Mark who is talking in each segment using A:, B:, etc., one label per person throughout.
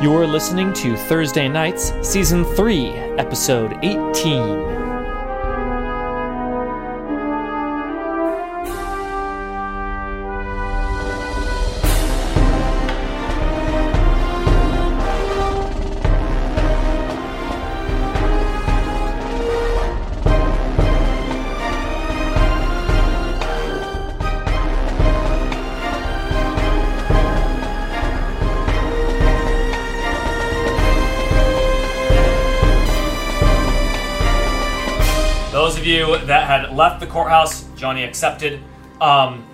A: You're listening to Thursday Nights, Season 3, Episode 18. Those of you that had left the courthouse, Johnny accepted, um,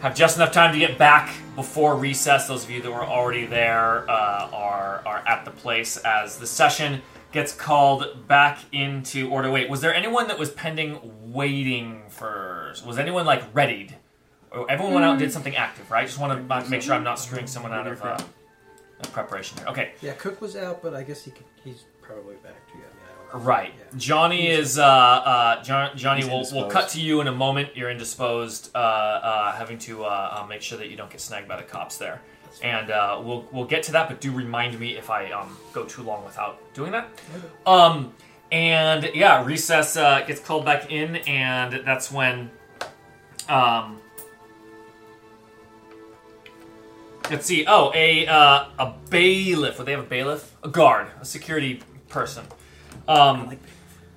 A: have just enough time to get back before recess. Those of you that were already there uh, are are at the place as the session gets called back into order. Wait, was there anyone that was pending waiting for? Was anyone like readied? Oh, Everyone went out and did something active, right? Just want to make sure I'm not screwing someone out of, uh, of preparation here. Okay.
B: Yeah, Cook was out, but I guess he could, he's probably back to you. I mean,
A: Right.
B: Yeah.
A: Johnny is uh, uh, John, Johnny.
C: He's
A: We'll, we'll
C: indisposed.
A: cut to you in a moment. You're indisposed, uh, uh, having to uh, uh, make sure that you don't get snagged by the cops there. And uh, we'll we'll get to that, but do remind me if I um, go too long without doing that. Um, and yeah, recess uh, gets called back in, and that's when um, Let's see. Oh, a uh, a bailiff. Would they have a bailiff? A guard, a security person, um,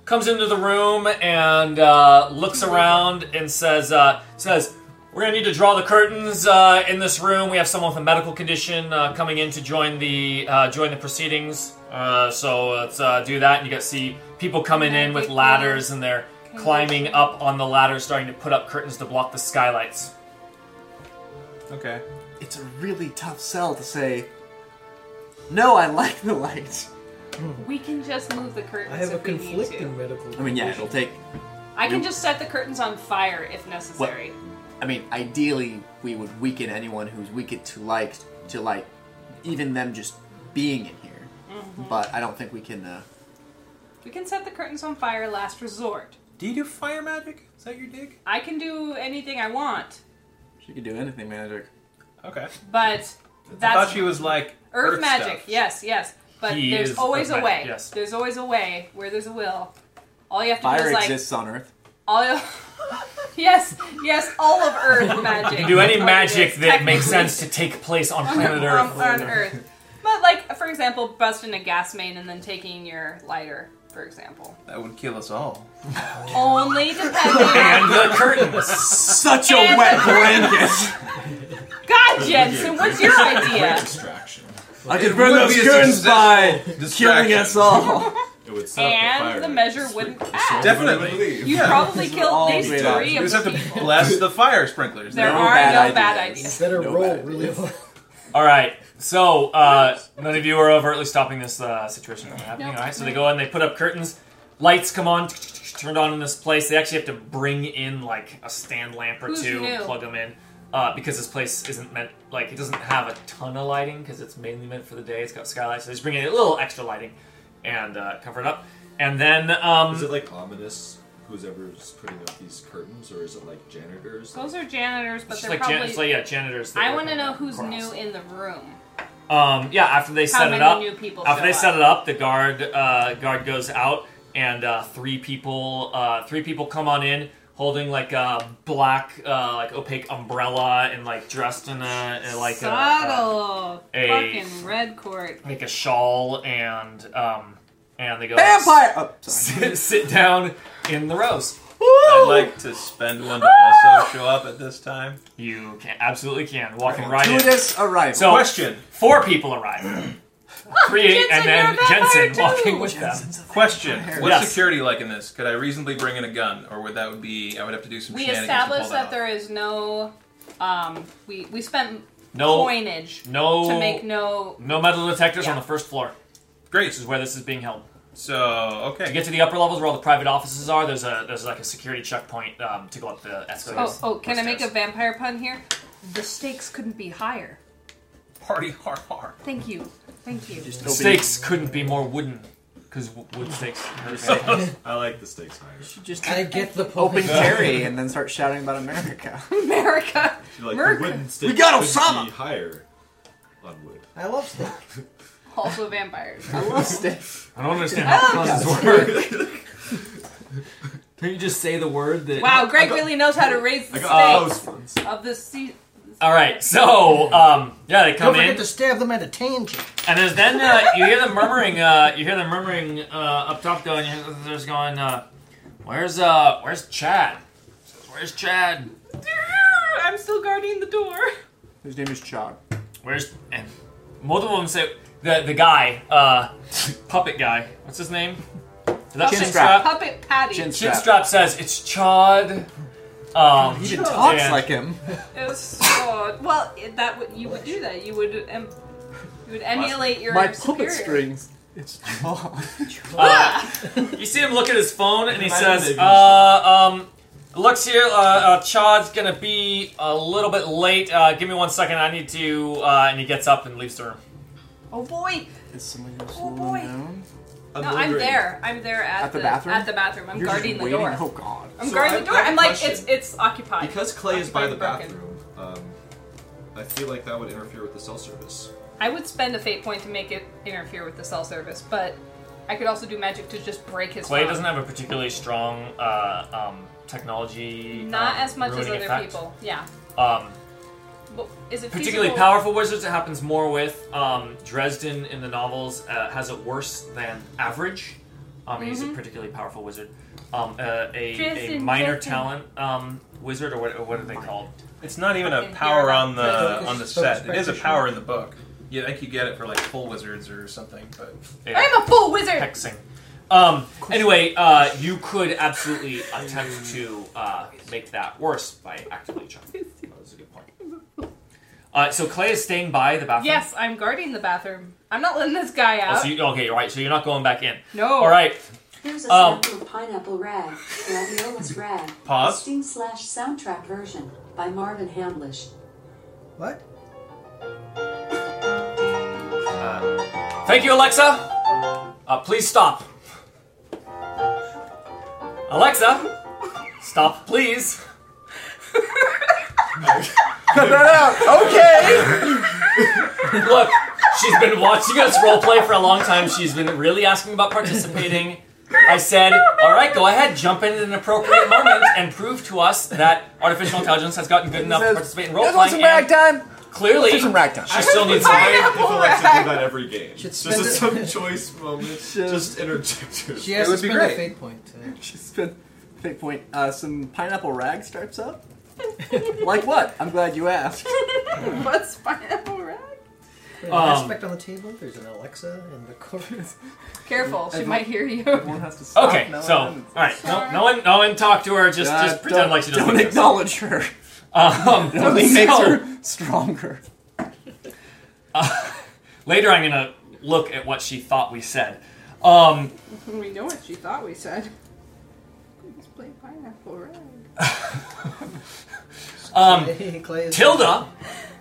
A: comes into the room and uh, looks around and says uh, says We're gonna need to draw the curtains uh, in this room. We have someone with a medical condition uh, coming in to join the uh, join the proceedings. Uh, so let's uh, do that. And you got to see people coming in with ladders and they're climbing up on the ladder, starting to put up curtains to block the skylights.
C: Okay.
D: It's a really tough sell to say, no, I like the light.
E: We can just move the curtains
B: I have a
E: if we need
B: conflicting
E: to.
B: medical.
D: I mean, yeah, it'll take.
E: I can just set the curtains on fire if necessary.
D: I mean, ideally, we would weaken anyone who's weakened to light, to light, even them just being in here.
E: Mm-hmm.
D: But I don't think we can. Uh,
E: We can set the curtains on fire last resort.
C: Do you do fire magic? Is that your dig?
E: I can do anything I want,
D: she could do anything, magic.
C: Okay.
E: but
C: I
E: that's
C: thought she was like
E: earth, magic.
C: stuff.
E: Yes, yes. But
A: He
E: there's
A: is
E: always
A: earth
E: a
A: magic,
E: way.
A: yes.
E: There's always a way where there's a will. All you have to do
D: Fire
E: is like
D: exists on Earth.
E: all. You... yes, yes. All of Earth magic.
A: You can do any
E: is what it
A: magic
E: is,
A: that makes
E: technically. um,
A: sense to take place on
E: on,
A: planet
E: on-
A: Earth.
E: on Earth. But like, for example, busting a gas main and then taking your lighter, for example.
C: That would kill us all.
E: Only depending on
A: And the curtains.
D: Such a
E: And-
D: wet blanket.
E: God, Jensen, what's your idea?
F: distraction.
D: I could
C: It
D: burn
C: would
D: those
C: be a
D: curtains by
C: distraction.
D: killing us all.
F: It would set up the fire.
E: And the measure wouldn't pass.
C: Definitely.
E: You probably
D: all
E: killed these
D: great
E: three
C: We
E: of
C: just have
E: the
C: to
E: people.
C: bless the fire sprinklers.
E: There
D: No
E: are
D: bad
E: no
D: ideas.
E: bad ideas.
B: better
D: No
B: roll
D: bad
B: really well.
A: All right. So uh, none of you are overtly stopping this uh, situation from happening.
E: Nope.
A: All right. So they go in, they put up curtains, lights come on, turned on in this place. They actually have to bring in like a stand lamp or
E: Who's
A: two,
E: new?
A: plug them in, uh, because this place isn't meant like it doesn't have a ton of lighting because it's mainly meant for the day. It's got skylights, so they just bring in a little extra lighting and uh, cover it up. And then um,
F: Is it like ominous? Who's ever's putting up these curtains, or is it like janitors?
E: Those are janitors, but
A: It's
E: they're
A: like, jan-
E: probably.
A: it's like, yeah, janitors. that
E: I
A: work
E: want to
A: in
E: know
A: the
E: who's
A: courthouse.
E: new in the room.
A: Um, yeah, after they
E: How
A: set it
E: many
A: up,
E: new people?
A: after
E: show
A: Uh, they
E: up?
A: set it up, the guard uh, guard goes out, and uh, three people uh, three people come on in holding like a black uh, like opaque umbrella and like dressed in a in, like a, uh,
E: Subtle,
A: a-
E: fucking red court.
A: like a shawl and um, and they go
D: Vampire. Oh, sorry.
A: sit, sit down in the rows.
C: I'd like to spend one to also show up at this time.
A: You can absolutely can walking right
D: To
A: in.
D: this arrival.
A: So
C: Question.
A: four people arrive, three
E: Jensen,
A: and then
E: you're a vampire
A: Jensen walking
E: too!
A: with them.
C: Question. What's
A: Yes.
C: security like in this? Could I reasonably bring in a gun, or would that would be? I would have to do some.
E: We
C: shenanigans to
E: established
C: pull that
E: that there is no. Um, we we spent
A: No,
E: coinage
A: no,
E: to make no.
A: no metal detectors on
E: Yeah.
A: the first floor.
C: off.
A: This
C: Great.
A: is where this is being held.
C: So
A: To
C: okay.
A: get to the upper levels where all the private offices are, there's a there's like a security checkpoint um, to go up the escalators.
E: Oh, oh! Can I make a
A: Upstairs.
E: vampire pun here? The stakes couldn't be higher.
C: Party hard hard.
E: Thank you, thank you.
D: Just
A: The
D: don't be-
A: stakes couldn't be more wooden because wood stakes.
F: I like the stakes higher.
D: Just
B: I get the point.
D: open carry and then start shouting about America.
E: America.
F: She like
E: Merc.
F: the wooden stakes
D: We got
F: should
D: Osama!
F: Be higher on wood.
B: I love steak.
E: Also vampires. Ah!
D: I love sticks.
A: I don't understand how puns work.
G: Can you just say the word that?
E: Wow, Greg really knows how to raise the
F: I got uh,
E: stakes
F: close ones.
E: of the sea.
A: All right, so um, yeah, they
B: Don't
A: come in,
B: forget to stab them at a tangent.
A: and there's then uh, you hear them murmuring. Uh, you hear them murmuring uh, up top, going, "There's going, uh, where's uh, where's Chad? Where's Chad?
E: I'm still guarding the door.
D: His name is Chad.
A: Where's and multiple of them say the the guy, uh, puppet guy. What's his name? Is that
D: Chinstrap.
A: Chinstrap?
E: Puppet Patty.
D: Chin-
A: Chinstrap says it's Chad. Um,
D: He even talks
A: Yeah.
D: like him.
E: It was so- well, it, that would you would do that. You would um, you would emulate your
D: My
E: superior. Ah!
D: puppet strings. It's Chad.
A: Uh, you see him look at his phone and he
F: Imagine
A: says,
F: they'd be
A: uh, um, looks here, uh, uh, Chad's gonna be a little bit late. Uh, give me one second, I need to, uh, and he gets up and leaves the room.
E: Oh boy!
D: Is somebody else
E: Oh,
D: rolling
E: boy.
D: down?
E: No, I'm there. I'm there at,
D: At the bathroom?
E: At the bathroom. I'm
D: You're just
E: guarding the
D: waiting-
E: door.
D: Oh god.
E: I'm
F: So
E: guarding
F: I've
E: the door.
F: got a
E: I'm like,
F: question.
E: it's it's occupied.
F: Because Clay is by the
E: Occupied and broken.
F: bathroom, um, I feel like that would interfere with the cell service.
E: I would spend a fate point to make it interfere with the cell service, but I could also do magic to just break his.
A: Clay
E: phone.
A: doesn't have a particularly strong uh, um, technology.
E: Not
A: um,
E: as much as
A: ruining
E: other
A: effect.
E: people. Yeah.
A: Um,
E: But is it
A: particularly
E: feasible-
A: powerful wizards, it happens more with. Um, Dresden in the novels uh, has it worse than average. Um, He's a particularly powerful wizard. Um, uh, a, a
E: Mm-hmm. Dresden,
A: minor
E: Dresden.
A: talent um, wizard, or what, or what are they called?
C: It's not even a
E: Fucking
C: power
E: hero.
C: on the
B: Focus-
C: on the
B: focus
C: set. It is a
B: practitioner.
C: power in the book. Yeah, I think you get it for like full wizards or something. But
A: Yeah.
E: I'm a full wizard.
A: hexing. Um, anyway, uh, you could absolutely attempt to uh, make that worse by actively trying. That's a good point. Uh, so Clay is staying by the bathroom.
E: Yes, I'm guarding the bathroom. I'm not letting this guy
A: Oh,
E: out.
A: so you, okay, all right. So you're not going back in.
E: no.
A: All right.
H: Here's a
A: Um,
H: sample of Pineapple Rag, Raviola's Rag,
C: pause.
H: Steam slash soundtrack version by Marvin Hamlish.
B: What?
A: Thank you, Alexa. Uh, please stop. Alexa, stop, please.
D: Cut that out! Okay!
A: Look, she's been watching us roleplay for a long time. She's been really asking about participating. I said, all right, go ahead, jump in at an appropriate moment and prove to us that artificial intelligence has gotten good enough to
D: Says,
A: participate in
D: "Guys, want
A: roleplaying.
D: some
A: And
D: rag time?
A: clearly,
D: Get some rag time.
A: she still needs
F: I
A: some.
E: Pineapple
F: people like to
E: rack.
F: do that every game.
B: Should
F: This
B: spend
F: is
B: it-
F: some choice moment. Just interject it.
B: She has
C: It
B: to
C: would be
B: spend
C: great.
B: a fate point. To
D: She spent fake point. Uh, some pineapple rag stripes up? like what? I'm glad you asked.
E: What's pineapple rag?
B: An
A: Um,
B: aspect on the table. There's an Alexa in the corner.
E: Careful, she
D: Everyone-
E: might hear you.
D: Everyone has to stop.
A: Okay,
D: now
A: so,
D: and
A: all
D: then.
A: right, no, no one, no one talk to her. Just,
D: Uh,
A: just pretend
D: don't-
A: like she doesn't.
D: Don't
A: exist.
D: acknowledge her.
A: Um,
D: It only makes
A: so-
D: her stronger.
A: Later, I'm gonna look at what she thought we said. Um,
E: We know what she thought we said. Let's play pineapple rag.
A: um,
B: Clay is-
A: Tilda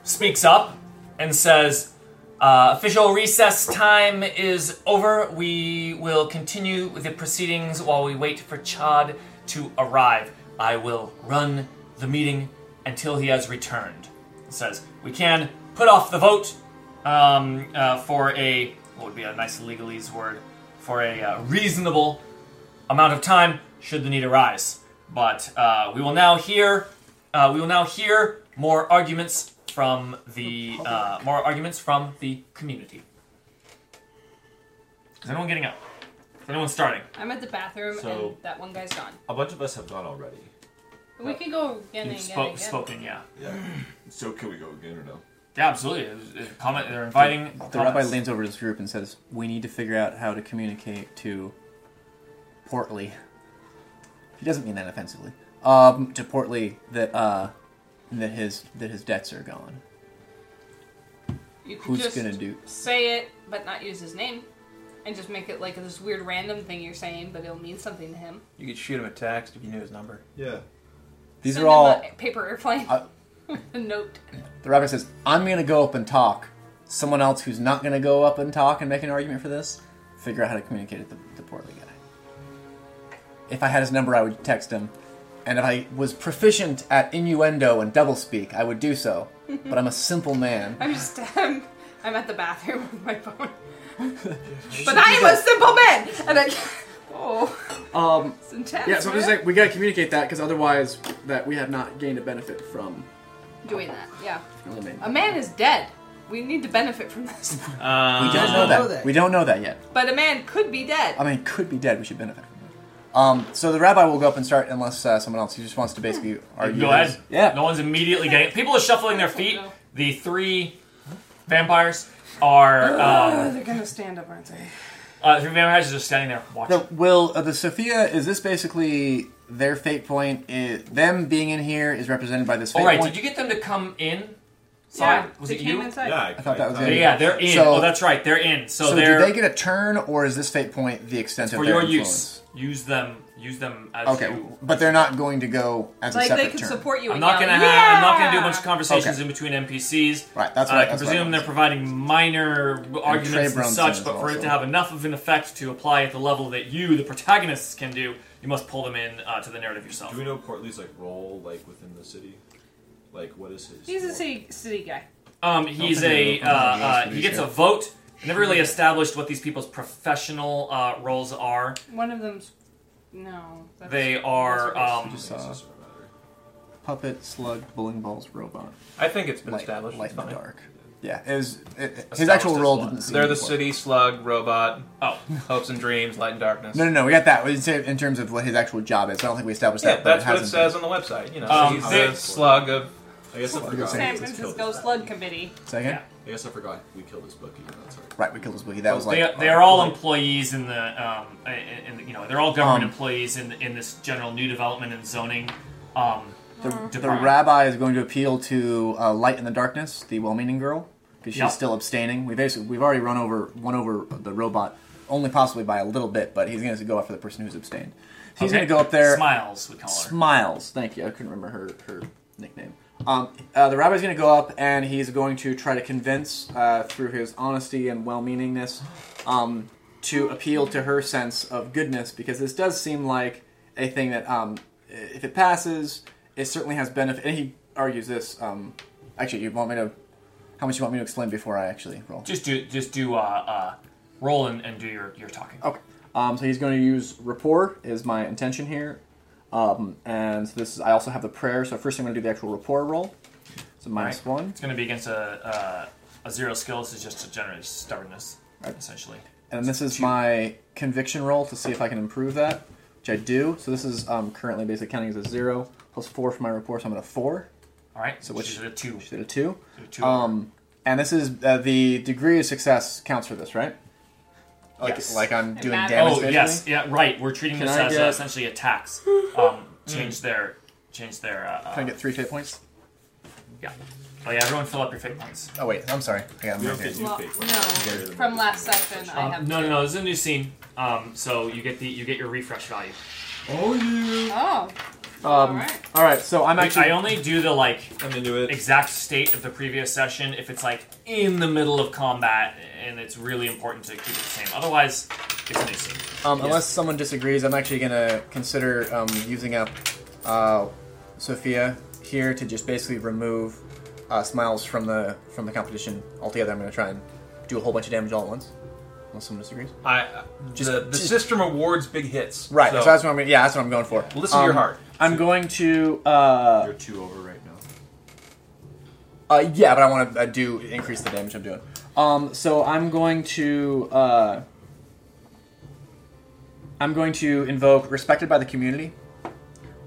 A: speaks up and says, uh, "Official recess time is over. We will continue with the proceedings while we wait for Chad to arrive. I will run the meeting until he has returned." It says we can put off the vote um, uh, for a what would be a nice legalese word for a uh, reasonable amount of time should the need arise. But uh, we will now hear uh, we will now hear more arguments from the uh, more arguments from the community. Is anyone getting up? Is anyone starting?
E: I'm at the bathroom
F: So-
E: and that one guy's gone.
F: A bunch of us have gone already.
E: But we can go again and
A: You've
E: again.
A: spo-
E: and again.
A: spoken, yeah.
F: Yeah. So can we go again or no?
A: Yeah, absolutely. It's- it's Comment. They're inviting.
D: The rabbi
A: comments.
D: leans over to this group and says, "We need to figure out how to communicate to Portly." He doesn't mean that offensively. Um, to Portly that uh, that his that his debts are gone.
E: You could
D: Who's
E: just
D: gonna do?
E: say it, but not use his name, and just make it like this weird random thing you're saying, but it'll mean something to him.
C: You could shoot him a text if you knew his number.
F: Yeah.
D: These
E: Send
D: are
E: him
D: all.
E: a paper airplane.
D: I-
E: a note.
D: The rabbi says, "I'm gonna go up and talk." Someone else who's not gonna go up and talk and make an argument for this, figure out how to communicate it to the Portly guy. If I had his number, I would text him, and if I was proficient
B: Mm-hmm.
D: at innuendo and doublespeak, I would do so. But I'm a simple man.
E: I'm just I'm, I'm at the bathroom with my phone. but I am a simple man, and I. Oh,
D: Um,
E: it's intense.
D: yeah, so I'm just
E: man.
D: like, we gotta communicate that because otherwise, that we have not gained a benefit from
E: doing that. Yeah,
D: eliminating.
E: a man is dead. We need to benefit from this,
C: Um,
D: we don't know
B: know
D: that.
B: that.
D: We don't know that yet.
E: but a man could be dead.
D: I mean, could be dead. We should benefit. from it. Um, so the rabbi will go up and start, unless uh, someone else who just wants to basically argue.
A: Go
D: this.
A: ahead.
D: Yeah.
A: No one's immediately getting. People are shuffling their feet.
E: No.
A: The three vampires are.
E: Oh,
A: Um,
E: they're gonna stand up, aren't they?
A: uh, three vampires are just standing there watching.
D: So, will uh, the Sophia? Is this basically their fate point? Is, them being in here is represented by this fate
A: All Oh, right.
D: point.
A: Did you get them to come in? Sorry,
E: Yeah,
A: was
E: they
A: it
E: came
A: you?
E: inside.
F: Uh, Yeah, I,
D: thought that was
A: Yeah, yeah, they're in.
D: So-
A: oh, that's right. They're in. So,
D: so,
A: they're
D: do they get a turn, or is this fate point the extent of
A: for
D: their
A: your
D: influence?
A: use. Use them. Use them as
D: Okay,
A: you.
D: but they're not going to go as a
E: Like
D: separate
E: they can
D: turn.
E: support you.
A: I'm
E: and
A: not
E: yell,
A: gonna. Have, I'm not gonna do a bunch of
E: "Yeah!"
A: conversations
D: Okay.
A: in between NPCs.
D: Right, that's
A: Uh,
D: what-
A: I
D: that's what I
A: presume they're
D: meant.
A: providing minor arguments and
D: Brown
A: such,
D: says
A: but for it
D: also.
A: to have enough of an effect to apply at the level that you, the protagonists, can do, you must pull them in uh, to the narrative yourself.
F: Do we know Portly's like role like within the city? Like what is his?
E: He's a
F: role?
E: city city guy.
A: Um, he's a
D: think they
A: uh,
D: were open to the
A: uh,
D: games
A: he
D: for
A: gets
D: these
A: a
D: guys.
A: vote. Never really established what these people's professional uh, roles are.
E: One of them's no. That's,
A: They are
E: that's what
A: um,
F: Like,
D: Uh,
F: doesn't matter.
D: Puppet, slug, bowling balls, robot,
C: I think it's been
D: light,
C: established.
D: light
C: it's
D: in the
C: fine.
D: dark. Yeah, it was, it, it- his
A: Established
D: actual
A: as
D: role
A: what?
D: didn't seem.
C: They're the
D: important.
C: city slug, robot,
A: oh
C: hopes and dreams, light and darkness.
D: No, no, no. We got that. We didn't say it in terms of what his actual job is. I don't think we established
C: Yeah,
D: that. but
C: that's what it
D: hasn't
C: says on the website. You know,
A: Um,
C: he's
A: they-
C: a slug of.
F: I guess I
D: San
F: forgot.
E: San
F: we killed
E: Francisco
F: his back.
E: Slug Committee.
D: been. Say again?
F: I guess I forgot we killed this bookie. That's right.
D: Right, we killed his boogie. That was like
A: they, they are all employees in the um, in, in, you know they're all government
D: Um,
A: employees in in this general new development and zoning. Um,
D: The, the
A: department.
D: rabbi is going to appeal to uh, Light in the Darkness, the well-meaning girl, because she's
A: Yep.
D: still abstaining. We basically we've already run over one over the robot, only possibly by a little bit, but he's going to go after the person who's abstained. He's
A: okay.
D: going to go up there.
A: Smiles, we call her.
D: Smiles. Thank you. I couldn't remember her, her nickname. Um, uh, the rabbi's going to go up and he's going to try to convince, uh, through his honesty and well meaningness, um, to appeal to her sense of goodness because this does seem like a thing that, um, i- if it passes, it certainly has benefit. And he argues this. Um, actually, you want me to. How much you want me to explain before I actually roll?
A: Just do just do uh, uh, roll and, and do your, your talking.
D: Okay. Um, so he's going to use rapport is my intention here, um, and this is, I also have the prayer. So first I'm going to do the actual rapport roll. So minus one,
A: It's going to be against a, a, a zero skill. This is just to generate stubbornness, essentially.
D: and this is my conviction roll to see if I can improve that, which I do. So this is um, currently basically counting as a zero plus four for my rapport, so I'm at a four.
A: All right. So
D: which-
A: which is a two?
D: She did a two.
A: A two
D: Um, and this is uh, the degree of success counts for this, right? Like,
A: Yes.
D: like I'm doing
E: matters.
D: damage.
A: oh
D: basically?
A: yes, yeah, right. We're treating
D: Can
A: this
D: I
A: as uh,
D: get-
A: essentially a tax. Um, change their change their. Uh, uh,
D: Can I get three fate points?
A: yeah. Oh yeah, everyone fill up your fate points.
D: Oh wait, I'm sorry. I got them
F: We
D: right
F: don't
D: here.
F: get new
E: Well,
F: fate points.
E: no,
F: We get rid of
E: from
F: them.
E: last session I have.
A: Um, no,
E: two.
A: no, no. This is a new scene. Um, so you get the you get your refresh value.
F: Oh, you.
E: Oh,
D: Um,
E: Alright.
D: All right, so I'm actually.
A: I only do the like
F: I'm into it.
A: exact state of the previous session if it's like in the middle of combat and it's really important to keep it the same. Otherwise, it's a new scene.
D: Um, Unless someone disagrees, I'm actually going to consider um, using up uh, Sophia here to just basically remove uh, Smiles from the from the competition altogether. I'm going to try and do a whole bunch of damage all at once. Unless someone disagrees.
C: I,
D: Just-
C: the the
D: just-
C: system awards big hits.
D: Right. So,
C: So,
D: that's what I'm. Gonna, yeah, that's what I'm going for.
C: Listen to your
D: Um,
C: heart.
D: I'm going to. Uh,
F: You're two over right now.
D: uh, yeah, but I want to uh, do increase the damage I'm doing. Um, so I'm going to. Uh, I'm going to invoke respected by the community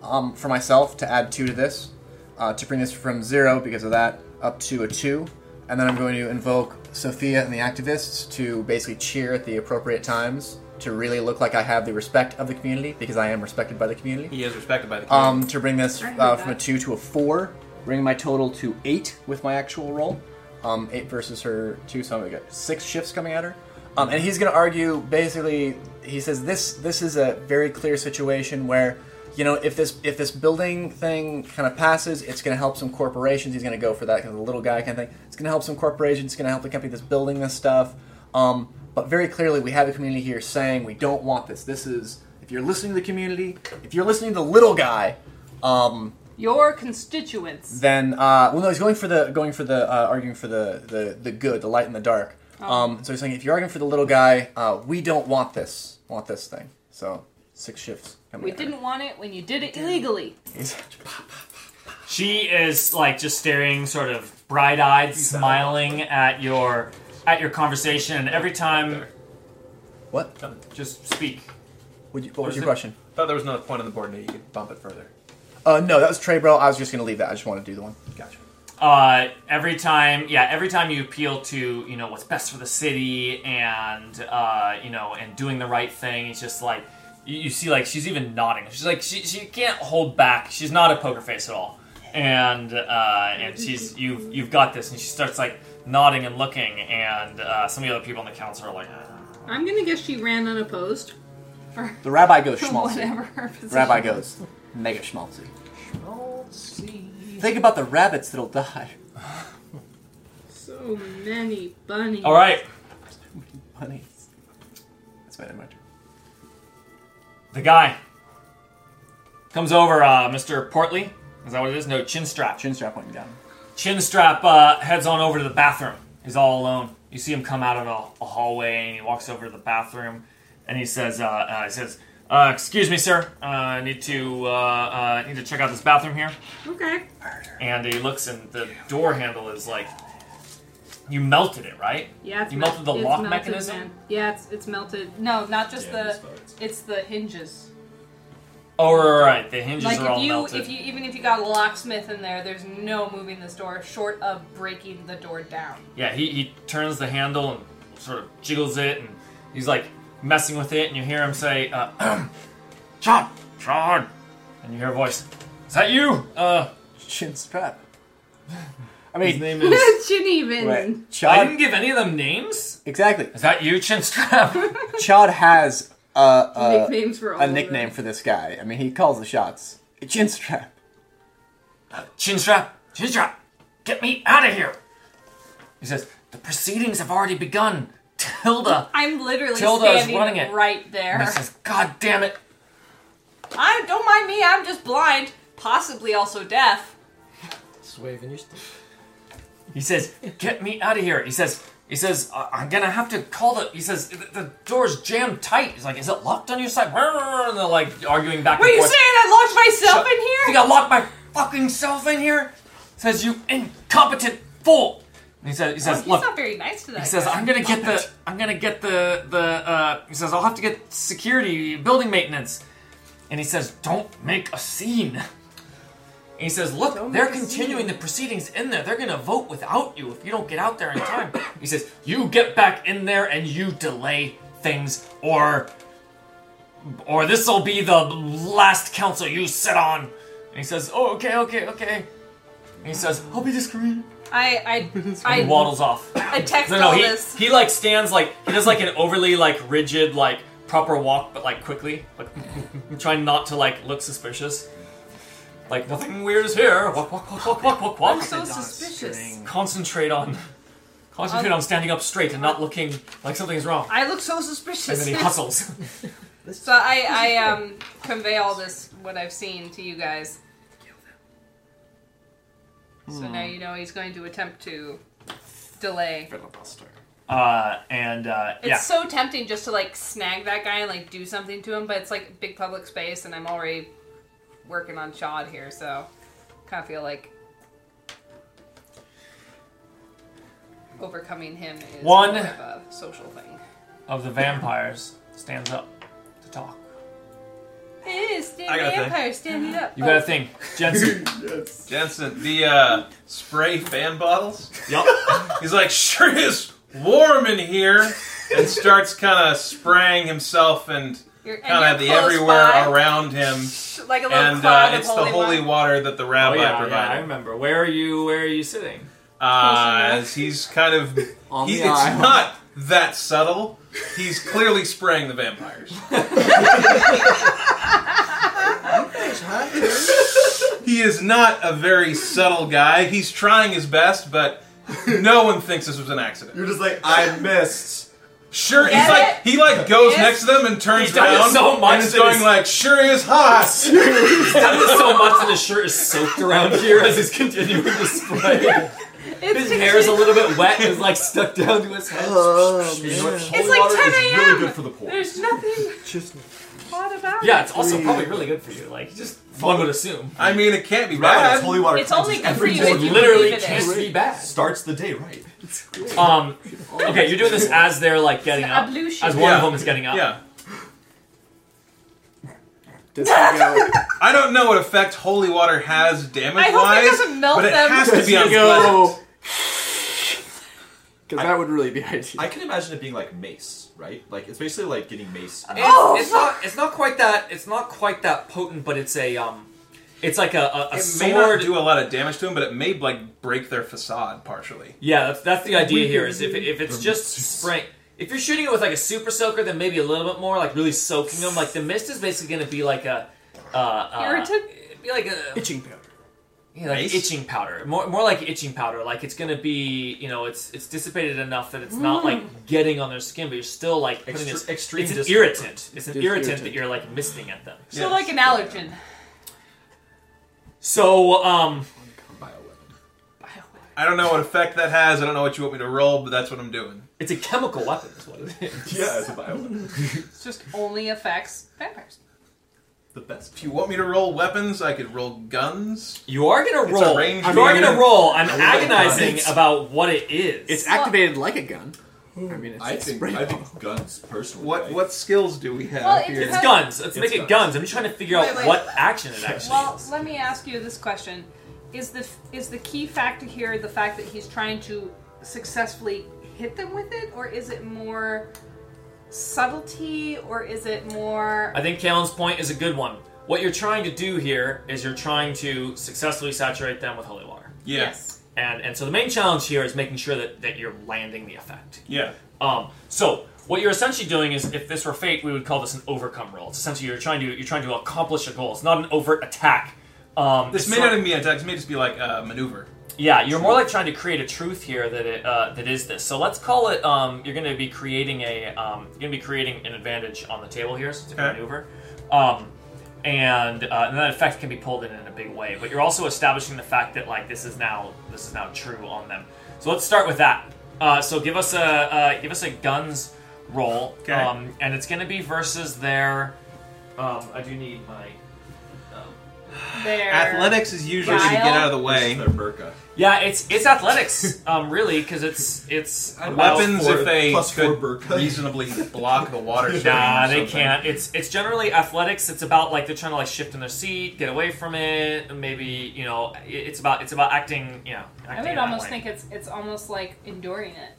D: um, for myself to add two to this, uh, to bring this from zero because of that up to a two, and then I'm going to invoke Sophia and the activists to basically cheer at the appropriate times to really look like I have the respect of the community because I am respected by the community.
C: He is respected by the community.
D: Um, to bring this
E: I heard
D: uh, from a
E: that.
D: two to a four, bring my total to eight with my actual roll. Um, eight versus her two, so I got six shifts coming at her. Um, and he's going to argue basically. He says this this is a very clear situation where, you know, if this if this building thing kind of passes, it's going to help some corporations. He's going to go for that kind of the little guy kind of thing. It's going to help some corporations. It's going to help the company that's building this stuff. Um, but very clearly, we have a community here saying we don't want this. This is if you're listening to the community, if you're listening to the little guy, um,
E: Your constituents.
D: Then, uh, well, no, he's going for the going for the uh, arguing for the, the the good, the light and the dark.
E: Oh.
D: Um, so he's saying, if you're arguing for the little guy, uh, we don't want this, want this thing. So six shifts. coming
E: We
D: at her.
E: didn't want it when you did it illegally.
D: He's-
A: She is like just staring, sort of bright-eyed, smiling at your at your conversation. And every time,
D: what?
A: just speak.
D: Would you, what was
A: is
D: your
A: it?
D: question?
C: Thought there was another point on the board, and you could bump it further.
D: Uh, no, that was Trey, bro. I was just gonna leave that. I just wanted to do the one.
C: Gotcha.
A: Uh, every time, yeah, every time you appeal to you know what's best for the city and uh, you know and doing the right thing, it's just like you, you see like she's even nodding. She's like she she can't hold back. She's not a poker face at all, and uh, and she's you've you've got this, and she starts like nodding and looking, and uh, some of the other people on the council are like.
E: I'm gonna guess she ran unopposed. For
D: The rabbi goes schmaltzy.
E: whatever her position.
D: Rabbi goes mega schmaltzy. Think about the rabbits that'll die.
E: So many bunnies.
A: All right,
D: Honey, that's my image.
A: the guy comes over, uh, Mr. Portly. Is that what it is? No, chin strap.
D: Chin strap went down.
A: Chinstrap uh, heads on over to the bathroom. He's all alone. You see him come out of a, a hallway, and he walks over to the bathroom, and he says, uh, uh, "He says, uh, excuse me, sir. Uh, I need to uh, uh, need to check out this bathroom here."
E: Okay.
A: And he looks, and the door handle is like, "You melted it, right?"
E: Yeah, it's
A: You
E: mel-
A: melted the
E: it's
A: lock
E: melted,
A: mechanism?
E: man. Yeah, it's it's melted. No, not just
F: Yeah,
E: the.
F: it's fucked.
E: It's the hinges.
A: Oh, right, right, the hinges
E: like
A: are all
E: if you
A: melted.
E: if you even if you got a locksmith in there, there's no moving this door short of breaking the door down.
A: Yeah, he, he turns the handle and sort of jiggles it, and he's like messing with it, and you hear him say, uh, "John, John," and you hear a voice, "Is that you?" Uh,
D: Chin strap. I
A: his
D: mean,
A: name is.
E: Shouldn't even.
D: wait,
A: I
D: Chad.
A: didn't give any of them names.
D: Exactly.
A: Is that you, Chinstrap?
D: Chad has a,
A: Uh,
D: a,
E: Nicknames for all
D: a
E: of
D: nickname
E: them.
D: for this guy. I mean, he calls the shots. Chin strap.
A: Chinstrap, Chinstrap, get me out of here! He says, "The proceedings have already begun." Tilda.
E: I'm literally
A: Tilda is
E: standing
A: running it.
E: right
A: And
E: there.
A: he says, "God damn it!"
E: I don't mind me. I'm just blind, possibly also deaf.
B: Just waving your stick.
A: He says, "Get me out of here." He says, "He says I- I'm gonna have to call the." He says, "The, the door's jammed tight." He's like, "Is it locked on your side?" And they're like arguing back
E: What are
A: and
E: you
A: forth.
E: saying? I locked myself in
A: Think
E: here?
A: I locked my fucking self in here? Says you incompetent fool. And he says, "He says,
E: Oh, He's
A: look."
E: not very nice to that.
A: He says,
E: guy.
A: "I'm gonna get the, I'm gonna get the, the." Uh, he says, "I'll have to get security, building maintenance," and he says, "Don't make a scene." And he says, "Look, they're continuing the proceedings in there. They're gonna vote without you if you don't get out there in time." he says, "You get back in there and you delay things, or, or this will be the last council you sit on." And he says, "Oh, okay, okay, okay." And he says, "I'll be discreet."
E: I I
A: He
E: I,
A: waddles off.
E: I text
A: No, no,
E: all
A: he,
E: this.
A: he like stands like he does like an overly like rigid like proper walk, but like quickly, like trying not to like look suspicious. Like nothing weird is here. Walk, walk, walk, walk, walk, walk, walk.
E: I'm so suspicious.
A: Concentrate on, concentrate on standing up straight and not looking like something's wrong.
E: Um, I look so
A: And
E: suspicious.
A: then he hustles.
E: So I, I um convey all this what I've seen to you guys. So now you know he's going to attempt to delay.
A: Uh, and uh,
E: It's
A: yeah,
E: so tempting just to like snag that guy and like do something to him, but it's like big public space, and I'm already working on Chad here, so kind of feel like overcoming him is
A: One.
E: more of a social thing.
A: of the vampires stands up to talk.
E: It is
C: I got a thing.
E: vampire standing up. Oh,
A: You got a thing, Jensen.
C: Jensen, the uh, spray fan bottles.
A: yup.
C: He's like, sure is warm in here, and starts kind of spraying himself and
E: You're, and
C: kind of the
E: you're close
C: everywhere
E: by,
C: around him.
E: like a little
C: And uh,
E: cloud of
C: it's the holy
E: water.
C: water that the
A: Oh
C: rabbi
A: yeah, yeah, I
C: provided.
A: remember. Where are you? Where are you sitting?
C: Uh,
E: Close enough.
C: as he's kind of,
D: On
C: he,
D: the
C: it's
D: eye.
C: not that subtle. He's clearly spraying the vampires. He is not a very subtle guy. He's trying his best, but no one thinks this was an accident.
F: You're just like, I missed.
C: Sure,
E: Get
C: he's like
E: it?
C: he like goes
E: Yes.
C: next to them and turns
A: He's done it
C: around
A: so much
C: and is
A: that
C: going
A: it's-
C: like, "Sure is hot."
A: done this so much that his shirt is soaked around here as he's continuing to spray.
E: It's
A: His hair is a little bit wet and is like stuck down to his head.
F: You know what? Holy
E: It's like
F: water
E: 10
F: is
E: a.m.
F: really good for the poor.
E: There's nothing
B: Just
E: odd about
A: Yeah,
E: it.
A: it's also probably really good for you. Like, just one would assume.
C: I mean, it can't be
F: Right,
C: bad.
F: holy water
E: It's
F: cleanses
E: only good for
F: every
E: you
F: day.
A: It
E: if you
A: literally
E: believe it
A: can't
E: is.
A: be bad.
F: starts the day right.
A: Um, okay, you're doing this as they're like getting
E: It's an
A: up,
E: ablution.
A: as one
C: Yeah.
A: of them is getting up.
C: Yeah,
D: Does he go?
C: I don't know what effect holy water has damage wise.
E: I hope it doesn't melt
C: but it
E: them.
C: has to
D: Does
C: be
D: he
C: unpleasant.
D: go? Because that would really be ideal.
F: I can imagine it being like mace, right? Like it's basically like getting
E: Uh,
F: mace.
A: It's,
E: oh!
A: it's not. It's not quite that. It's not quite that potent, but it's a um. It's like a, a, a
C: It may
A: sword.
C: not do a lot of damage to him, but it may like break their facade partially.
A: yeah, that's, that's the idea here. Is if, if it's just spray. If you're shooting it with like a super soaker, then maybe a little bit more, like really soaking them. Like the mist is basically going to be like a uh, uh,
E: Irritant?
A: it'd Be like a
B: itching powder.
A: Yeah, like
C: Mace?
A: itching powder. More, more like itching powder. Like it's gonna be, you know, it's it's dissipated enough that it's not like getting on their skin, but you're still like putting
F: Extre-
A: this.
F: extreme
A: it's an
F: discomfort.
A: irritant. It's an
D: It's
A: irritant, that
D: irritant.
A: you're like misting at them.
E: So
C: Yes.
E: like an allergen.
A: So, um,
C: I don't know what effect that has. I don't know what you want me to roll, but that's what I'm doing.
A: it's a chemical weapon. Is what it is.
F: Yeah, it's a bioweapon.
E: It's just only affects vampires.
F: the best.
C: If you want me to roll weapons, I could roll guns.
A: You are gonna
C: It's a
A: roll. You
C: ranged
A: are gonna
C: unit.
A: roll. I'm
F: my God.
A: agonizing
F: It's-
A: about what it is.
D: It's activated like a gun. I mean, it's
F: I
D: just
F: think
D: spray
F: I
D: bottle.
F: think guns personally.
C: What
F: right?
C: what skills do we have
E: Well, it
C: here?
E: depends-
A: It's guns. Let's make it
F: guns.
A: guns. I'm just trying to figure out
E: Wait, wait.
A: what action it actually
E: Well,
A: is.
E: let me ask you this question: Is the is the key factor here the fact that he's trying to successfully hit them with it, or is it more subtlety, or is it more?
A: I think Kalen's point is a good one. What you're trying to do here is you're trying to successfully saturate them with holy water.
C: Yeah.
E: Yes.
A: And and so the main challenge here is making sure that, that you're landing the effect.
C: Yeah.
A: Um, so what you're essentially doing is if this were fate, we would call this an overcome roll. It's essentially you're trying to you're trying to accomplish a goal. It's not an overt attack. Um,
C: This
A: it's
C: may
A: sort-
C: not even be an attack. This may just be like a maneuver.
A: yeah, you're more like trying to create a truth here that it, uh, that is this. So let's call it. Um, you're going to be creating a. Um, you're going to be creating an advantage on the table here, so it's a
C: Okay.
A: maneuver, um, and uh, and that effect can be pulled in in a big way. But you're also establishing the fact that like this is now this is now true on them. So let's start with that. Uh, so give us a uh, give us a guns roll,
C: Okay.
A: um, and it's going to be versus their. Um, I do need my.
E: There.
C: Athletics is usually to get
E: Guile.
C: out of the
F: This
C: way.
F: is their burka.
A: Yeah, it's it's athletics, um, really, because it's it's about-
C: Weapons,
F: four-
C: if they
F: plus four
C: could
F: burka.
C: reasonably block the water. stream
A: Nah,
C: or
A: they
C: something.
A: can't. It's it's generally athletics. It's about like they're trying to like shift in their seat, get away from it. and Maybe you know, it- it's about it's about acting. You know, acting
E: I
A: in
E: would
A: that
E: almost
A: way.
E: think it's it's almost like enduring it,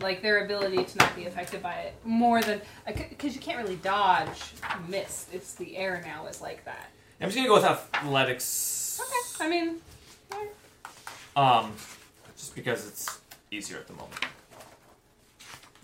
E: like their ability to not be affected by it more than because you can't really dodge mist. It's the air now is like that.
A: I'm just gonna go with athletics.
E: Okay, I mean, alright.
A: Um, just because it's easier at the moment.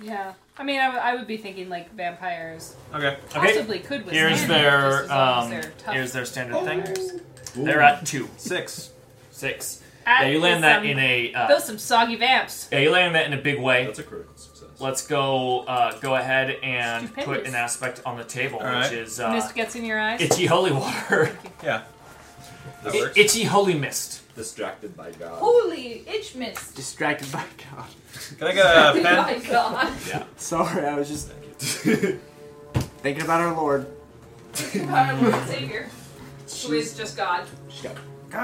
E: yeah. I mean, I would- I would be thinking like vampires
C: Okay.
A: Okay.
E: possibly could withstand.
A: Here's
E: it, just
A: their
E: as long as
A: um,
E: they're tough.
A: here's their standard thing.
F: Ooh.
A: They're at two,
C: Six.
A: six.
E: At
A: yeah, you land
E: is,
A: that
E: um,
A: in a. Uh,
E: Those some soggy vamps.
A: yeah, you land that in a big way.
F: That's a critical success.
A: Let's go. Uh, go ahead and put
E: Stupendous.
A: an aspect on the table,
C: All right.
A: which is uh,
E: Mist gets in your eyes.
A: itchy holy water.
C: Yeah.
F: That
A: I-
F: works.
A: itchy holy mist.
F: Distracted by God.
E: Holy itch mist. Oh
D: Distracted by God.
C: Can I get a pen?
E: My God.
D: Sorry, I was just thinking about our Lord.
E: Our Lord and Savior, who is just God.
D: She's got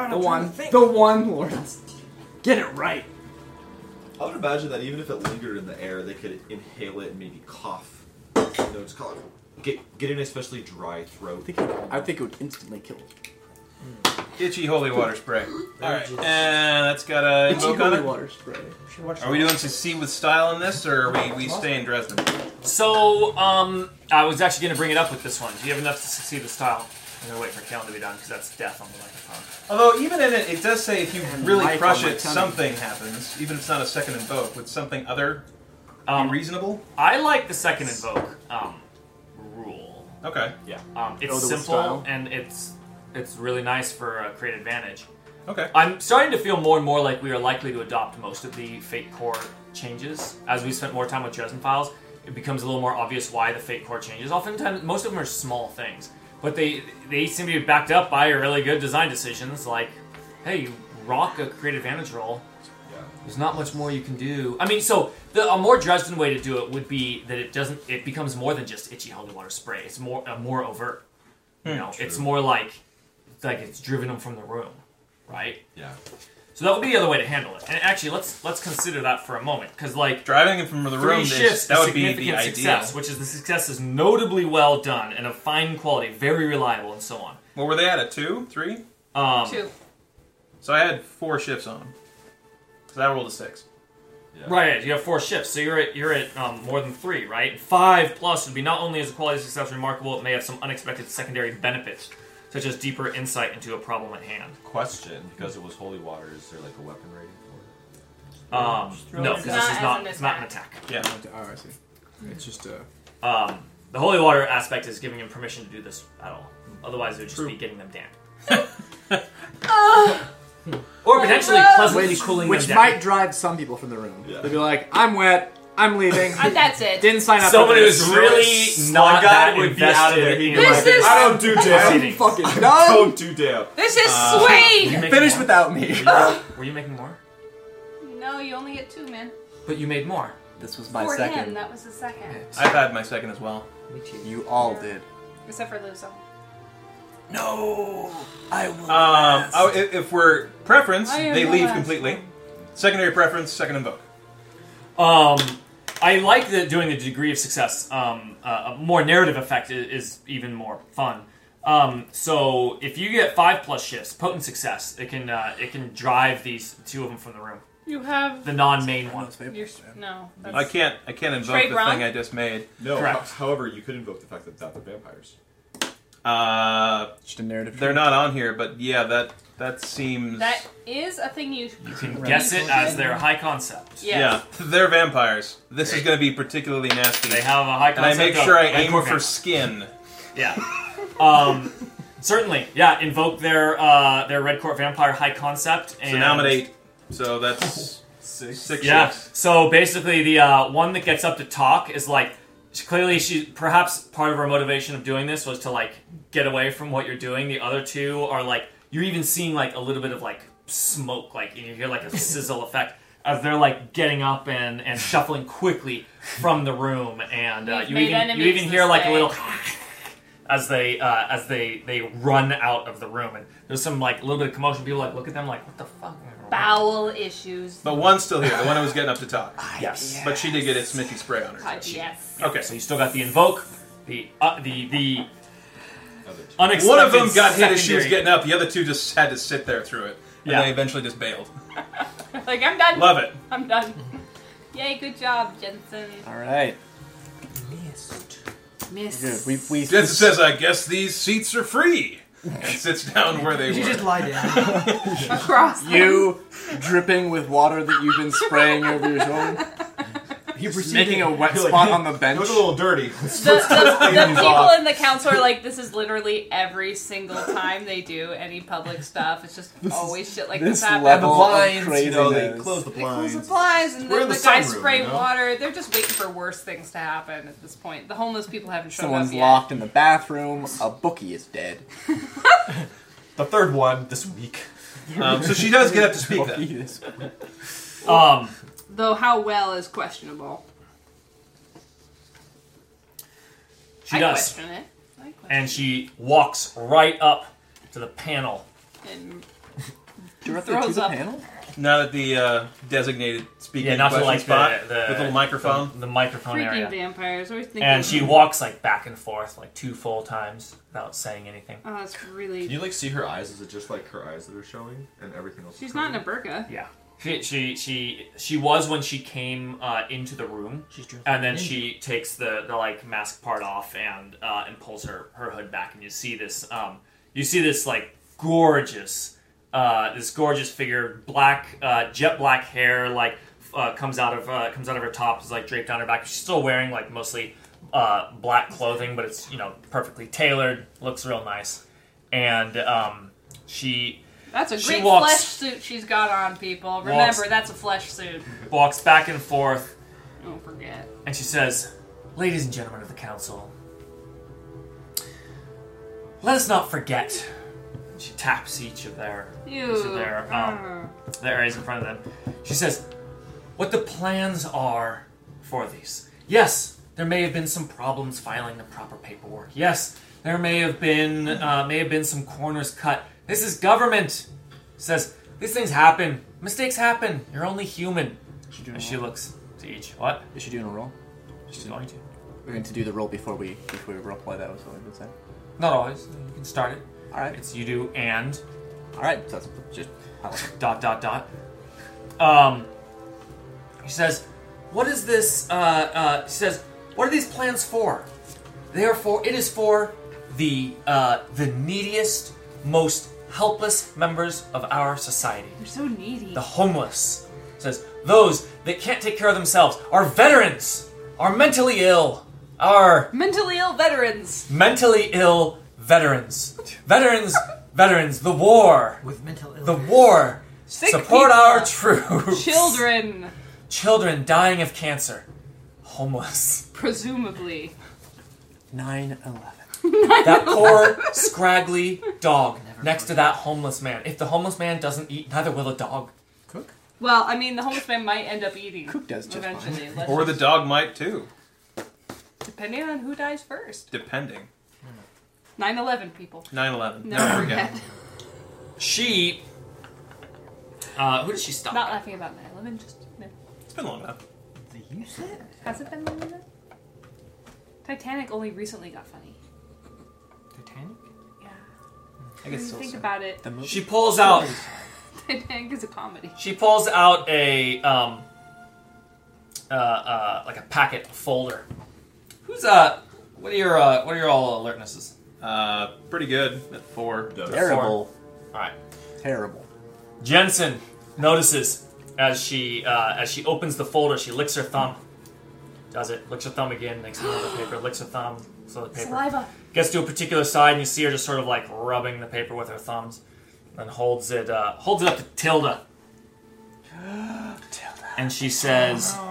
D: the one, the one Lord. Get it right.
F: I would imagine that even if it lingered in the air, they could inhale it and maybe cough. You know, just call it. Get, get an especially dry throat.
D: I think it, I think it would instantly kill.
C: Itchy holy water spray. All right, and that's got a
D: It's
C: invoke on it.
D: water spray.
C: Are we doing to see with style in this, or are we we stay in Dresden?
A: So, um, I was actually going to bring it up with this one. Do you have enough to succeed this tile? I'm going to wait for Kalen to be done because that's death on the microphone.
C: Although even in it, it does say if you really
D: life
C: crush
D: on my
C: it,
D: tongue.
C: something happens. Even if it's not a second invoke, with something other
A: Um,
C: reasonable.
A: I like the second invoke um, rule.
C: Okay.
A: Yeah, um, it's
D: Oh, the
A: simple
D: style?
A: and it's it's really nice for uh, create advantage.
C: Okay.
A: I'm starting to feel more and more like we are likely to adopt most of the Fate Core changes as we spent more time with Dresden Files. it becomes a little more obvious why the fate core changes. Oftentimes, most of them are small things, but they they seem to be backed up by really good design decisions. Like, hey, you rock a create advantage roll. There's not much more you can do. I mean, so the, a more Dresden way to do it would be that it doesn't. It becomes more than just itchy holy water spray. It's more uh, more overt. You know, it's more like like it's driven them from the room, right?
F: Yeah.
A: So that would be the other way to handle it. And actually, let's let's consider that for a moment, because like
C: Driving him from the
A: three
C: room, is-
A: shifts
C: that
A: is
C: would be the
A: significant
C: idea.
A: success, which is the success is notably well done and of fine quality, very reliable, and so on.
C: What were they at? A two, three?
A: Um,
E: Two.
C: So I had four shifts on him. So I rolled a six.
F: yeah.
A: Right, you have four shifts, so you're at you're at um, more than three, right? Five plus would be not only is the quality of success remarkable, it may have some unexpected secondary benefits, such as deeper insight into a problem at hand.
F: Question: Because it was holy water, is there like a weapon rating for
A: Um,
B: throw
A: no,
B: it
A: this
B: as
A: is
E: an
A: not it's not an attack.
E: attack.
C: Yeah.
G: Oh, I see. It's just a.
A: Um, the holy water aspect is giving him permission to do this at all. Otherwise, it would just be getting them damp.
E: Oh,
A: or potentially pleasantly cooling
G: Which
A: them
G: might
A: down.
G: drive some people from the room.
F: Yeah.
G: They'd be like, I'm wet, I'm leaving.
E: Uh, that's it.
G: Didn't sign up
A: Someone
G: for
A: who's
G: this.
A: really
F: Slug
A: not
F: guy
A: that
F: would be out of there.
A: invested
F: He'd
A: in
F: be
E: This is-
A: like,
F: I don't do
G: I
F: damn.
G: don't fucking
F: I
C: Oh.
G: know.
F: don't do damn.
E: This is
C: Uh,
A: Were you
E: sweet.
A: making
D: Finish
A: more?
D: without me.
A: Were you making more?
E: No, you only get two, man.
A: But you made more.
D: this was my
E: For him,
D: second.
E: that was the second.
C: I've had my second as well.
B: Me too.
D: You all did.
E: Except for Luzo.
D: No, I will.
C: Um, oh, i- if, we're preference,
E: I am
C: they
E: the
C: leave
E: last
C: completely. Secondary preference, second invoke.
A: Um, I like that doing the degree of success. Um, uh, a more narrative effect is, is even more fun. Um, so if you get five plus shifts, potent success, it can uh, it can drive these two of them from the room.
E: You have
A: The non-main one.
E: your no. That's,
C: I can't. I can't invoke
E: Trey
C: the
E: Brown?
C: thing I just made.
F: No.
A: Correct.
F: ho- However, you could invoke the fact that that they're vampires.
C: Uh,
D: Just a narrative.
C: they're not on here, but yeah, that that seems.
E: That is a thing you.
A: You can guess it as their high concept.
E: Yes.
C: Yeah, they're vampires. This is going to be particularly nasty.
A: They have a high
C: and I
A: concept.
C: make
A: of
C: sure I
A: high
C: aim
A: core
C: for
A: count.
C: skin.
A: Yeah. Um, certainly. Yeah. Invoke their uh, their red court vampire high concept. And
C: So now I'm at eight. So that's
F: Six.
C: six
A: Yeah.
C: shifts.
A: So basically, the uh, one that gets up to talk is like she- clearly she perhaps part of her motivation of doing this was to like get away from what you're doing. The other two are like you're even seeing like a little bit of like smoke, like and you hear like a sizzle effect as they're like getting up and and shuffling quickly from the room, and uh,
E: We've
A: you
E: made
A: even you
E: enemies
A: even hear
E: this
A: like a
E: way.
A: little. As they uh, as they they run out of the room and there's some like a little bit of commotion. People like look at them like what the fuck.
E: Bowel issues.
C: But one's still here, the one who was getting up to talk.
A: Yes.
C: But she did get its Smithy spray on her.
E: God, yes.
C: Okay.
A: So you still got the invoke, the uh, the the
F: Other two.
A: unexpected.
C: One of them got hit as she was
A: secondary-
C: getting up. The other two just had to sit there through it, and
A: Yeah.
C: they eventually just bailed.
E: Like I'm done.
C: Love it.
E: I'm done. Yay! Good job, Jensen.
D: All right.
E: Miss.
D: Good. We we
C: Jensen says, "I guess these seats are free," and sits down where they
B: You
C: were.
B: just lie down.
E: Across.
D: you dripping with water that you've been spraying over your shoulder,
B: You perceive
D: making
B: it.
D: a wet
B: You're like,
D: spot on the bench.
F: It was a little
E: The,
F: dirty.
E: the, the people in the council are like, this is literally every single time they do any public stuff. It's just always shit like this,
D: This
E: happens.
D: level
F: blinds,
D: of
F: you know, they
D: craziness.
F: close the
E: They close
F: blinds.
E: the blinds and
F: We're
E: the,
F: in
E: the,
F: the
E: guys
F: sunroom,
E: spray
F: you know?
E: water. They're just waiting for worse things to happen at this point. The homeless people haven't shown
D: Someone's
E: up yet.
D: locked in the bathroom. A bookie is dead.
F: The third one this week.
C: Um, so she does get up to speak. Then
D: Bookie is-
A: Um,
E: Though how well is questionable.
A: she
E: I
A: does,
E: question it. I question
A: and she walks right up to the panel.
E: it. And
D: Directly
E: Throws
D: to the
E: up.
D: panel.
C: not at the uh, designated speaking
A: Yeah, not to
C: question
A: like the,
C: spot
A: the
C: with the microphone.
A: the, the microphone
E: freaking
A: area.
E: vampires. Always thinking.
A: And she walks like back and forth like two full times without saying anything.
E: Oh, that's
F: Can
E: really.
F: you like see her eyes? Is it just like her eyes that are showing and everything else? is
E: She's not in a
F: covered?
E: burqa.
A: Yeah. She, she she she was when she came uh, into the room,
B: She's drunk.
A: and then she takes the, the like mask part off and uh, and pulls her, her hood back, and you see this um, you see this like gorgeous uh, this gorgeous figure, black uh, jet black hair like f- uh, comes out of uh, comes out of her top is like draped on her back. She's still wearing like mostly uh, black clothing, but it's you know perfectly tailored, looks real nice, and um, she
E: That's a
A: She
E: great
A: walks-
E: flesh suit she's got on, people. Remember,
A: Walks-
E: that's a flesh suit.
A: walks back and forth
E: Don't forget.
A: and she says, Ladies and gentlemen of the council, let us not forget. She taps each of their, each of their, um, their areas in front of them. She says, "What the plans are for these? Yes, there may have been some problems filing the proper paperwork. Yes, there may have been uh, may have been some corners cut. This is government." Says, "These things happen. Mistakes happen. You're only human."
D: Should you
A: And she looks to each. What?
D: Is she doing a roll?
A: She's going to.
D: We're going to do the roll before we before we roll play. That was what we would say.
A: Not always. You can start it.
D: All right.
A: It's you do and
D: All right. So that's just
A: dot dot dot. Um, he says, "What is this?" Uh, uh, he says, "What are these plans for?" Therefore, it is for the uh, the neediest, most helpless members of our society
E: You're so needy.
A: the homeless. It says those that can't take care of themselves, our veterans, our mentally ill, our
E: Mentally ill veterans.
A: mentally ill veterans, veterans, veterans. The war,
B: With mental illness.
A: the war.
E: Sick
A: Support
E: people.
A: our troops.
E: Children,
A: Children dying of cancer. Homeless.
E: presumably.
D: nine eleven.
A: That poor scraggly dog next to that homeless man. If the homeless man doesn't eat, neither will a dog.
D: Cook.
E: Well, I mean, the homeless man might end up eating
D: Cook does just fine.
E: eventually, let's
C: Or the dog might too,
E: just- depending on who dies first.
C: depending.
E: 9/11 people.
C: 9 11.
E: Never forget.
A: She. Uh, who does she stop?
E: Not laughing about 9/11. Just no.
C: It's been long enough.
B: You said?
E: has it been 9/11? Titanic only recently got funny.
B: Titanic?
E: Yeah.
D: I
E: When
D: guess
E: you
D: so.
E: think about it,
D: the movie.
A: she pulls out.
E: Titanic is a comedy.
A: She pulls out a um, uh, uh, like a packet a folder. Who's uh? What are your uh, what are your all alertnesses?
C: Uh, pretty good at 4.
D: terrible,
A: All right,
D: terrible.
A: Jensen notices as she uh, as she opens the folder, she licks her thumb. Does it? Licks her thumb again. Makes another paper. Licks her thumb. So the paper
E: Saliva.
A: gets to a particular side, and you see her just sort of like rubbing the paper with her thumbs, and holds it uh, holds it up to Tilda. Tilda. And she says.
C: Oh,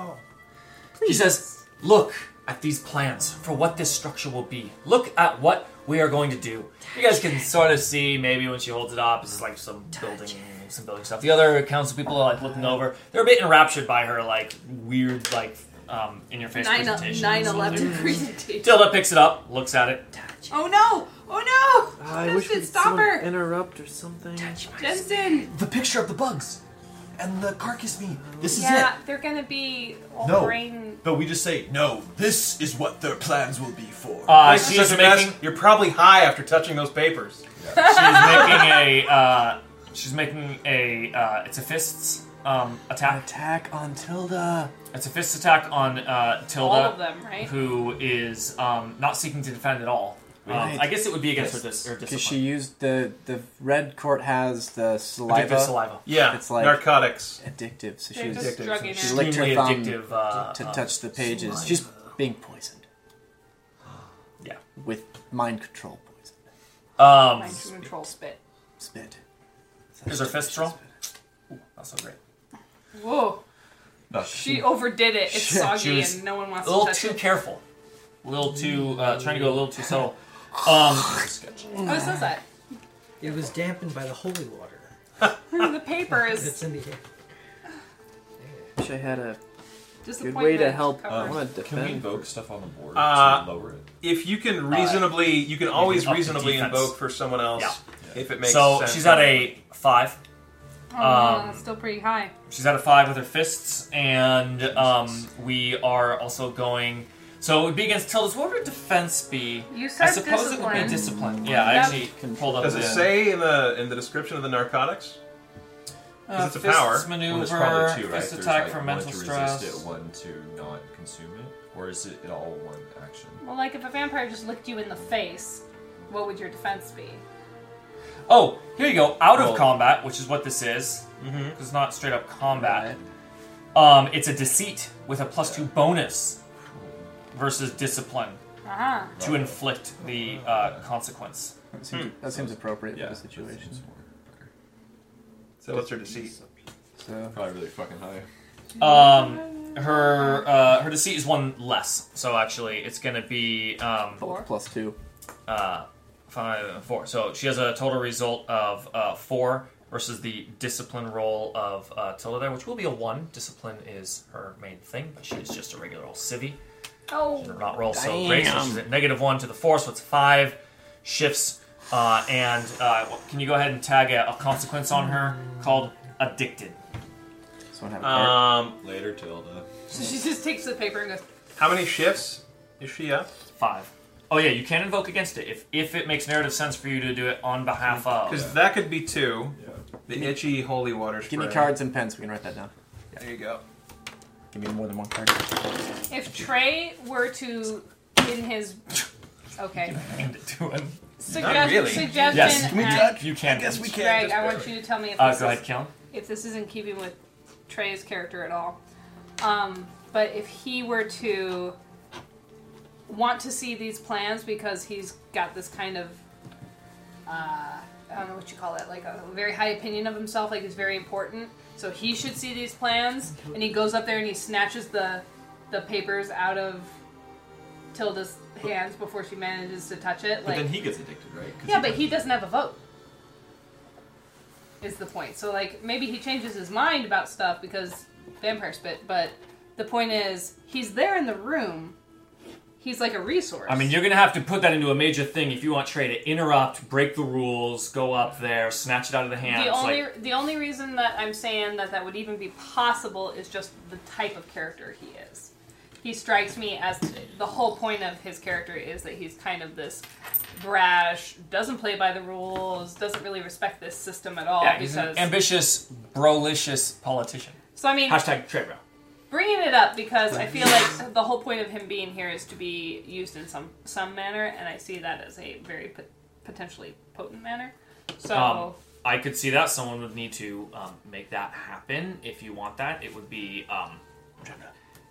A: He says, Look at these plans for what this structure will be. Look at what we are going to do. You guys can sort of see maybe when she holds it up, it's like some building some building stuff. The other council people are like looking over. They're a bit enraptured by her like weird like um, in your face presentation.
E: 9/11 presentation.
A: Tilda picks it up, looks at it.
E: Oh no! Oh no!
B: I wish
E: Jensen,
B: we'd
E: stop
B: someone
E: her!
B: interrupt or something.
E: Jensen.
F: The picture of the bugs and the carcass meat. This is
E: Yeah, they're gonna be all
F: No.
E: brain.
F: it. But we just say, no, this is what their plans will be for.
A: Uh,
C: Place is
A: she's
C: such a mess,
A: making
C: You're probably high after touching those papers.
A: she's making a uh, she's making a uh, it's a fists um, attack.
D: Attack on Tilda.
A: It's a fist attack on uh, Tilda.
E: All of them, right?
A: Who is um, not seeking to defend at all. Um,
D: Right.
A: I guess it would be against her, dis- her
D: Because
A: discipline.
D: she used the the red court has the saliva,
A: Addictive saliva.
C: Yeah.
D: It's like-
C: narcotics.
D: addictive, so
E: They're
D: she was
E: just drugging
D: she
E: her.
D: licked her
A: Extremely
D: thumb
A: addictive. Uh,
D: to
A: uh,
D: touch the pages. She's being poisoned.
A: Yeah.
D: With mind control poison.
A: Um,
E: Mind to control spit.
D: Spit.
A: is her fist roll? Ooh, not so great.
E: Whoa.
F: Oh,
E: she overdid it. It's
D: She-
A: she
E: soggy
A: was
E: and no one wants
A: A little
E: to touch
A: too
E: it.
A: careful. A little too uh, trying to go a little too subtle. Um,
E: Oh, it says that.
B: It was dampened by the holy water.
E: Hmm, the paper
B: It's
E: is
B: in the air.
D: Wish I had a
E: disappointing.
D: good way to help. I
E: covered.
D: want to
F: Can we
D: defend.
F: invoke stuff on the board
C: Uh,
F: to lower it?
C: If you can reasonably, you can always
A: Uh, up the
C: reasonably
A: defense.
C: invoke for someone else
F: Yeah.
C: if it makes
A: so
C: sense.
A: she's at a five.
E: oh,
A: um,
E: that's still pretty high.
A: She's at a five with her fists, and um, we are also going. So it would be against Tilda's. What would her defense be?
E: You said
A: I suppose it would
E: discipline.
A: be discipline. Yeah, I
E: Yep.
A: actually can pull up.
C: Does it
A: the-
C: say in the in the description of the narcotics?
A: Uh,
C: it's a
A: fists
C: power.
A: maneuver,
F: Well, there's probably two, right?
A: fist
F: There's
A: attack
F: like
A: for
F: one
A: mental
F: to
A: stress.
F: resist it, one to not consume it, or is it it all one action?
E: Well, like if a vampire just licked you in the face, what would your defense be?
A: Oh, here you go. Out
F: Roll.
A: of combat, which is what this is.
C: Mm-hmm.
A: It's not straight up combat. Um, it's a deceit with a plus two bonus versus discipline
E: Uh-huh.
A: to inflict the uh, consequence.
D: That seems, that seems appropriate
F: Yeah,
D: for the situation.
F: that's more better.
C: So what's her deceit?
D: So
F: Probably really fucking high.
A: Um, her uh, her deceit is one less. So actually, it's gonna be um,
E: Four.
D: Plus two.
A: uh, five, four. So she has a total result of uh, four versus the discipline roll of uh, Tilda there, which will be a one. Discipline is her main thing, but she is just a regular old civvy.
E: Oh,
A: Did not roll so great. So she's at negative one to the four, so it's five shifts. Uh, and uh, well, can you go ahead and tag a, a consequence on her called addicted?
D: Someone have a card.
C: Um,
F: Later, Tilda.
E: so she just takes the paper and goes.
C: how many shifts is she up?
A: Five. Oh yeah, you can invoke against it if if it makes narrative sense for you to do it on behalf of.
C: Because that could be two.
F: Yeah.
C: The itchy holy water spray.
D: Give me cards and pens. We can write that down.
C: There you go.
D: Give me more than one card.
E: If Trey were to, in his, okay,
A: Hand it to him.
E: Suggestion-
C: really.
E: suggestion.
A: Yes. Can we
E: at-
A: You can.
C: can.
E: Greg, Uh, I want you to tell me if
A: Uh,
E: this
A: go
E: is
A: ahead, Kellen.
E: if this is in keeping with Trey's character at all. Um, but if he were to want to see these plans because he's got this kind of uh, I don't know what you call it, like a very high opinion of himself, like he's very important. So he should see these plans, and he goes up there and he snatches the the papers out of Tilda's hands before she manages to touch it.
F: But
E: Like
F: then he gets addicted, right? 'Cause
E: yeah, but he doesn't have a vote. Is the point. So like maybe he changes his mind about stuff because vampire spit, but the point is he's there in the room. He's like a resource.
A: I mean, you're gonna have to put that into a major thing if you want Trey to interrupt, break the rules, go up there, snatch it out of the hands.
E: the only
A: like,
E: the only reason that I'm saying that that would even be possible is just the type of character he is. He strikes me as the whole point of his character is that he's kind of this brash, doesn't play by the rules, doesn't really respect this system at all.
A: yeah, he's an
E: because
A: ambitious, brolicious politician.
E: so I mean,
A: Hashtag Trey bro.
E: bringing it up because I feel like the whole point of him being here is to be used in some some manner, and I see that as a very pot- potentially potent manner. So
A: Um, I could see that someone would need to um, make that happen if you want that. It would be. Um,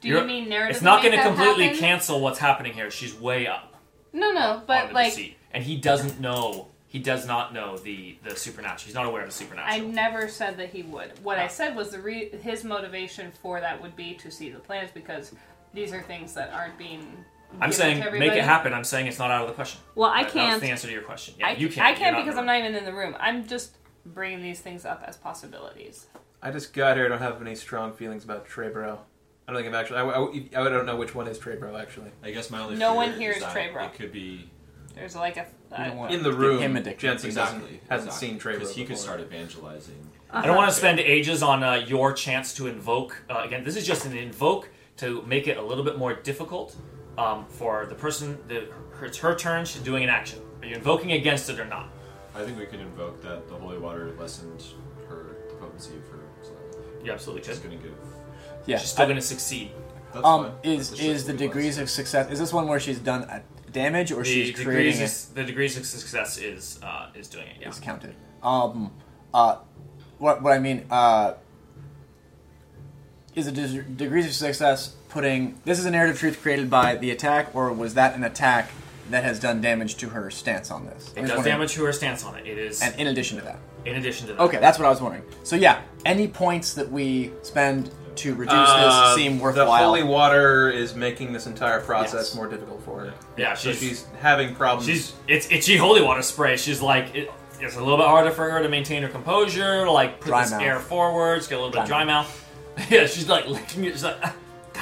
E: do you
A: you're-
E: mean narrative?
A: It's not
E: going
A: going
E: to
A: to completely
E: happen?
A: cancel what's happening here. She's way up
E: No, no,
A: on
E: but
A: the
E: like
A: deceit, and he doesn't know. He does not know the the supernatural. He's not aware of the
E: I
A: supernatural.
E: never said that he would. What I
A: Ah.
E: said was the re- his motivation for that would be to see the plans because these are things that aren't being. given
A: I'm
E: to
A: saying make
E: everybody.
A: it happen. I'm saying it's not out of the question.
E: Well, I
A: That- That was
E: can't.
A: the answer to your question. Yeah,
E: I,
A: you can't.
E: I
A: You're
E: can't
A: not in
E: because
A: the
E: I'm not even in the room. I'm just bringing these things up as possibilities.
C: I just got here. I don't have any strong feelings about Trebro. I don't think I'm actually. I, I, I don't know which one is Trebro actually.
F: I guess my only
E: No
F: fear
E: one here is
F: that
E: Trey Brock.
F: It could be
E: There's like a.
D: You don't want
C: In the
D: to get
C: room,
D: Him addicted.
C: Jensen
F: exactly
C: doesn't, hasn't
F: exactly,
C: seen Trebro.
F: because he
C: before.
F: could start evangelizing.
A: I don't want to spend ages on uh, your chance to invoke. Uh, again, this is just an invoke to make it a little bit more difficult um, for the person. The, her, it's her turn. She's doing an action. Are you invoking against it or not?
F: I think we could invoke that the holy water lessened her the potency of her. So
A: You absolutely could.
F: just gonna give.
D: Yeah.
A: She's still going to succeed.
F: That's
D: um,
F: fine.
D: is
F: That's just
D: is the
F: what we
D: degrees
F: lost.
D: of success? Is this one where she's done a damage or
A: The
D: she's creating?
A: degrees,
D: A,
A: is, the degrees of success is uh, is doing it. Yeah.
D: is counted. Um, uh, what what I mean uh, is the de- degrees of success putting this is a narrative truth created by the attack, or was that an attack that has done damage to her stance on this? I'm
A: It
D: just
A: does
D: wondering.
A: damage to her stance on it. It is
D: And in addition to that,
A: in addition to that.
D: okay, that's what I was wondering. So yeah, any points that we spend to reduce
C: Uh,
D: this seem
C: The
D: worthwhile.
C: holy water is making this entire process
D: Yes.
C: more difficult for her.
A: Yeah,
C: So
A: she's
C: she's having problems.
A: She's it's itchy holy water spray. She's like it, it's a little bit harder for her to maintain her composure, to, like put
D: Dry
A: this
D: mouth.
A: air forwards, get a little bit dry
D: Dry
A: mouth. Yeah, she's like licking it. She's like,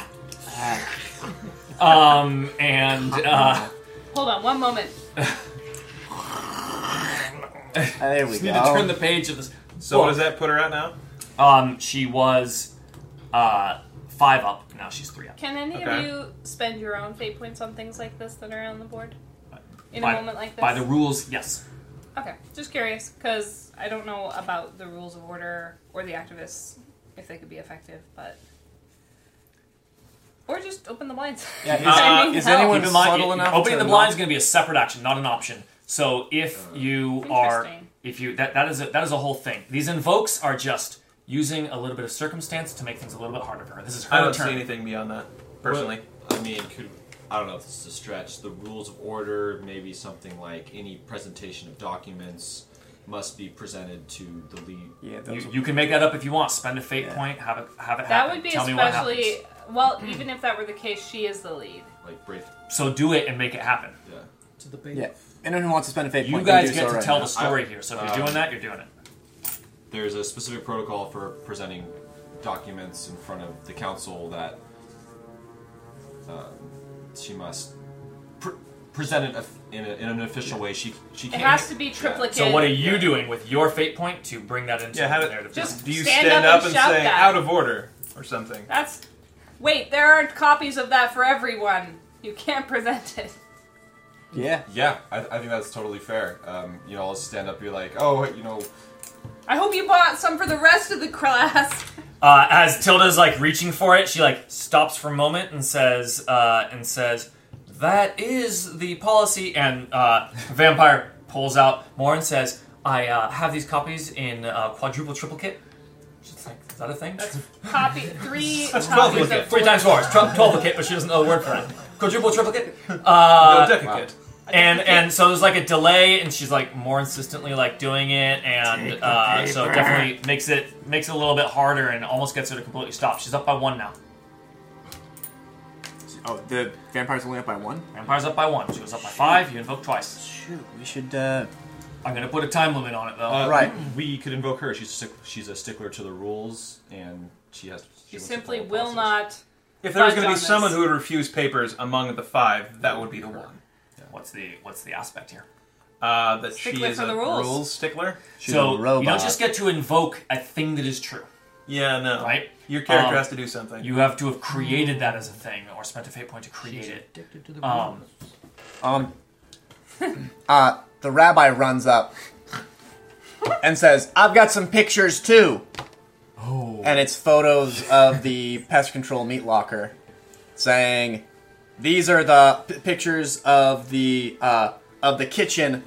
D: Ah.
A: um, and uh,
E: Hold on one moment.
D: there we
A: just
D: go.
A: need to turn the page of this.
C: so what does that put her at now?
A: Um, she was uh five up. Now she's three up.
E: Can any of
C: Okay.
E: you spend your own fate points on things like this that are on the board? In
A: By-
E: a moment like this?
A: By the rules, yes.
E: okay, just curious, because I don't know about the rules of order or the activists, if they could be effective, but. Or just open the blinds.
D: Yeah, is- uh,
E: I need
D: is
E: help.
D: anyone-
A: Keep in mind,
D: subtle
A: it-
D: enough
A: opening
D: to
A: the
D: not-
A: blind is going to be a separate action, not an option. So if you are,
E: Interesting.
A: if you that that is a, that is a whole thing. These invokes are just using a little bit of circumstance to make things a little bit harder for her. This is her
C: I don't
A: turn.
C: see anything beyond that personally.
F: I mean, could I don't know if this is a stretch. The rules of order, maybe something like any presentation of documents must be presented to the lead.
D: yeah, those
A: You,
D: are-
A: you can make that up if you want. Spend a fate
D: Yeah.
A: point. Have it have it
E: That
A: happen.
E: would be
A: Tell me what
E: especially
A: happens.
E: Well, even if that were the case, she is the lead.
F: Like brave.
A: So do it and make it happen.
F: Yeah.
B: To the baby.
D: Yeah. Anyone who wants to spend a fate
A: You
D: point can
A: guys
D: do
A: get
D: so
A: to
D: right
A: tell
D: now.
A: the story here. So if you're
F: Um,
A: doing that, you're doing it.
F: there's a specific protocol for presenting documents in front of the council that um, she must pr- present it of- in, a, in an official way. She she
E: It
F: can't.
E: has to be
F: yeah.
E: triplicate.
A: So what are you doing with your fate point to bring that into
C: Yeah, how
A: the
C: do,
A: narrative?
E: Just
C: do you
E: stand
C: stand,
E: up
C: up,
E: and
C: and,
E: shout
C: say
E: that.
C: out of order or something?
E: That's. Wait, there aren't copies of that for everyone. You can't present it.
D: Yeah.
F: Yeah, I, I think that's totally fair. Um, you know, I'll stand up and be like, oh, you know,
E: I hope you bought some for the rest of the class.
A: Uh, as Tilda's like reaching for it, she like stops for a moment and says, uh, and says, "That is the policy." And uh, vampire pulls out more and says, "I uh, have these copies in uh, quadruple triplicate." She's like, "Is that a thing?"
E: Copy three
C: twelve
E: copies
C: looking.
E: of
A: Three times four. It's tw- twelveplicate, but she doesn't know the word for it. Quadruple triplicate. Uh,
C: no, duplicate.
A: and and so there's like a delay, and she's like more insistently like doing it, and uh, so it definitely makes it makes it a little bit harder, and almost gets her to completely stop. She's up by one now.
G: Oh, the vampire's only up by one?
A: Vampire's up by one. She was up by five. You invoke twice.
D: Shoot, we should. Uh,
A: I'm gonna put a time limit on it though.
F: uh,
D: Right.
F: We could invoke her. She's a stick, she's a stickler to the rules, and she has. She
E: You
F: wants to
E: simply
F: follow
E: will
F: process.
E: not.
C: If there was
E: Fudge
C: going to
E: on
C: be
E: this.
C: someone who would refuse papers among the five, that would be the one.
A: what's the what's the aspect here?
C: Uh, that she
E: Stickler
C: is
E: for
C: a
E: the rules.
C: stickler.
D: she's
A: so
D: a robot.
A: you don't just get to invoke a thing that is true,
C: Yeah, no.
A: right?
C: Your character
A: Um,
C: has to do something.
A: You have to have created that as a thing, or spent a fate point to create it.
B: Addicted to the
A: Um,
B: rules.
D: Um, uh, the rabbi runs up and says, I've got some pictures too. Oh. And it's photos of the pest control meat locker saying, These are the p- pictures of the, uh, of the kitchen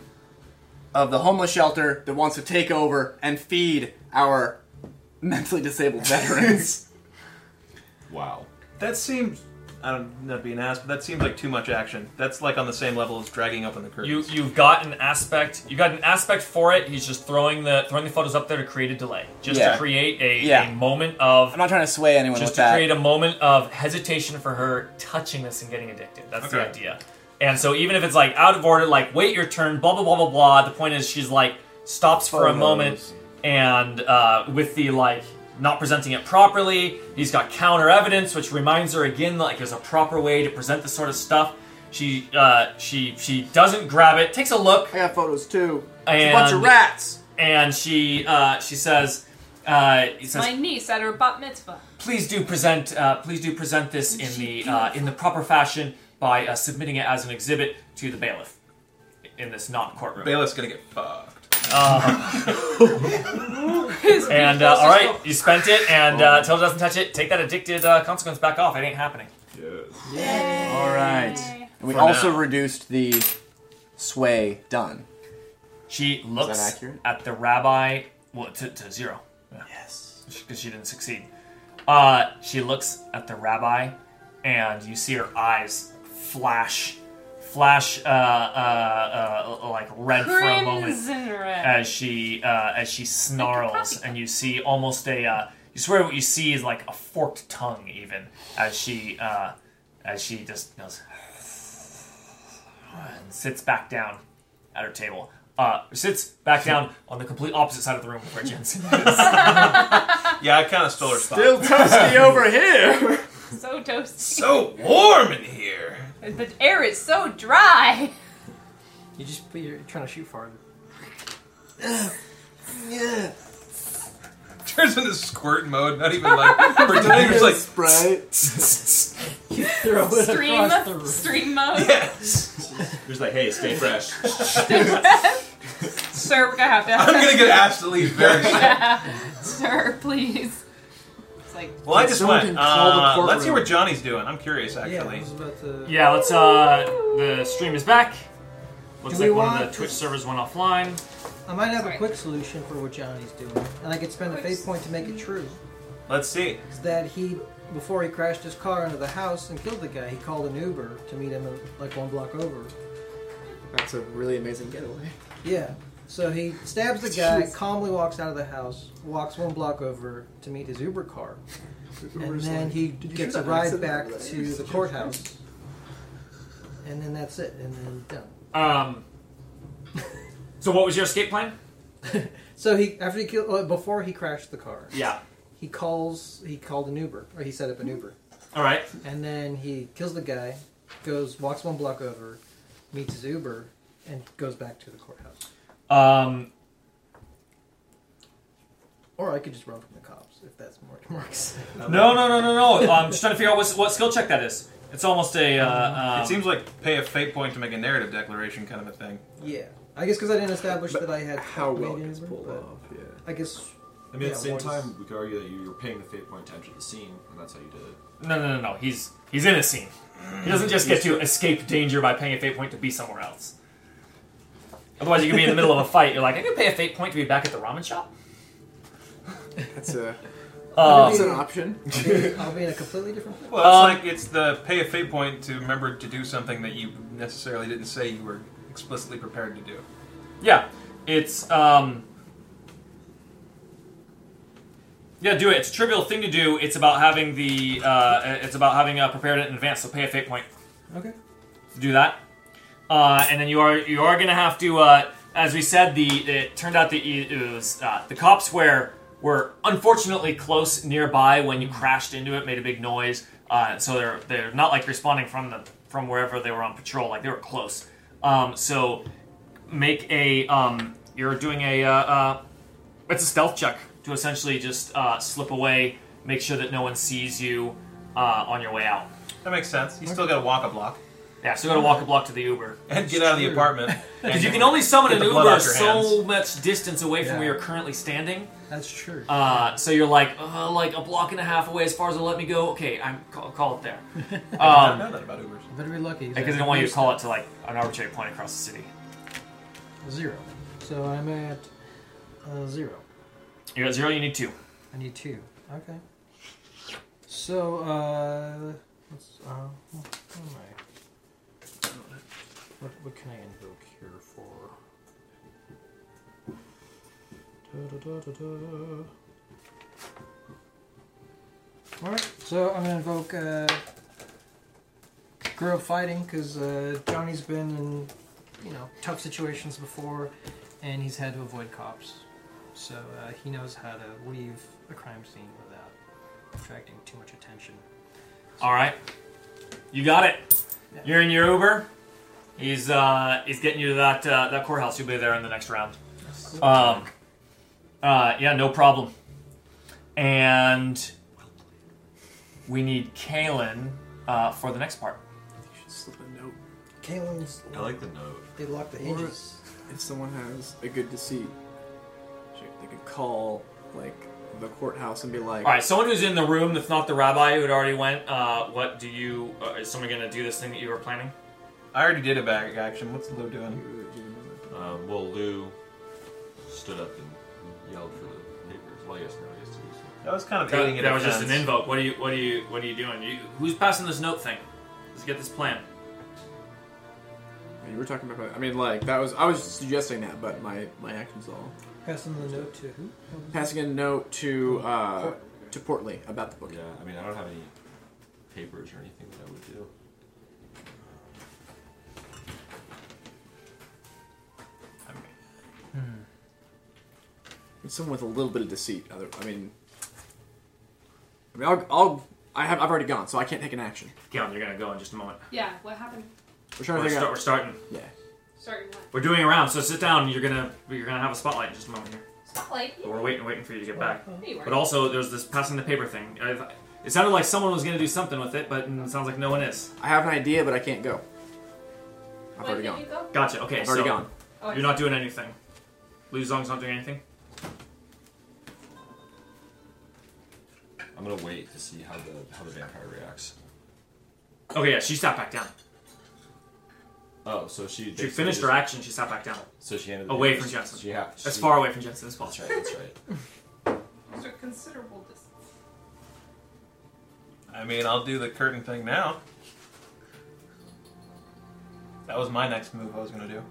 D: of the homeless shelter that wants to take over and feed our mentally disabled veterans.
F: Wow.
C: That seems. I don't not being asked, but that seems like too much action. That's like on the same level as dragging open the
A: You
C: curtains.
A: you've got an aspect. You got an aspect for it. He's just throwing the throwing the photos up there to create a delay, just
D: Yeah.
A: to create a,
D: Yeah.
A: a moment of
D: I'm not trying to sway anyone
A: just
D: with
A: to
D: that.
A: create a moment of hesitation for her touching this and getting addicted. That's the
C: Okay.
A: idea. And so even if it's like out of order, like wait your turn, blah blah blah blah blah. The point is she's like stops for a
D: Photos.
A: moment and uh, with the like not presenting it properly. He's got counter evidence, which reminds her again like there's a proper way to present this sort of stuff. She uh, she she doesn't grab it, takes a look,
G: I got photos too.
A: And-
G: it's a bunch of rats.
A: and she uh, she says. Uh, it says,
E: My niece at her bat mitzvah.
A: please do present uh, please do present this in the uh, in the proper fashion by uh, submitting it as an exhibit to the bailiff in this not courtroom. Uh,
C: Bailiff's gonna get fucked.
A: and uh, all right, you spent it, and uh, Tilda doesn't touch it. Take that addicted uh, consequence back off. It ain't happening.
D: All right. And we
A: For
D: also
A: now.
D: reduced the sway done.
A: She looks
D: accurate?
A: at the rabbi well, to, to zero
D: Yes.
A: because she didn't succeed. Uh, she looks at the rabbi, and you see her eyes flash, flash uh, uh, uh, like red for a moment.
E: Crimson red.
A: as she uh, as she snarls, and you see almost a uh, you swear what you see is like a forked tongue, even as she uh, as she just goes and sits back down at her table. Uh, sits back down on the complete opposite side of the room where Jensen is.
C: Yeah, I kind of stole her spot.
G: Still toasty over here.
E: So toasty.
C: so warm in here.
E: The air is so dry.
B: You just but you're trying to shoot farther.
G: Yeah.
C: Turns into squirt mode. Not even like pretending. It's like
G: Sprite.
B: You throw it
E: Stream,
B: across the room.
E: stream mode.
C: yes.
F: There's like, hey, stay fresh.
E: Sir, we're gonna have to.
C: I'm gonna get asked to leave very soon.
E: Sir, please. It's like
C: Well, I just
B: Someone
C: went.
B: can call the
C: Uh,
B: courtroom.
C: let's hear what Johnny's doing. I'm curious,
B: Yeah,
C: actually.
B: I was about to.
A: yeah, let's. Uh, the stream is back. Looks
B: Do
A: like
B: we
A: one of
B: want
A: the Twitch
B: to-
A: servers went offline.
B: I might have
E: Sorry.
B: a quick solution for what Johnny's doing, and I could spend a fate point to make it true.
C: Let's see.
B: Is that he, before he crashed his car into the house and killed the guy, he called an Uber to meet him like one block over.
G: That's a really amazing getaway.
B: Yeah. So he stabs the guy, calmly walks out of the house, walks one block over to meet his Uber car, and
G: Uber's
B: then
G: like,
B: he
G: "Did you
B: gets
G: hear
B: a
G: that
B: ride
G: accident
B: back
G: over there?"
B: to the courthouse. And then that's it, and then done.
A: Um. So what was your escape plan?
B: So he after he killed uh, before he crashed the car,
A: Yeah.
B: he calls he called an Uber or he set up an
G: Hmm.
B: Uber,
A: All right.
B: and then he kills the guy, goes walks one block over, meets his Uber, and goes back to the courthouse.
A: Um.
B: Or I could just run from the cops if that's more Mark's.
A: No, no, no, no, no. I'm just trying to figure out what, what skill check that is. It's almost a. Uh, um,
C: it seems like pay a fate point to make a narrative declaration kind of a thing.
B: Yeah, I guess because I didn't establish that I had
G: How well
B: made an
G: it's
B: Uber,
G: pulled
B: but
G: off, yeah.
B: I guess
F: I mean,
B: Yeah,
F: at the same
B: what is-
F: time, we could argue that you were paying the fate point to enter the scene, and that's how you did it.
A: No, no, no, no. He's he's in a scene. He doesn't just get to escape danger by paying a fate point to be somewhere else. Otherwise, you could be in the middle of a fight. You're like, I could pay a fate point to be back at the ramen shop.
G: That's a
A: Um,
G: that's an option.
B: I'll be in a completely different place.
C: Well,
A: Um,
C: it's like it's the pay a fate point to remember to do something that you necessarily didn't say you were explicitly prepared to do.
A: yeah, it's um, yeah, do it. It's a trivial thing to do. It's about having the uh, it's about having uh, prepared it in advance. So pay a fate point.
B: Okay.
A: to do that. Uh, and then you are you are gonna have to, uh, as we said, the it turned out that you- it was uh, the cops were were unfortunately close nearby when you crashed into it, made a big noise. Uh, so they're they're not like responding from the from wherever they were on patrol, like they were close. Um, so make a um, you're doing a uh, uh, it's a stealth check to essentially just uh, slip away, make sure that no one sees you uh, on your way out.
C: That makes sense. You still got to walk a block
A: Yeah, so you gotta walk a block to the Uber.
C: and get out of the apartment.
A: Because you can only summon
C: Get
A: an
C: the blood
A: Uber
C: off your
A: so much distance away from
B: Yeah.
A: where you're currently standing.
B: That's true.
A: Uh, so you're like, uh, like a block and a half away as far as they'll let me go. Okay, I'm call, call it there.
C: I
A: Um,
C: know that about Ubers.
B: Better be lucky.
A: because I don't want you to call it to like an arbitrary point across the city.
B: zero. So I'm at uh, zero.
A: You're at zero, you need two.
B: I need two. Okay. So uh, let's uh, what am I? What, what can I invoke here for? Da-da-da-da-da. All right, so I'm gonna invoke uh, grow up fighting because uh, Johnny's been in you know tough situations before, and he's had to avoid cops. So uh, he knows how to leave a crime scene without attracting too much attention.
A: All right, you got it.
B: Yeah.
A: You're in your Uber. He's uh, he's getting you to that uh, that courthouse. You'll be there in the next round. Um, uh, yeah, no problem. And we need Kalen uh, for the next part.
G: Should slip a note.
B: Caelan's
F: I like the note.
B: they lock the hinges.
G: If someone has a good deceit, they could call like the courthouse and be like,
A: All right, someone who's in the room that's not the rabbi who had already went. Uh, what do you? Uh, is someone going to do this thing that you were planning?
C: I already did a back action. What's Lou doing?
F: Um, well, Lou stood up and yelled for the papers. Well, yes, no, yes, it is.
C: That was kind of aiding
A: That,
C: in
A: that was just an
C: defense.
A: invoke. What are you? What are you? What are you doing? You, who's passing this note thing? Let's get this plan.
G: You were talking about. I mean, like that was. I was suggesting that, but my my actions all
B: Passing the note to who?
G: passing a note to uh, to Portley about the book.
F: Yeah, I mean, I don't have any papers or anything that I would do.
G: Someone with a little bit of deceit. Other, I mean, I mean, I'll, I'll I have I've already gone, so I can't take an action.
A: Kalen, you're going to go in just a moment.
E: Yeah, what happened?
G: We're trying
A: We're,
G: to figure
A: sta- we're
G: out.
A: starting.
G: Yeah,
E: Starting what?
A: We're doing a round. So sit down. You're gonna you're gonna have a spotlight in just a moment here.
E: Spotlight.
A: But we're waiting waiting for you to get back.
E: There you are.
A: But also, there's this passing the paper thing. I- It sounded like someone was gonna do something with it, but it sounds like no one is.
G: I have an idea, but I can't go. I've
E: When
G: already
E: did
G: gone.
E: you go?
A: Gotcha. Okay,
G: I've already
A: so
G: gone.
E: Oh, I
A: you're not doing anything. Liu Zong's not doing anything.
F: I'm gonna wait to see how the how the vampire reacts.
A: Okay, yeah, she sat back down.
F: Oh, so she
A: She
F: basically
A: finished
F: just-
A: her action. She sat back down,
F: So she handed
A: Away
F: papers.
A: from Jackson.
F: She ha-
A: as
F: she-
A: far away from Jensen as
F: That's
A: possible.
F: right. That's right.
E: There's a considerable distance.
C: I mean, I'll do the curtain thing now. That was my next move I was going to do.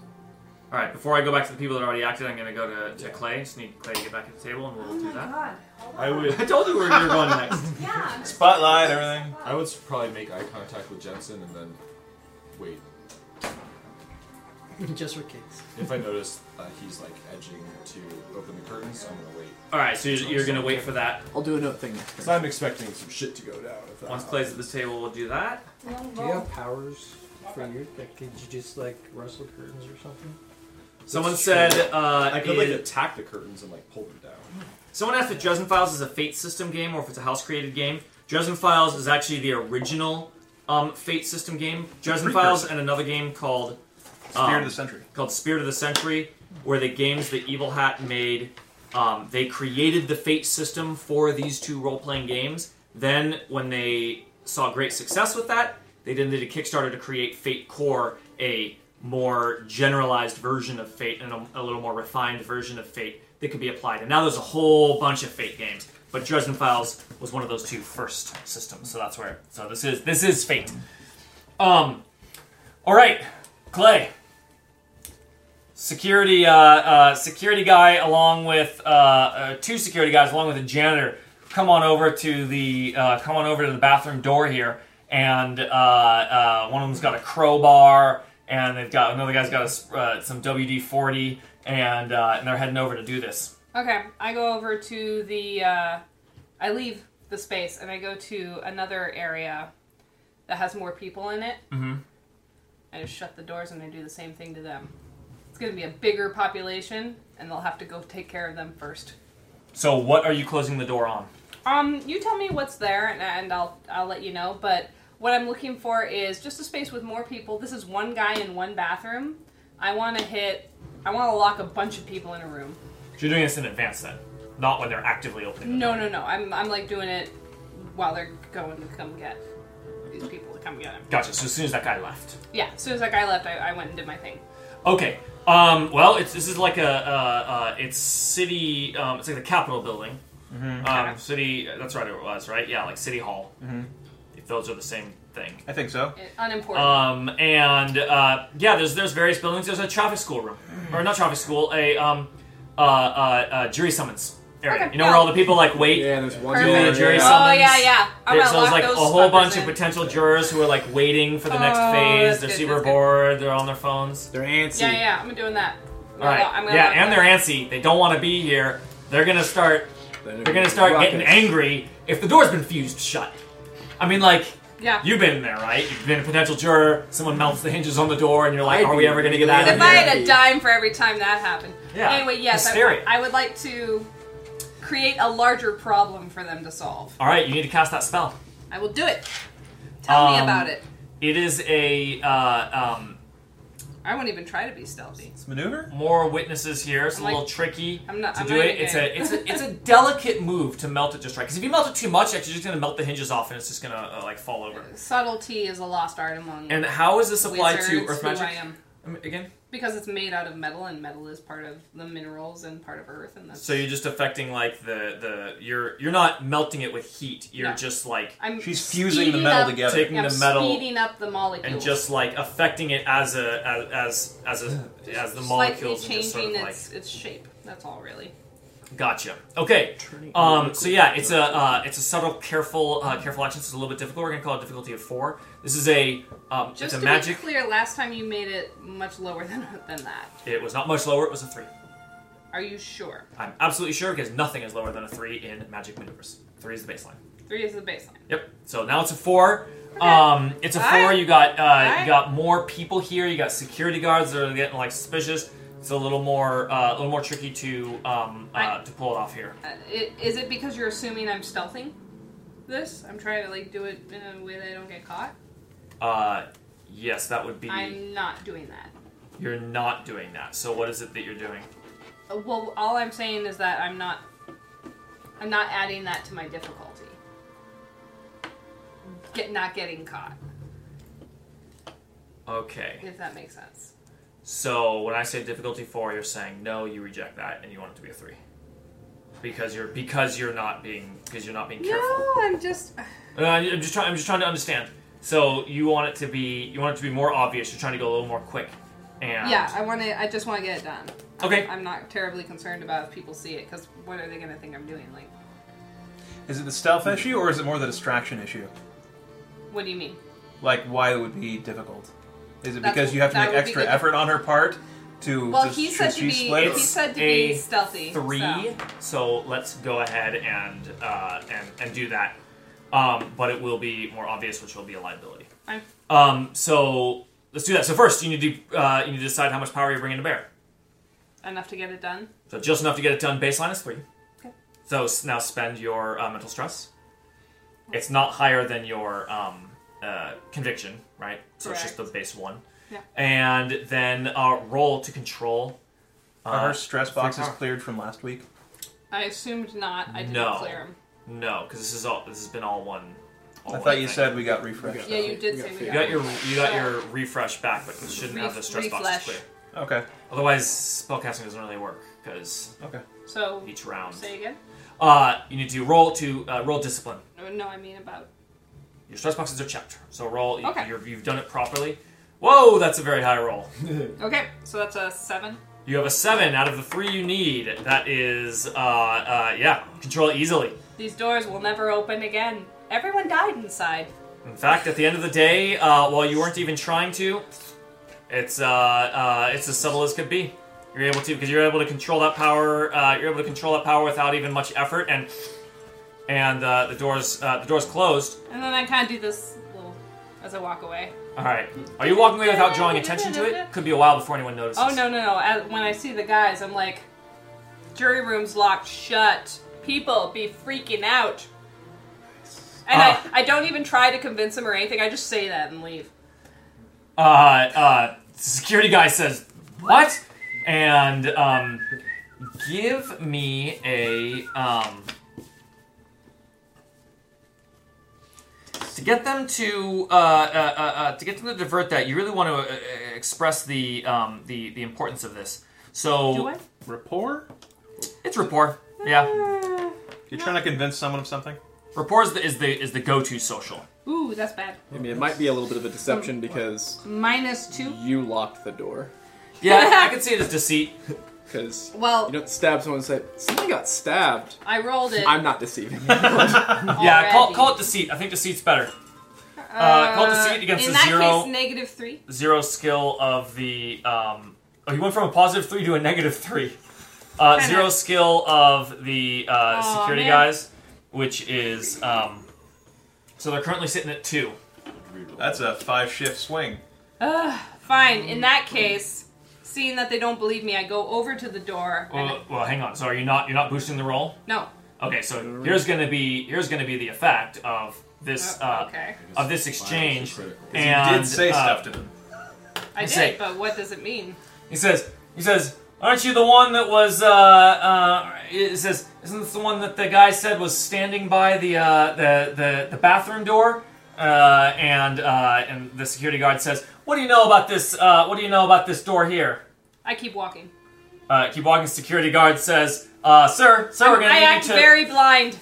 A: All right. Before I go back to the people that already acted, I'm going to go to, to Clay. Just need Clay to get back at the table, and we'll
E: Oh
A: do
E: my
A: that.
E: god. Hold on.
F: I would. I told you where you were going next.
E: Yeah.
C: Spotlight, everything.
F: I would probably make eye contact with Jensen and then wait.
B: Just for kicks.
F: If I notice uh, he's like edging to open the curtains, I'm gonna wait.
A: All right. So you're, you're going to wait for that.
G: I'll do another thing next
F: Because
G: turn.
F: I'm expecting some shit to go down. If that
A: Once Clay's at this table, we'll do that.
B: Do you have powers for your? Like, did you just like rustle curtains or something?
A: Someone
F: That's
A: said.
F: true.
A: Uh,
F: I could like
A: it-
F: attack the curtains and like pull them down.
A: Someone asked if Dresden Files is a Fate system game or if it's a house created game. Dresden Files is actually the original um, Fate system game. Dresden Files and another game called
C: Spirit
A: um,
C: of the Century.
A: called Spirit of the Century, where the games that Evil Hat made, um, they created the Fate system for these two role playing games. Then, when they saw great success with that, they then did a Kickstarter to create Fate Core, a more generalized version of Fate and a, a little more refined version of Fate that could be applied. And now there's a whole bunch of Fate games. But Dresden Files was one of those two first systems, so that's where. So this is this is Fate. Um, all right, Clay security uh, uh, security guy along with uh, uh, two security guys along with a janitor come on over to the uh, come on over to the bathroom door here and uh, uh, one of them's got a crowbar and they've got another guy's got a, s- uh, some WD-40 and uh, and they're heading over to do this
E: Okay, I go over to the. Uh, I leave the space and I go to another area that has more people in it. Mm-hmm. I just shut the doors and I do the same thing to them. It's going to be a bigger population, and they'll have to go take care of them first.
A: so what are you closing the door on
E: Um, you tell me what's there, and, and I'll I'll let you know. But what I'm looking for is just a space with more people. This is one guy in one bathroom. I want to hit. I want to lock a bunch of people in a room.
A: so you're doing this in advance then not when they're actively opening
E: No, no, no. I'm I'm like doing it while they're going to come get these people to come get him.
A: gotcha so as soon as that guy left
E: Yeah. As soon as that guy left, I, I went and did my thing.
A: Okay. Um, well, it's, this is like a uh, uh, it's city. Um, it's like the Capitol building. Um, city. That's right. It was right. Yeah, like City Hall. If those are the same thing.
C: I think so.
E: It- unimportant.
A: Um, and uh, yeah, there's there's various buildings. There's a traffic school room, or not traffic school, a um, uh, uh, uh, jury summons area.
E: Okay,
A: you know where
E: yeah.
A: all the people like wait.
G: Yeah, there's one
E: Or-
A: Do the
E: Yeah,
A: jury
E: oh
G: yeah.
A: summons.
E: yeah, yeah. I'm
A: There's,
E: gonna Oh, lock
A: like
E: those
A: a whole
E: fuckers
A: bunch
E: in.
A: of potential jurors who are like waiting for the next
E: Oh,
A: phase.
E: that's
A: They're
E: good,
A: super
E: that's good.
A: bored. They're on their phones.
G: They're antsy.
E: Yeah, yeah. I'm doing that. I'm
A: All
E: gonna
A: right.
E: lo- I'm gonna
A: yeah,
E: lock
A: and
E: those.
A: they're antsy. They don't want to be here. They're gonna start. They're gonna start getting angry if the door's been fused shut. I mean, like
E: Yeah.
A: you've been there, right? You've been a potential juror. Someone melts the hinges on the door, and you're like,
G: I'd
A: "Are
G: be
A: we ever gonna get
G: really
A: out of
E: If
A: here?"
E: I
G: angry.
E: had a dime for every time that happened.
A: Yeah.
E: Anyway, yes, I,
A: Hysteria.
E: I would like to create a larger problem for them to solve.
A: All right, you need to cast that spell.
E: I will do it. Tell me
A: Um,
E: about it.
A: It is a uh, um,
E: I won't even try to be stealthy.
C: It's maneuver.
A: more witnesses here. It's
E: I'm
A: a
E: like-
A: little tricky
E: I'm not-
A: to
E: I'm
A: do
E: not
A: it.
E: even
A: It's
E: good.
A: a it's a it's a delicate move to melt it just right. Because if you melt it too much, actually, you're just gonna melt the hinges off, and it's just gonna uh, like fall over.
E: Subtlety is a lost art among
A: And how is this applied
E: wizards
A: to earth
E: who
A: magic?
E: I am.
A: Um, Again.
E: Because it's made out of metal, and metal is part of the minerals and part of earth, and that's.
A: So you're just affecting like the the you're you're not melting it with heat. You're
E: No.
A: just like
E: I'm
C: She's fusing the
E: speeding
C: metal
E: up-
C: together.
A: Taking
E: I'm
A: the metal
E: speeding up the molecules,
A: and just like affecting it as a as as as, a, as the molecules and
E: slightly
A: just sort of
E: changing
A: like
E: its, its shape. That's all, really.
A: gotcha. Okay. Um. So yeah, it's a uh, it's a subtle, careful, uh, careful action. So it's a little bit difficult. We're gonna call it difficulty of four. This is a um.
E: Just
A: it's a
E: to
A: magic.
E: be clear, last time you made it much lower than than that.
A: It was not much lower. It was a three.
E: Are you sure?
A: I'm absolutely sure because nothing is lower than a three in magic maneuvers. Three is the baseline.
E: Three is the baseline.
A: Yep. So now it's a four. Um, it's a four.
E: Alright.
A: You got uh, you
E: Alright.
A: got more people here. You got security guards that are getting like suspicious. It's a little more uh, a little more tricky to um, uh,
E: Alright.
A: to pull it off here.
E: Uh, it, is it because you're assuming I'm stealthing this? I'm trying to like do it in a way that I don't get caught.
A: Uh, yes, that would be.
E: I'm not doing that.
A: You're not doing that. So what is it that you're doing?
E: Uh, Well, all I'm saying is that I'm not. I'm not adding that to my difficulty. Get not getting caught,
A: Okay.
E: if that makes sense.
A: So when I say difficulty four, you're saying no. You reject that, and you want it to be a three. Because you're because you're not being because you're not being careful.
E: No, I'm just.
A: Uh, I'm just trying. I'm just trying to understand. So you want it to be you want it to be more obvious. You're trying to go a little more quick. And
E: Yeah, I want to. I just want to get it done.
A: Okay.
E: I'm not terribly concerned about if people see it because what are they going to think I'm doing? Like,
C: Is it the
A: Hmm.
C: stealth issue or is it more the distraction issue?
E: what do you mean?
C: Like, why it would be difficult? Is it
E: That's
C: because
E: what-
C: you have to
E: that
C: make
E: would be
C: extra
E: good.
C: effort on her part to?
E: Well,
C: to-
E: he
C: to-
E: said to
C: she
E: be-
C: split?
E: he said to
A: a
E: be stealthy,
A: Three.
E: so.
A: So. let's go ahead and uh, and and do that. Um, but it will be more obvious, which will be a liability.
E: I'm
A: Um, so let's do that. So first, you need to uh, you need to decide how much power you're bringing to bear.
E: enough to get it done.
A: So just enough to get it done. Baseline is three.
E: Okay.
A: So s- now spend your uh, mental stress. It's not higher than your um, uh, conviction, right? So it's just the
E: Correct.
A: base one.
E: Yeah.
A: And then uh, roll to control.
C: Are
A: Uh,
C: her stress boxes
A: power.
C: cleared from last week?
E: I assumed not. I didn't
A: No.
E: clear him.
A: no, because this is all. This has been all one. All
C: I
A: one
C: thought you
A: thing.
C: said we got refreshed.
E: Yeah, you did
G: We got
E: say we
G: figured
A: You
E: got.
A: got your you got
E: So-
A: your refresh back, but you shouldn't have the
E: Ref-
A: stress boxes
E: refresh.
A: clear.
C: Okay.
A: Otherwise, spellcasting doesn't really work because
C: Okay.
E: So
A: each round.
E: say again.
A: Uh, you need to roll to uh, roll discipline.
E: No, no, I mean about.
A: Your stress boxes are checked, so roll. you-
E: Okay.
A: You're, you've done it properly. Whoa, that's a very high roll.
E: Okay, so that's a seven.
A: You have a seven out of the three you need. That is, uh, uh, yeah, control it easily.
E: These doors will never open again. Everyone died inside.
A: In fact, at the end of the day, uh, while you weren't even trying to, it's uh, uh, it's as subtle as could be. You're able to because you're able to control that power. Uh, you're able to control that power without even much effort, and and uh, the doors uh, the doors closed.
E: And then I kind of do this little as I walk away.
A: All right, are you walking away without drawing attention to it? Could be a while before anyone notices.
E: Oh no no no! As, when I see the guys, I'm like, jury room's locked shut. People be freaking out. And
A: Ah.
E: I, I don't even try to convince them or anything. I just say that and leave.
A: uh, uh, security guy says, "What?" And um, give me a um, to get them to uh, uh, uh, uh, to get them to divert that. You really want to uh, uh, express the um, the the importance of this. So
E: Do I?
C: Rapport?
A: it's rapport. Yeah,
C: You're trying to convince someone of something?
A: rapport is the is the, is the go to social.
E: Ooh, that's bad.
G: I mean, it might be a little bit of a deception because
E: Minus two.
G: you locked the door.
A: Yeah, I can see it as deceit.
G: Because
E: Well,
G: you don't stab someone and say, someone got stabbed.
E: I rolled it.
G: I'm not deceiving.
A: Yeah, call,
E: already.
A: call it deceit. I think deceit's better. Uh, call it deceit against
E: in
A: a
E: that
A: zero.
E: case, negative three.
A: zero skill of the um oh you went from a positive three to a negative three uh
E: Kinda.
A: zero skill of the uh
E: Aw,
A: security
E: man.
A: guys which is um so they're currently sitting at two
C: That's a five shift swing.
E: Fine. In that case, seeing that they don't believe me, I go over to the door. and-
A: well, well hang on so are you not you're not boosting the roll
E: no.
A: okay so here's gonna be here's gonna be the effect of this
E: Oh,
A: uh
E: okay.
A: of this exchange
F: Violence is critical.
A: and
C: you did say
A: uh,
C: stuff to them.
E: I
A: say-
E: did, but what does it mean?
A: He says, he says, aren't you the one that was, uh, uh, he says, isn't this the one that the guy said was standing by the, uh, the, the, the bathroom door? Uh, and, uh, and the security guard says, what do you know about this, uh, what do you know about this door here?
E: I keep walking.
A: Uh, keep walking, security guard says, uh, sir, sir, we're gonna
E: I
A: need
E: act
A: you to...
E: very blind.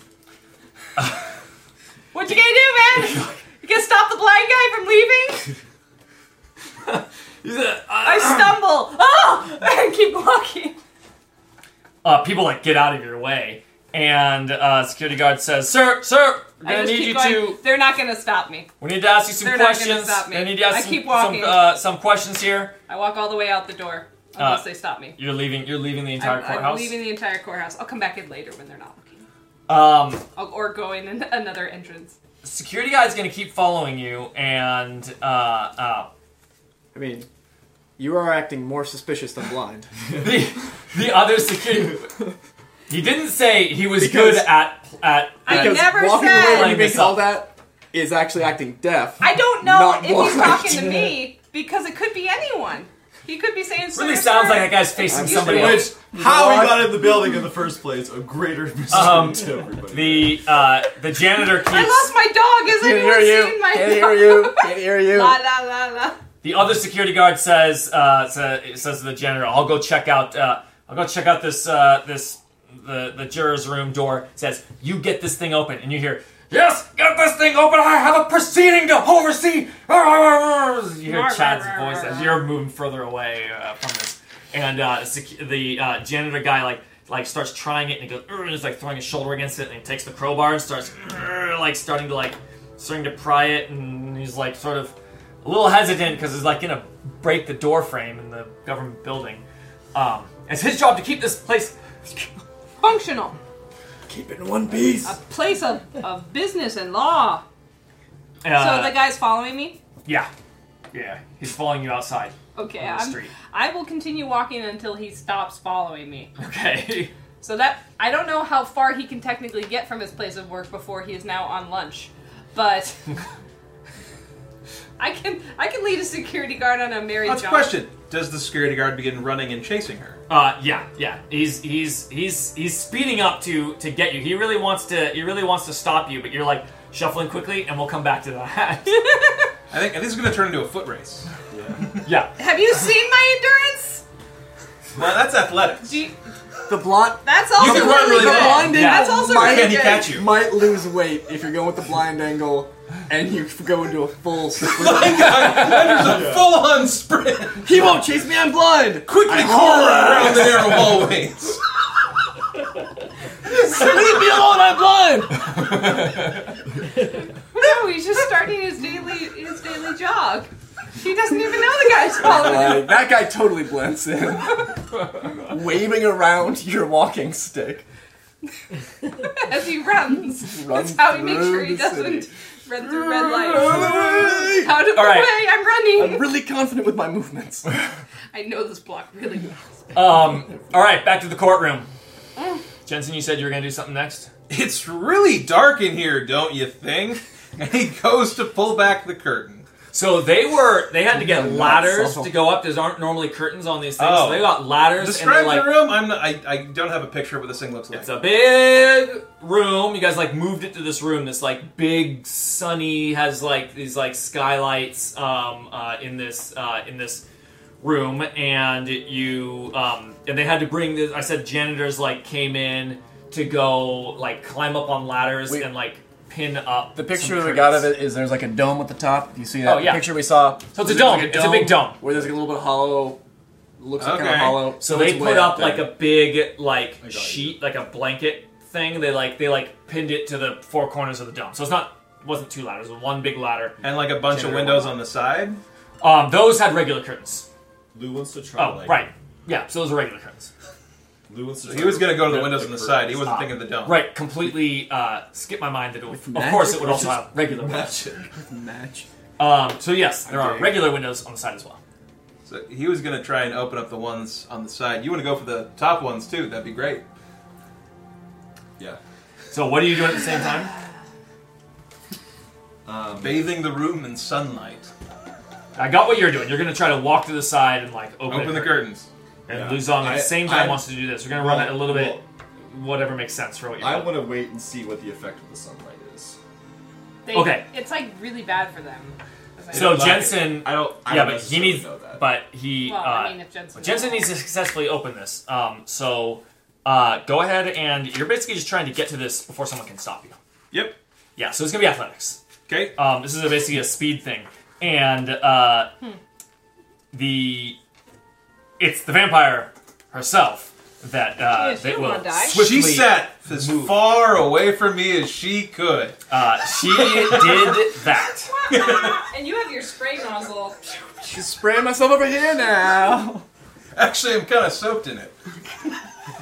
E: what you gonna do, man? You gonna stop the blind guy from leaving?
A: He said, "Uh,
E: I stumble. Oh! I keep walking.
A: uh, people like get out of your way. And, uh, security guard says, sir, sir, we're
E: I
A: gonna
E: just
A: need
E: keep
A: you
E: going.
A: to...
E: They're not gonna stop me.
A: We need to ask you some
E: They're not gonna
A: questions.
E: stop me.
A: I need to ask
E: I
A: some,
E: keep
A: some,
E: walking.
A: uh, some questions here.
E: I walk all the way out the door unless
A: Uh,
E: they stop me.
A: You're leaving. You're leaving the entire
E: I'm, I'm
A: courthouse.
E: leaving the entire courthouse. I'll come back in later when they're not looking,
A: Um,
E: I'll, or go in an- another entrance.
A: security guy's gonna keep following you, and uh, uh,
G: I mean, you are acting more suspicious than blind.
A: the the other security. He didn't say he was
G: Because-
A: good at at.
E: I
G: Because
E: never
G: walking
E: said-
G: away when you
A: Playing this
G: make all
A: up.
G: that is actually acting deaf.
E: I don't know
G: Not
E: if he's
G: blind.
E: talking to me because it could be anyone. He could be saying.
A: really
E: "Sir,
A: sounds
E: sir."
A: like that guy's facing
G: I'm
A: somebody.
G: sorry.
A: Else.
F: Which how
G: What?
F: he got in the building in the first place, a greater mystery
A: Um,
F: to everybody.
A: The uh, the janitor keeps
E: I lost my dog. Has
G: Can't
E: anyone
G: hear
E: seen
G: you.
E: my
G: Can't
E: dog?
G: hear you. Can't hear you.
E: La la la la.
A: the other security guard says uh, sa- says to the janitor, "I'll go check out. Uh, I'll go check out this uh, this the the juror's room door." Says, "You get this thing open," and you hear. Yes, get this thing open. I have a proceeding to oversee. You hear Chad's voice as you're moving further away uh, from this, and uh, sec- the uh, janitor guy like like starts trying it and he goes "Ugh," and is like throwing his shoulder against it and he takes the crowbar and starts "Ugh," like starting to like starting to pry it and he's like sort of a little hesitant because he's like gonna break the door frame in the government building. Um, it's his job to keep this place
E: Functional.
G: Keep it in one piece.
E: A place of, of business and law.
A: Uh,
E: so the guy's following me?
A: yeah, yeah, he's following you outside.
E: Okay,
A: on the
E: I'm,
A: street.
E: I will continue walking until he stops following me.
A: Okay.
E: So that I don't know how far he can technically get from his place of work before he is now on lunch, but I can I can lead a security guard on a married
C: That's a
E: job.
C: question. Does the security guard begin running and chasing her?
A: Uh, yeah, yeah. He's he's he's he's speeding up to to get you. He really wants to he really wants to stop you, but you're like shuffling quickly, and we'll come back to that.
C: I think, I think this is going to turn into a foot race.
A: yeah.
E: Have you seen my endurance?
C: Well, that's athletics.
E: Do you-
D: The blonde
E: that's also
C: can run
E: really
C: really
E: good.
C: well.
D: Blinded
E: That's also
D: by-
E: really
C: Can he
E: good.
C: catch you?
D: might lose weight if you're going with the blind angle and you go into a full sprint.
C: There's a full-on sprint.
D: he won't chase me, I'm blind!
C: Quickly corner around the narrow hallways.
D: Leave me alone, I'm blind!
E: No, he's just starting his daily his daily jog. He doesn't even know the guy's following him.
D: Like, that guy totally blends in. Waving around your walking stick.
E: as he runs.
D: Run
E: That's how he makes
D: through
E: sure he
D: the
E: doesn't
D: city.
E: run through red lights. Out of the
A: All right.
E: way, I'm running.
D: I'm really confident with my movements.
E: I know this block really well.
A: Um. All right, back to the courtroom. Jensen, you said you were gonna do something next.
C: It's really dark in here, don't you think? And he goes to pull back the curtain.
A: So they were they had to
D: Yeah,
A: get
D: not
A: ladders
D: subtle.
A: to go up. There's aren't normally curtains on these things,
C: Oh.
A: so they got ladders
C: Describe
A: and they're like
C: the room. I'm not, I, I don't have a picture of what this thing looks like.
A: It's a big room. You guys like moved it to this room. This like big sunny has like these like skylights um, uh, in this uh, in this room, and you um, and they had to bring this. I said janitors like came in to go like climb up on ladders
D: Wait.
A: and like pin up
D: The picture
A: some
D: we got of
A: curtains.
D: it is there's like a dome at the top. You see that?
A: Oh, yeah.
D: The picture we saw.
A: So it's a dome. It's a big dome.
D: Where there's like a little bit of hollow. Looks like kind
C: Okay.
D: of hollow.
A: So they
D: it's
A: put
D: way
A: up
D: there.
A: like a big like
G: got
A: sheet, like a blanket thing. They like they like pinned it to the four corners of the dome. So it's not wasn't two ladders, it was one big ladder.
C: and like a bunch of
A: General
C: windows on the side.
A: Um, those had regular curtains.
F: Lou wants to try.
A: Oh,
F: like,
A: right. Yeah, so those are regular curtains.
F: Lou wants to.
C: He was going to go to the
F: rip
C: windows on the
F: curtains.
C: side. He wasn't thinking of the dome.
A: Right, completely uh, skip my mind that it would, of
D: magic
A: course it would
D: or
A: also
D: just-
A: have regular windows.
F: Match it.
D: match.
A: Um, so yes, there are
D: Okay.
A: regular windows on the side as well.
C: So he was going to try and open up the ones on the side. You want to go for the top ones too? That'd be great.
F: Yeah.
A: So what are you doing at the same time?
F: Um,
C: Bathing the room in sunlight.
A: I got what you're doing. You're gonna try to walk to the side and like open,
C: Open
A: it.
C: the curtains.
A: And
F: Yeah.
A: Luzong at
F: I-
A: the same time
F: I-
A: wants to do this. We're gonna run it a little bit, whatever makes sense for what you're
F: I
A: doing.
F: want to wait and see what the effect of the sunlight is.
E: They,
A: Okay.
E: It's like really bad for them. 'Cause I-
A: So
F: don't like
A: Jensen,
F: I don't. I
A: yeah,
F: don't
A: but he needs,
F: necessarily know that.
A: but he,
E: well,
A: uh,
E: I mean, if Jensen.
A: Jensen needs to successfully open this. Um, so uh, go ahead and you're basically just trying to get to this before someone can stop you.
C: Yep.
A: Yeah, so it's gonna be athletics.
C: Okay.
A: Um, this is a, basically a speed thing, and uh,
E: Hmm.
A: the it's the vampire herself that uh,
E: Yeah, she
A: that
E: don't
A: will
E: wanna die.
A: swiftly.
C: she sat as
A: move.
C: far away from me as she could.
A: Uh, she did that.
E: and you have your spray nozzle.
D: She's spraying myself over here now.
C: Actually, I'm kind of soaked in it.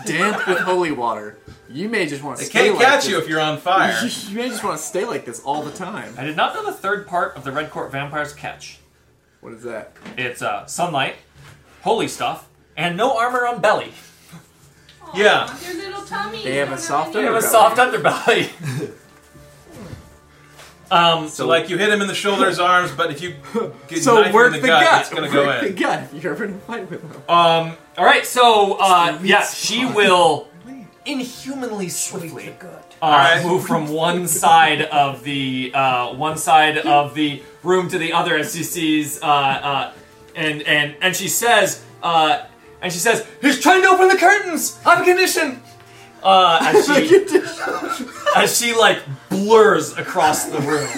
D: Damp with holy water. You may just want to
C: It
D: stay
C: can't
D: like
C: catch you
D: this.
C: if you're on fire.
D: you may just want to stay like this all the time.
A: I did not know the third part of the Red Court Vampire's catch.
D: What is that?
A: It's uh, sunlight, holy stuff, and no armor on belly.
C: Yeah.
E: Your little tummy.
D: They
E: you
D: have
E: don't
D: a soft
E: any-
A: You have a
D: Underbelly.
A: soft underbelly. um,
C: So like you hit him in the shoulders, arms, but if you get
D: So
C: knife him
D: work
C: in the,
D: the
C: gut,
D: gut.
C: it's gonna
D: work
C: go
D: the
C: in.
D: gut. If you're ever in a fight with them.
A: um, all right, so uh,
D: Sweet
A: yeah, she
D: spot.
A: will inhumanly swiftly uh,
C: right.
A: move from one side of the uh, one side of the room to the other as she sees, uh, uh, and and and she says, uh, and she says, "He's trying to open the curtains on condition." Uh, as she as she like blurs across the room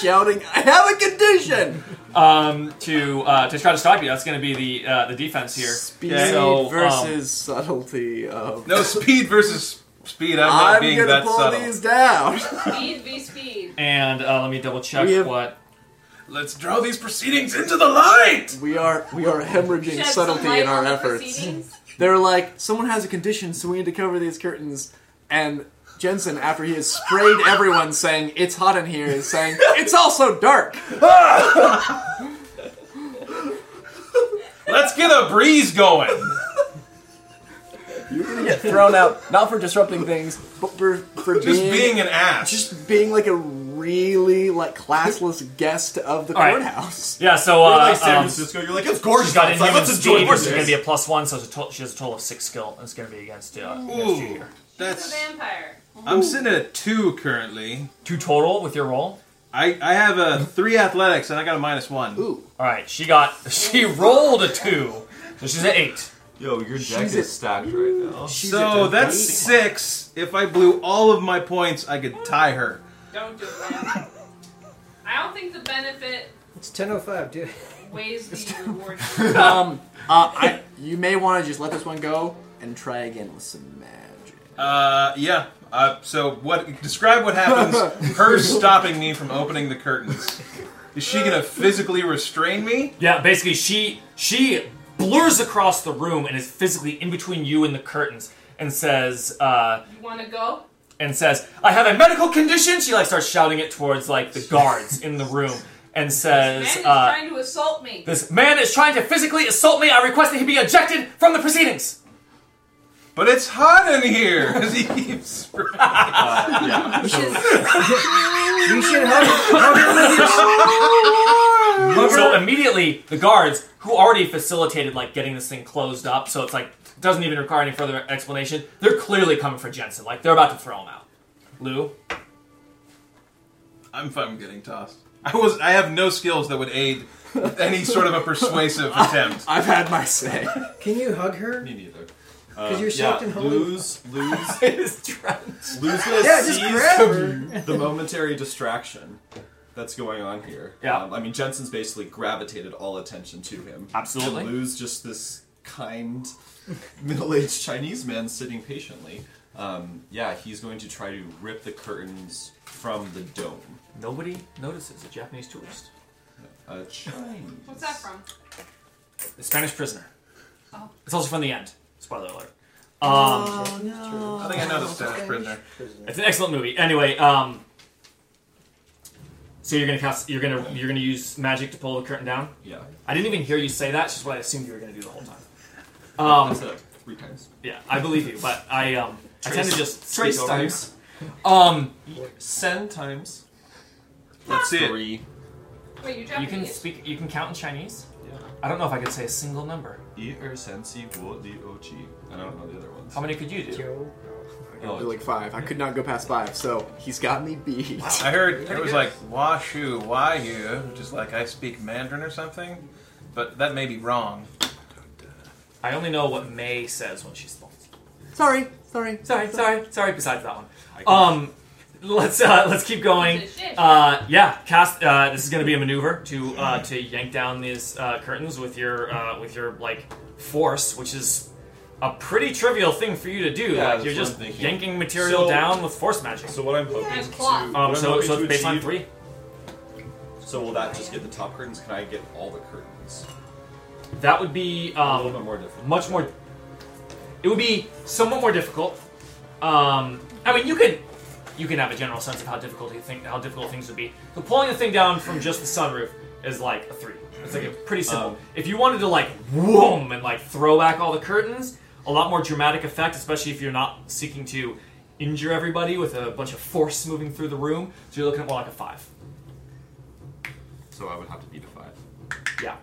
D: Shouting, I have a condition!
A: um, to uh, to try to stop you. That's going to be the uh, the defense here.
D: Speed
C: Okay.
A: So, um,
D: versus subtlety of.
C: No speed versus speed. I'm not
D: I'm
C: being
D: gonna
C: that
D: pull
C: subtle.
D: these down.
E: Speed v speed.
A: And uh, let me double check
D: We have-
A: what.
C: Let's draw these proceedings into the light.
D: we are we are hemorrhaging
E: Shed some
D: subtlety
E: light
D: in our
E: on the
D: efforts.
E: proceedings.
D: They're like, someone has a condition, so we need to cover these curtains. And Jensen, after he has sprayed everyone, saying it's hot in here, is saying it's also dark.
C: Let's get a breeze going.
D: You're gonna get thrown out, not for disrupting things, but for for
C: Just
D: being,
C: being an ass.
D: just being like a really like classless guest of the
A: All right.
D: courthouse.
A: Yeah, so
F: We're
A: uh,
F: like San
A: um,
F: Francisco. You're like, of course
A: she's got in
F: outside.
A: human
F: Let's enjoy
A: speed, which is
F: horses.
A: going to be a plus one, so it's a total, she has a total of six skill, and it's going to be against, uh, against you
C: Ooh,
A: here.
E: She's a
C: that's.
E: vampire.
C: I'm sitting at a two currently.
A: Two total with your roll.
C: I I have a three athletics and I got a minus one.
D: Ooh,
A: All right, she got she rolled a two, so she's at eight.
F: Yo, your deck
D: She's
F: is
D: a-
F: stacked right now.
D: she's
C: So
D: a-
C: that's six. If I blew all of my points, I could tie her.
E: Don't do it. Ryan. I don't think the benefit
B: It's 10:05, dude.
E: weighs the reward.
D: Um, uh, I, you may want to just let this one go and try again with some magic.
C: Uh, yeah. Uh, so what? Describe what happens. her stopping me from opening the curtains. Is she gonna physically restrain me?
A: Yeah, basically she she blurs across the room and is physically in between you and the curtains and says uh,
E: You want to go?
A: and says, "I have a medical condition." She like starts shouting it towards like the guards in the room and
E: Man
A: says,
E: is
A: uh,
E: trying to assault me.
A: "This man is trying to physically assault me. I request that he be ejected from the proceedings."
C: But it's hot in here. As he keeps spraying.
B: You should have
A: So immediately the guards, who already facilitated like getting this thing closed up, so it's like doesn't even require any further explanation. They're clearly coming for Jensen. Like they're about to throw him out. Lou,
C: I'm fine with getting tossed. I was. I have no skills that would aid with any sort of a persuasive attempt.
D: I've had my say.
B: Can you hug her?
F: Me neither.
B: 'Cause you're soaked in holy-
F: Uh, lose, lose,
D: It's drunk.
F: lose. Gonna
B: Yeah, just
F: seize
B: grab her.
F: the momentary distraction that's going on here.
A: Yeah.
F: Um, I mean, Jensen's basically gravitated all attention to him.
A: Absolutely.
F: And lose just this kind middle-aged Chinese man sitting patiently. Um, yeah, he's going to try to rip the curtains from the dome.
A: nobody notices a Japanese tourist,
F: A Chinese.
E: What's that from?
A: a Spanish prisoner.
E: Oh.
A: It's also from the end. Spoiler alert. Um,
C: I think I know the Spanish prisoner.
A: It's an excellent movie. Anyway, um, so you're gonna cast, you're gonna you're gonna use magic to pull the curtain down.
F: Yeah.
A: I didn't even hear you say that. It's just what I assumed you were gonna do the whole time. Um,
F: That's it. Three times.
A: yeah, I believe you, but I um, I tend to just speak
F: Trace
A: over
F: times.
A: you. Um,
F: Sen times.
C: Let's see it.
F: Three.
E: Wait, you're
A: you can
E: Japanese.
A: speak, you can count in Chinese. I don't know if I could say a single number.
F: E er sen si wo li o chi. I don't know the other ones.
A: How many could you do?
F: Oh,
G: Do like five. I could not go past five, so he's got me beat.
C: I heard it was like Washu Wayu, which is like I speak Mandarin or something, but that may be wrong.
A: I only know what May says when she spawns.
D: Sorry, sorry.
A: Sorry, sorry, sorry. Besides that one,
F: I can-
A: um, let's uh, let's keep going. Uh, yeah, cast. Uh, this is going to be a maneuver to uh, to yank down these uh, curtains with your uh, with your like force, which is a pretty trivial thing for you to do.
F: Yeah,
A: like
F: that's
A: you're
F: what
A: just
F: I'm thinking.
A: yanking material
F: So-
A: down with force magic.
F: So what I'm hoping
E: Nice
F: to,
E: cloth.
F: what
A: um,
F: I'm
A: so
F: hoping
A: so
F: to
A: it's baseline
F: achieve-
A: three.
F: So will that just get the top curtains? Can I get all the curtains?
A: That would be
F: A little bit
A: um,
F: more different.
A: much more. It would be somewhat more difficult. Um, I mean, you can you can have a general sense of how difficult you think how difficult things would be. So pulling the thing down from just the sunroof is like a three. It's like a pretty simple.
F: Um,
A: if you wanted to like whoom and like throw back all the curtains, a lot more dramatic effect, especially if you're not seeking to injure everybody with a bunch of force moving through the room. So you're looking at more like a five.
F: So I would have to beat a five.
A: Yeah,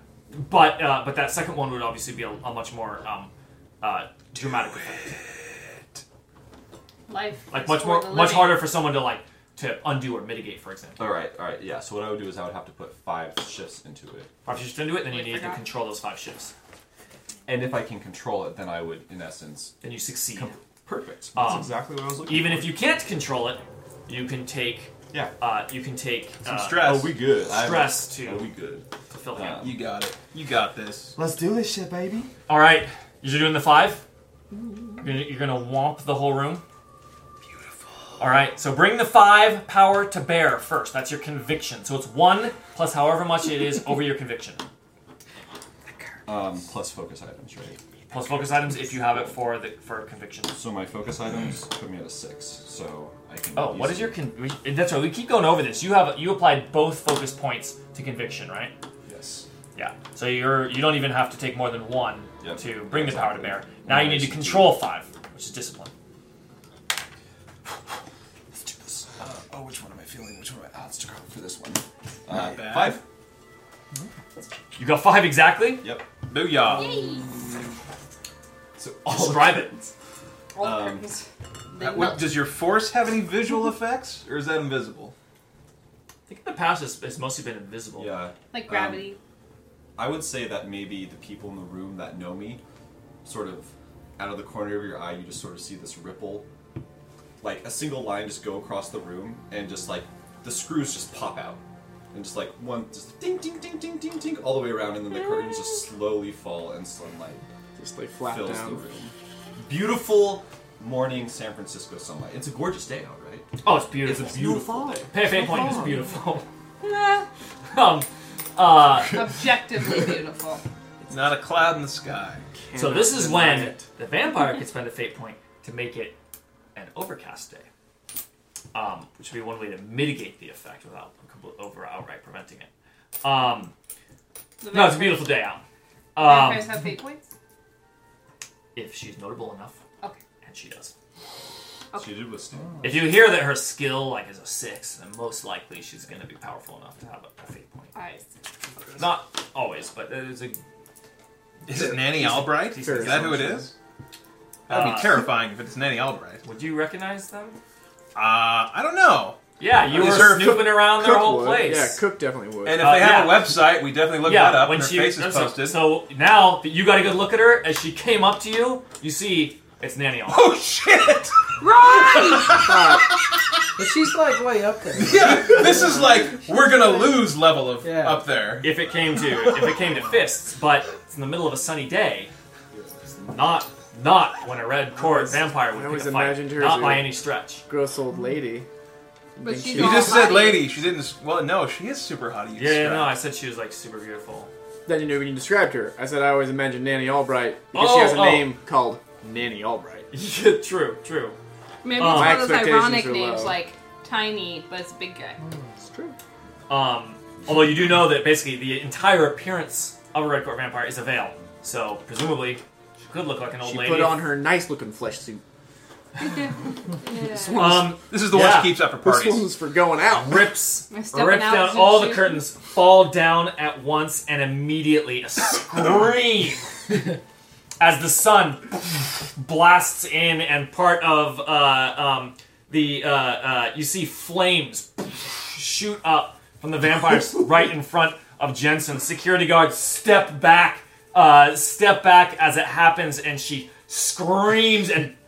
A: but uh, but that second one would obviously be a, a much more um, uh, dramatic effect,
E: Life.
A: like
E: is
A: much
E: for
A: more
E: the
A: much
E: living.
A: harder for someone to like to undo or mitigate, for example.
F: All right, all right, yeah. So what I would do is I would have to put five shifts into it,
A: Or if you just into it, then you
E: Wait,
A: need to
E: forgot.
A: control those five shifts.
F: and if I can control it, then I would, in essence,
A: Then you succeed.
F: perfect.
A: That's Um,
F: exactly what I was looking.
A: Even if you can't control it, you you can take
F: Yeah.
A: uh, you can take
C: Some
A: uh,
C: stress.
F: Oh, we good. I-
A: stress to
F: Oh, we good.
A: fulfill him.
F: Uh,
C: You got it. You got this.
G: Let's do this shit, baby.
A: All right, you're doing the five. You're gonna, you're gonna womp the whole room. Beautiful. All right, so bring the five power to bear first. That's your conviction. So it's one plus however much it is over your conviction.
F: Um, plus focus items, right?
A: Plus focus items if you have it for the for conviction.
F: So my focus items put me at a six, so I can.
A: Oh, what is your
F: easily-
A: con? we- That's right. We keep going over this. You have you applied both focus points to conviction, right?
F: Yes.
A: Yeah. So you're you don't even have to take more than one
F: Yep.
A: to bring the power to bear. Now you need to
F: Nice.
A: control five, which is discipline.
F: Let's do this. Uh, oh, which one am I feeling? Which one am I? Ah, let's go for this one.
C: Not
F: Uh,
C: bad.
F: Five.
A: You got five exactly.
F: Yep.
C: Booyah.
F: So all
A: Describe it.
E: All
F: Um,
E: curtains. They
C: Uh, what-
E: melt.
C: does your force have any visual effects, or is that invisible?
A: I think in the past it's, it's mostly been invisible.
F: Yeah.
C: um,
E: like gravity.
F: I would say that maybe the people in the room that know me, sort of out of the corner of your eye, you just sort of see this ripple, like a single line just go across the room, and just like the screws just pop out, and just like one just ding ding ding ding ding ding all the way around, and then the curtains just slowly fall, and sunlight
G: Just like flat
F: fills the
G: down.
F: room. Beautiful morning San Francisco sunlight. It's a gorgeous day out, right?
A: Oh, it's beautiful.
F: It's a beautiful day.
A: Pan Point is beautiful.
E: Nah,
A: um, uh,
E: objectively beautiful.
C: Not a cloud in the sky.
A: so
G: Cannot
A: this is
G: deny
A: when
G: it.
A: the vampire can spend a fate point to make it an overcast day, um, which would be one way to mitigate the effect without complete- over outright preventing it. Um, no, it's
E: The
A: a
E: vampires-
A: beautiful day out.
E: Vampires
A: Um,
E: have fate points.
A: if she's notable enough,
E: Okay.
A: and she does.
F: She did withstand.
A: If you hear that her skill like is a six, then most likely she's going to be powerful enough to have a, a fate point.
E: I
A: Not always, but it's a
C: Is it Nanny Albright? Is that who it is? That would
A: Uh,
C: be terrifying if it's Nanny Albright.
A: Would you recognize them?
C: Uh, I don't know.
A: Yeah, you
C: Is
A: were
C: her
A: snooping around their
G: Cook
A: whole
G: would.
A: place.
G: Yeah, Cook definitely would.
C: And if
A: Uh,
C: they have
A: yeah.
C: a website, we definitely look
A: Yeah,
C: that up.
A: when
C: and her
A: she
C: face is
A: so-
C: posted.
A: So, now that you got a good look at her as she came up to you, you see it's Nanny Albright.
C: oh shit!
B: But she's like way up there.
C: yeah, this is like we're gonna lose level of
B: Yeah.
C: up there.
A: if it came to if it came to fists, but it's in the middle of a sunny day. It's Not not when a red cord vampire would
G: I
A: pick
G: always
A: a fight.
G: imagined her
A: Not
G: as
A: by
G: a-
A: any stretch.
G: Gross old lady.
E: But she's
C: You
E: all
C: just said
E: hottie.
C: lady. She didn't. Well, no, she is super hot. You
A: Yeah, yeah,
C: described.
A: no, I said she was like super beautiful.
G: Then you know when you described her. I said I always imagined Nanny Albright because she
A: Oh,
G: has a
A: oh.
G: name called Nanny Albright.
A: Yeah, true, true.
E: Maybe
A: Um, My
E: it's one of those
G: expectations
E: ironic
G: are
E: names
G: low.
E: like tiny, but it's a big guy.
G: It's true.
A: Um, although you do know that basically the entire appearance of a red cord vampire is a veil, so presumably she could look like an old
G: She
A: lady.
G: put on her nice looking flesh suit.
E: Yeah.
A: um,
C: This is the
A: Yeah.
C: one she keeps up her
G: This
C: parties.
G: one's for going out.
A: rips
E: I'm
A: rips
E: stepping out
A: down
E: to
A: all the
E: shoot.
A: curtains, fall down at once, and immediately a scream as the sun blasts in, and part of uh, um, the uh, uh, you see flames shoot up from the vampires right in front of Jensen. Security guards step back, uh, step back as it happens, and she screams and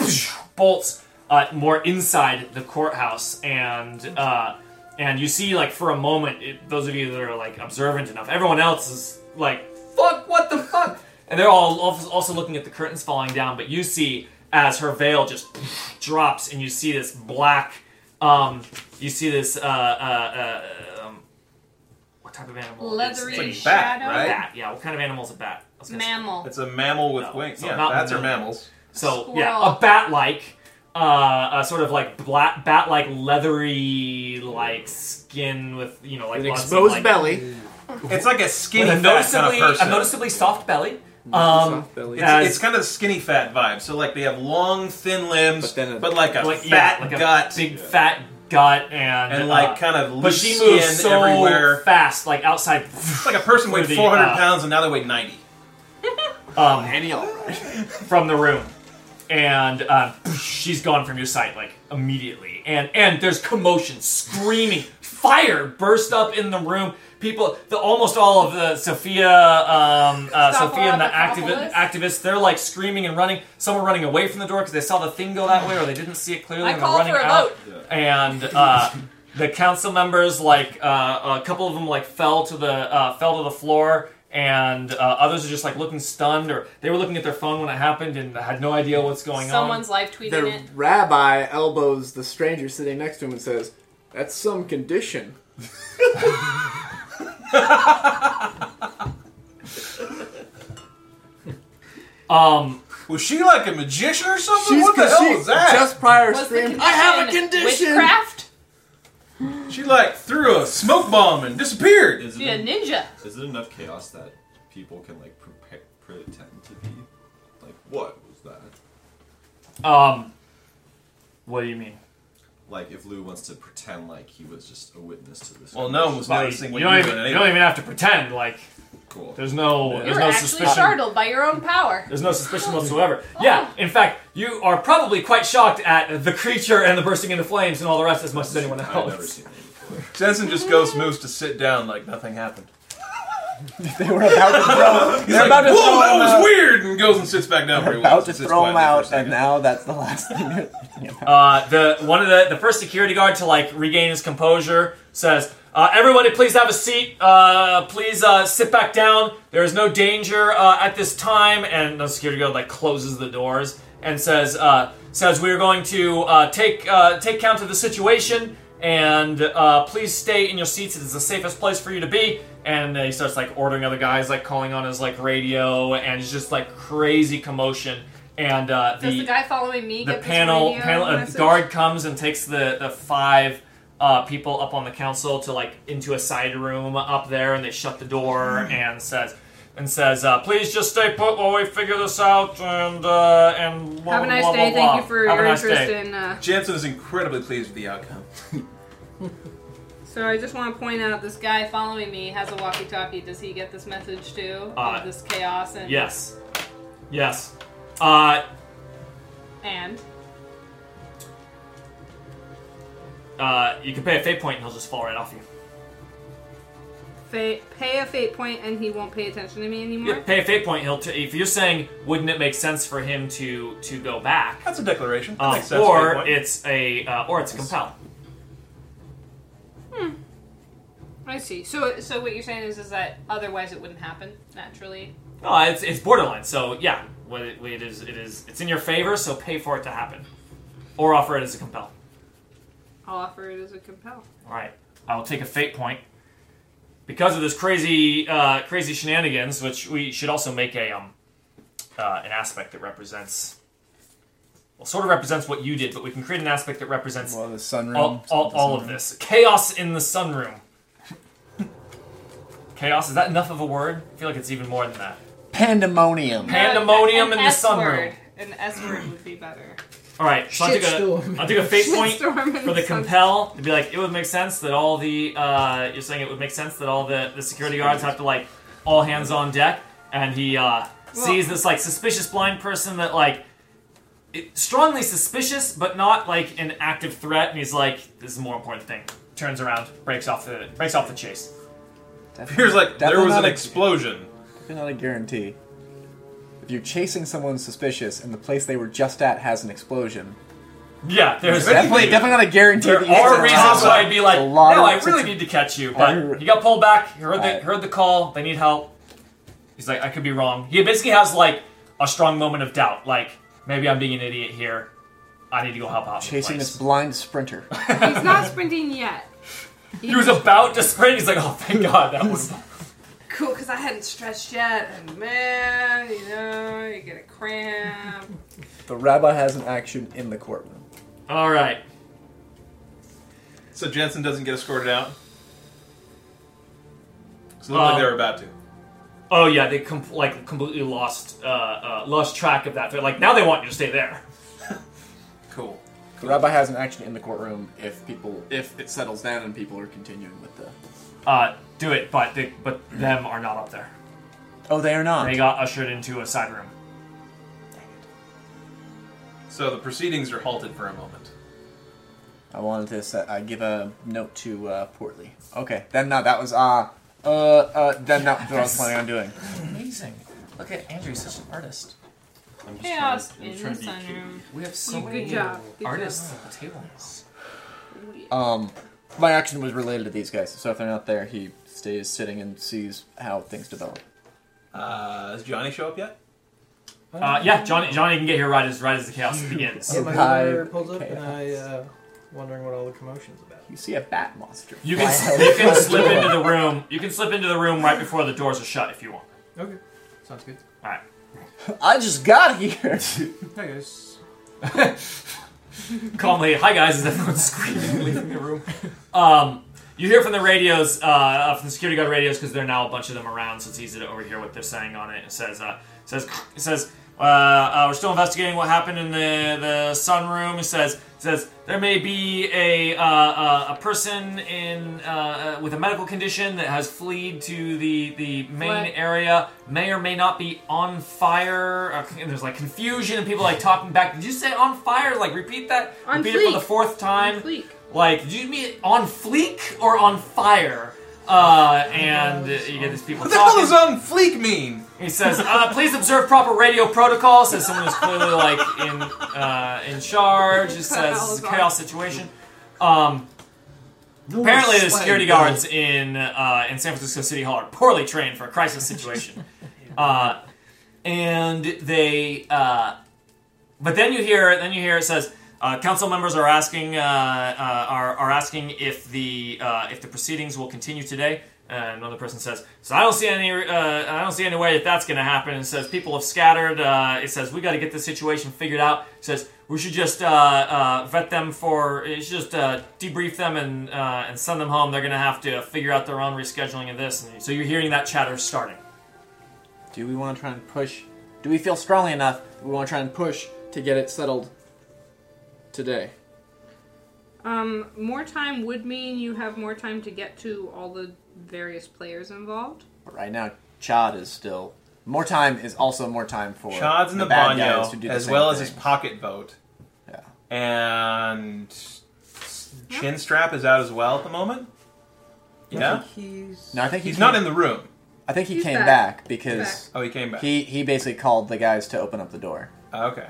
A: bolts uh, more inside the courthouse. And uh, and you see, like for a moment, it, those of you that are like observant enough, everyone else is like, "Fuck! What the fuck?" And they're all al- also looking at the curtains falling down, but you see as her veil just drops, and you see this black. Um, you see this. Uh, uh, uh, um, what type of animal? is
E: Leathery
A: it?
C: It's like bat,
E: shadow.
C: right?
A: bat. Yeah. What kind of animal is a bat? I was gonna say-
E: Mammal.
C: It's a mammal with
A: No,
C: wings.
A: so
C: Yeah,
A: not
C: bats are
A: mammal.
C: mammals.
A: So
E: Squirrel.
A: yeah, a bat-like, uh, a sort of like black bat-like leathery like skin with you know like
G: An
A: lots of,
G: exposed
A: like-
G: belly.
C: It's like a skinny
A: with a
C: fat
A: noticeably
C: kind of person. Mm-hmm.
A: a noticeably soft belly. Um,
G: Soft belly.
A: yeah.
C: It's,
A: as-
C: it's kind of skinny fat vibe. So like they have long, thin limbs,
G: But then a-
C: but like a
A: like
C: fat
A: yeah, like
C: gut
A: a big fat gut, and
C: and like
A: uh,
C: kind of loose
A: but she
C: skin
A: moves so
C: everywhere.
A: fast, like outside.
C: It's like a person weighed
A: For the,
C: 400
A: uh,
C: pounds and now they weigh 90.
A: Um,
G: Nanny Albright.
A: from the room, and uh, she's gone from your sight like immediately. And and there's commotion, screaming, fire burst up in the room. People, the almost all of the Sophia, um, uh,
E: Stop
A: Sophia and the activi-
E: Apollo-
A: activists, they're like screaming and running. Some are running away from the door because they saw the thing go that way or they didn't see it clearly
E: I
A: and they're
E: called
A: running
E: for a
A: out.
E: vote.
A: And uh, the council members, like uh, a couple of them, like fell to the uh, fell to the floor, and uh, others are just like looking stunned or they were looking at their phone when it happened and had no idea what's going
E: Someone's live tweeting
G: The
E: it.
G: rabbi elbows the stranger sitting next to him and says, "That's some condition."
A: on. Um,
C: Was she like a magician or something?
G: She's
C: what the hell is that?
G: Just prior
E: Was the
G: screamed, "I have a condition."
E: Witchcraft?
C: She like threw a smoke bomb and disappeared.
F: Is
E: Be a
F: it,
E: ninja.
F: is it enough chaos that people can like prepare, pretend to be like what was that?
A: um, what do you mean?
F: Like if Lou wants to pretend like he was just a witness to this.
C: Well, no one was
F: conversation.
A: Well,
C: noticing
A: you,
C: what
A: don't
C: you were
A: even,
C: doing
A: you don't
C: anyway.
A: even have to pretend. Like
F: cool.
A: there's no
E: You're
A: there's no
E: actually
A: suspicion.
E: startled Oh. by your own power.
A: There's no suspicion whatsoever. Yeah, in fact, you are probably quite shocked at the creature and the bursting into flames and all the rest as much as anyone else.
F: I've never seen that before.
C: Jensen just goes moves to sit down like nothing happened.
D: They were about to throw.
C: He's
D: They're
C: like,
D: about to
C: whoa,
D: throw
C: that
D: him
C: was
D: out."
C: weird, and goes and sits back down. Where he
D: about
C: was
D: to
C: and sits
D: throw him
C: quietly for a
D: out,
C: second.
D: and now that's the last thing they're thinking about.
A: Uh, the one of the the first security guard to like regain his composure says, uh, "Everybody, please have a seat. Uh, please uh, sit back down. There is no danger uh, at this time." And the security guard like closes the doors and says, uh, "says We are going to uh, take uh, take count of the situation." And uh, please stay in your seats. It is the safest place for you to be. And he starts like ordering other guys, like calling on his like radio, and it's just like crazy commotion. And uh,
E: Does the guy following me
A: the
E: get this
A: panel,
E: radio
A: panel a
E: message?
A: guard comes and takes the, the five uh, people up on the council to like into a side room up there, and they shut the door
E: Hmm.
A: and says and says, uh, "Please just stay put while we figure this out." And uh, and blah,
E: Have
A: blah,
E: a nice
A: blah,
E: day.
A: blah,
E: Thank
A: blah.
E: you for
A: Have
E: your
A: a nice
E: interest
A: day.
E: in. Uh,
C: Jensen is incredibly pleased with the outcome.
E: so I just want to point out this guy following me has a walkie-talkie. Does he get this message too?
A: Uh,
E: of this chaos and
A: Yes, yes. Uh,
E: and
A: uh, you can pay a fate point, and he'll just fall right off you.
E: fa- pay a fate point, and he won't pay attention to me anymore.
A: Yeah, pay a fate point. He'll t- if you're saying, wouldn't it make sense for him to to go back?
C: That's a declaration. That
A: Uh,
C: makes sense, fair
A: or
C: point.
A: it's a uh, or it's a compel.
E: I see. So, so what you're saying is, is that otherwise it wouldn't happen naturally.
A: No, it's it's borderline. So yeah, what it, what it is it is it's in your favor. So pay for it to happen, or offer it as a compel.
E: I'll offer it as a compel.
A: All right, I will take a fate point because of this crazy uh, crazy shenanigans, which we should also make a um uh, an aspect that represents. Well, sort of represents what you did, but we can create an aspect that represents
D: Well, the sunroom.
A: all, all, all of this chaos in the sunroom. chaos is that enough of a word? I feel like it's even more than that.
D: Pandemonium.
A: Pandemonium
E: An
A: in the
E: S
A: sunroom.
E: word. An S word would be better.
A: All right, so I took a
B: Shitstorm.
A: I took a fate point.
E: Storm in
A: for the
E: sun-
A: compel to be like it would make sense that all the uh, you're saying it would make sense that all the, the security guards have to like all hands on deck and he uh, sees this like suspicious blind person that like it, strongly suspicious but not like an active threat and he's like this is a more important thing turns around breaks off the breaks off the chase
C: Here's like there
D: Definitely
C: was
D: not
C: an
D: a-
C: explosion.
D: Definitely not a guarantee. If you're chasing someone suspicious and the place they were just at has an explosion,
A: yeah there's
C: There
D: definitely, definitely not a guarantee.
A: there
D: that you
A: are
D: can-
A: reasons why I'd be like
D: A
A: no
D: lot
A: I
D: of-
A: really need to catch you but
D: Every-
A: he got pulled back he heard the
D: Alright.
A: heard the call they need help He's like, I could be wrong. He basically has like a strong moment of doubt. Like, maybe I'm being an idiot here. I need to go help out. in the
D: chasing
A: place.
D: this blind sprinter.
E: He's not sprinting yet.
A: He was about to sprint. He's like, oh, thank God, that was.
E: Cool, because I hadn't stretched yet, and man, you know, you get a cramp.
D: the rabbi has an action in the courtroom.
A: All right.
C: So Jensen doesn't get escorted out. So literally
A: Um,
C: they were about to.
A: Oh yeah, they com- like completely lost uh, uh, lost track of that. They're like, now they want you to stay there.
C: Cool.
D: The rabbi has an action in the courtroom if people
G: If it settles down and people are continuing with the
A: Uh, do it, but they, but them are not up there.
D: Oh, they are not.
A: They got ushered into a side room.
C: So the proceedings are halted for a moment.
D: I wanted to set, I give a note to uh, Portly. Okay, then no, that was uh, uh, uh, then that was what I was planning on doing.
A: Amazing. Look at Andrew, he's such an artist.
F: I'm just
E: Chaos
F: trying, I'm
E: in
F: trying
E: the
F: to be
E: sun
F: cute.
E: room.
A: We have so
E: You,
A: many
E: good job. Good
A: artists
E: job.
A: at the table.
D: Um, my action was related to these guys, so if they're not there, he stays sitting and sees how things develop.
C: Uh, does Johnny show up yet?
A: Uh, yeah, Johnny, Johnny can get here right as right as the chaos begins.
B: Yeah,
C: Oh
B: my
D: Survive
B: mother pulled up, and I
D: chaos.
B: uh, wondering what all the commotion's about.
D: You see a bat monster.
A: You
D: fly
A: can
D: out
A: you
D: of
A: can
D: the
A: slip
D: door.
A: into the room. You can slip into the room right before the doors are shut if you want.
B: Okay, sounds good.
A: All right.
D: I just got here.
B: Hi guys.
A: calmly, "Hi guys!" As everyone's screaming, leaving the room. Um, you hear from the radios, uh, from the security guard radios, because there are now a bunch of them around, so it's easy to overhear what they're saying on it. It says, uh, it says, it says, uh, uh, "We're still investigating what happened in the the sunroom." It says, it says there may be a uh, uh, a person in uh, uh, with a medical condition that has fled to the the main
E: What?
A: area. May or may not be on fire. Uh, and there's like confusion and people like talking back. Did you say on fire? Like repeat that.
E: On
A: repeat it for the
E: fleek.
A: fourth time.
E: Fleek.
A: Like, did you mean on fleek or on fire? Uh, and uh, you get these people
C: What the hell
A: talking.
C: does on fleek mean?
A: He says, uh, "Please observe proper radio protocol." Says someone who's clearly like in uh, in charge. It says this is a chaos situation. Um, apparently, the security guards in uh, in San Francisco City Hall are poorly trained for a crisis situation, uh, and they. Uh, but then you hear, then you hear it says, uh, council members are asking, uh, uh, are, are asking if the uh, if the proceedings will continue today. And another person says, so I don't see any, uh, I don't see any way that that's going to happen. And it says people have scattered. Uh, it says we got to get this situation figured out. It says we should just uh, uh, vet them for, it should just uh, debrief them and uh, and send them home. They're going to have to figure out their own rescheduling of this. And so you're hearing that chatter starting.
D: Do we want to try and push? Do we feel strongly enough? that We want to try and push to get it settled today.
E: Um, more time would mean you have more time to get to all the various players involved.
D: But right now, Chad is still. More time is also more time for
C: Chad's in the,
D: bad
C: banyo,
D: guys to do the
C: as
D: same
C: well as
D: thing.
C: his pocket boat.
D: Yeah.
C: And chin strap is out as well at the moment.
B: I
C: Yeah,
B: think he's.
D: No, I think he
C: he's
D: came,
C: not in the room.
D: I think he
E: He's
D: came
E: back.
D: back, because
C: Oh, he came back.
D: he he basically called the guys to open up the door.
C: Ah, okay.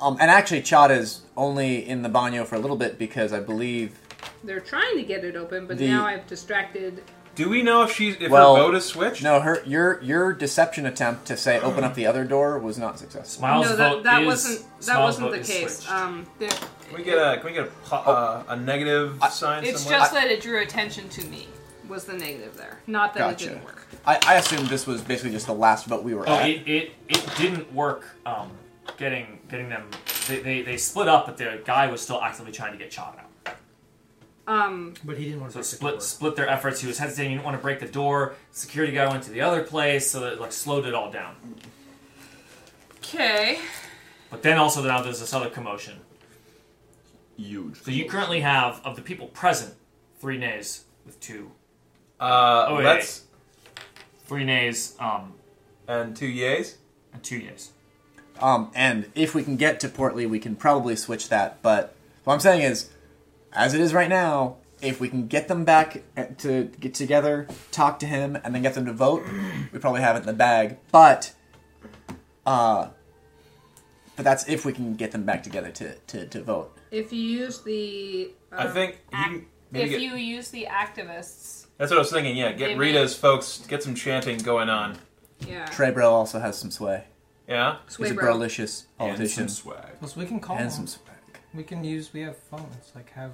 D: Um, and actually, Chad is only in the banyo for a little bit because I believe
E: They're trying to get it open, but
D: The-
E: now I've distracted.
C: Do we know if she's if
D: Well,
C: her boat is switched?
D: no, her your your deception attempt to say open up the other door was not successful.
A: Miles'
E: no, that,
A: vote
E: that
A: is-
E: wasn't that
A: Miles'
E: wasn't
A: vote
E: the
A: is
E: case.
A: switched.
E: Um, there-
C: Can we get a can we get a po-
D: Oh.
C: uh, a negative sign?
E: it's
C: somewhere?
E: just that it drew attention to me. Was the negative there? Not that
D: Gotcha.
E: it didn't work.
D: I, I assumed this was basically just the last vote we were
A: Oh,
D: at.
A: it, it, it didn't work. Um, getting getting them, they, they, they split up, but the guy was still actively trying to get Chad out.
E: Um,
B: But he didn't want to
A: So
B: break the door.
A: split split their efforts. He was hesitating. He didn't want to break the door. Security guy went to the other place, so it like slowed it all down.
E: okay.
A: But then also now there's this other commotion. Huge. So you currently have of the people present three nays with two
C: uh,
A: Oh, wait,
C: let's
A: three nays um,
C: and two yays.
A: and two yays.
D: Um, and if we can get to Portly, we can probably switch that. But what I'm saying is, as it is right now, if we can get them back at- to get together, talk to him, and then get them to vote, we probably have it in the bag. But, uh, but that's if we can get them back together to to, to vote.
E: If you use the,
C: I
E: um,
C: think you
E: ac-
C: can- maybe
E: if
C: get-
E: you use the activists,
C: That's what I was thinking. Yeah, get
E: Maybe.
C: Rita's folks, get some chanting going on.
E: yeah.
D: Trebro also has some sway.
C: Yeah,
D: He's a
E: Swaybro.
D: bralicious
F: And
D: politician
F: some swag.
B: Plus, we can call
D: and
B: him.
D: some swag.
B: We can use. We have phones. Like have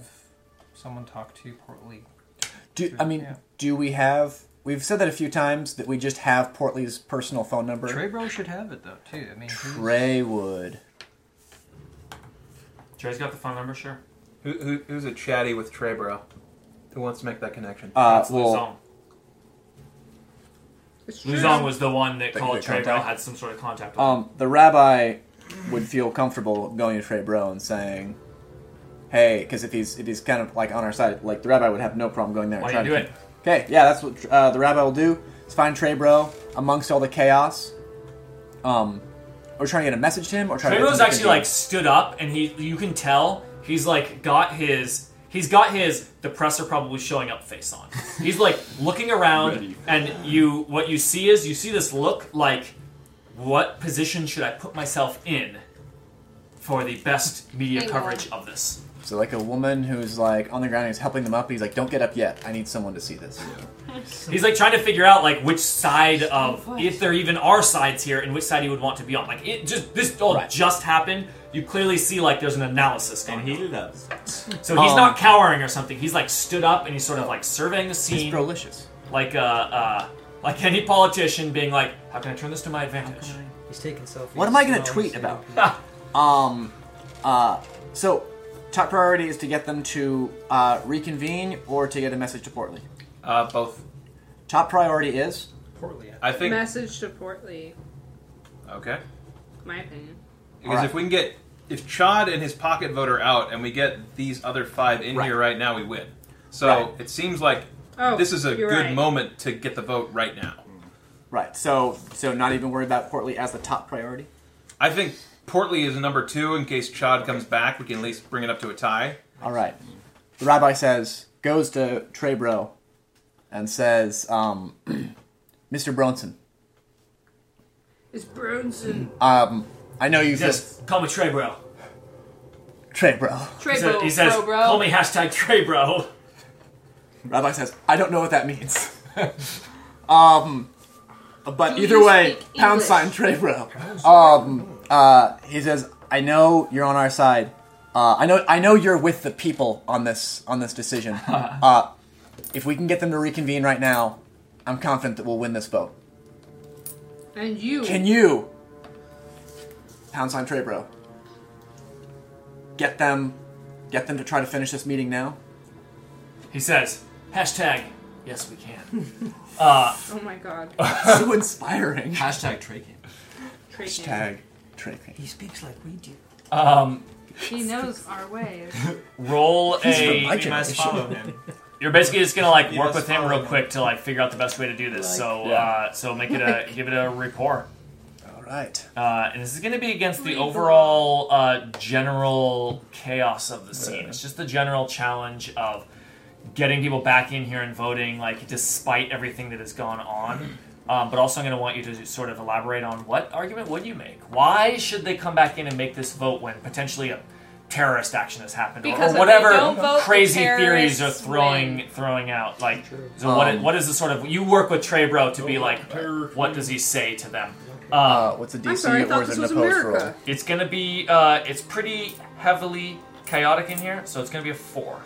B: someone talk to Portly.
D: Do I mean?
B: Yeah.
D: Do we have? We've said that a few times that we just have Portly's personal phone number.
B: Trebro should have it though too. I mean, he's-
D: Trey would.
A: Trey's got the phone number, sure.
C: who, who who's a chatty with Trebro? Who wants to make that connection?
D: Uh,
A: That's
D: well,
A: Luzon.
E: It's true.
A: Luzon was the one that
D: They-
A: called
D: they
A: Trey Bell
D: contact-
A: had some sort of contact. With him.
D: um, the rabbi would feel comfortable going to Trey Bro and saying, "Hey," because if he's if he's kind of like on our side, like the rabbi would have no problem going there. and
A: Why
D: trying
A: you do
D: to-
A: it?
D: Okay, yeah, that's what uh, the rabbi will do. Is find Trey Bro amongst all the chaos. Um, or trying to get a message to him, or try to.
A: Trevor's actually like stood up, and he you can tell he's like got his he's got his the press are probably showing up face on. He's like looking around,
F: Ready.
A: and you what you see is you see this look like what position should I put myself in for the best media
E: Angle.
A: coverage of this?
D: So like a woman who's like on the ground, he's helping them up. He's like, "Don't get up yet. I need someone to see this."
A: He's like trying to figure out like which side of
E: What?
A: if there even are sides here and which side he would want to be on. Like it just this all
D: Right.
A: just happened. You clearly see like there's an analysis going.
F: And he
A: on.
F: loves it.
A: So he's
D: Um,
A: not cowering or something. He's like stood up and he's sort of like surveying the scene,
D: He's prolicious.
A: like uh, uh, like any politician being like, how can I turn this to my advantage?
B: He's taking selfies.
D: What am I gonna
B: smiles,
D: tweet
B: yeah.
D: about?
A: Ha!
D: Um, uh, so top priority is to get them to uh, reconvene or to get a message to Portly.
C: Uh, both.
D: Top priority is
B: Portly.
C: I think.
E: Message to Portly,
C: Okay.
E: my opinion.
C: Because
D: Alright.
C: if we can get if Chad and his pocket vote are out, and we get these other five in
D: Right.
C: here right now, we win. So
D: Right.
C: it seems like
E: Oh,
C: this is a good
E: you're right.
C: moment to get the vote right now.
D: right. So so not even worry about Portly as the top priority.
C: I think Portly is number two in case Chad comes back. We can at least bring it up to a tie.
D: All right. The rabbi says, goes to Trey Bro and says, um, Mr. Bronson,
E: It's Brunson.
D: um, I know you
A: He
D: just.
A: says, call me Trey Bro.
D: Trey Bro.
A: He,
E: Trey
A: said-
E: bro,
A: he says,
E: bro, bro.
A: call me hashtag Trey Bro.
D: Rabbi says, I don't know what that means. um, but
E: Do
D: either
E: you
D: way,
E: speak
D: pound
E: English?
D: sign Trey Bro. Um, uh, he says, I know you're on our side. Uh, I know, I know you're with the people on this on this decision. Uh, if we can get them to reconvene right now, I'm confident that we'll win this vote.
E: And you.
D: Can you, pound sign Trey Bro, get them, get them to try to finish this meeting now?
A: He says, hashtag yes we can.
E: Oh my god.
D: so inspiring.
F: Hashtag Trey Camp.
E: Trey Camp.
D: Hashtag Trey Camp.
B: He speaks like we do.
A: Um,
E: He knows our ways.
A: roll
D: from my
A: a.
D: generation.
F: must follow him.
A: You're basically just gonna like
F: You
A: work
F: must
A: with him
F: follow
A: real
F: him.
A: quick to like figure out the best way to do this.
F: Like,
A: so
F: yeah.
A: uh, so make it a give it a rapport.
D: All right.
A: Uh, and this is going to be against the overall uh, general chaos of the scene. It's just the general challenge of getting people back in here and voting, like despite everything that has gone on. Um, but also, I'm going to want you to sort of elaborate on what argument would you make? Why should they come back in and make this vote when potentially a terrorist action has happened, or-
E: Because
A: or,
E: if they
A: whatever
E: don't vote, the
A: crazy theories
E: terrorists
A: are throwing
E: win.
A: throwing out? Like, so what,
D: Um,
A: what is the sort of you work with Trey Bro to be
C: Don't
A: like,
C: let terror
A: what
C: win.
A: does he say to them? Um,
D: Uh, what's a DC
E: sorry, I thought
D: or is
E: this
D: it an
E: was
D: opposed
E: America.
D: roll?
A: It's gonna be uh it's pretty heavily chaotic in here, so it's gonna be a four.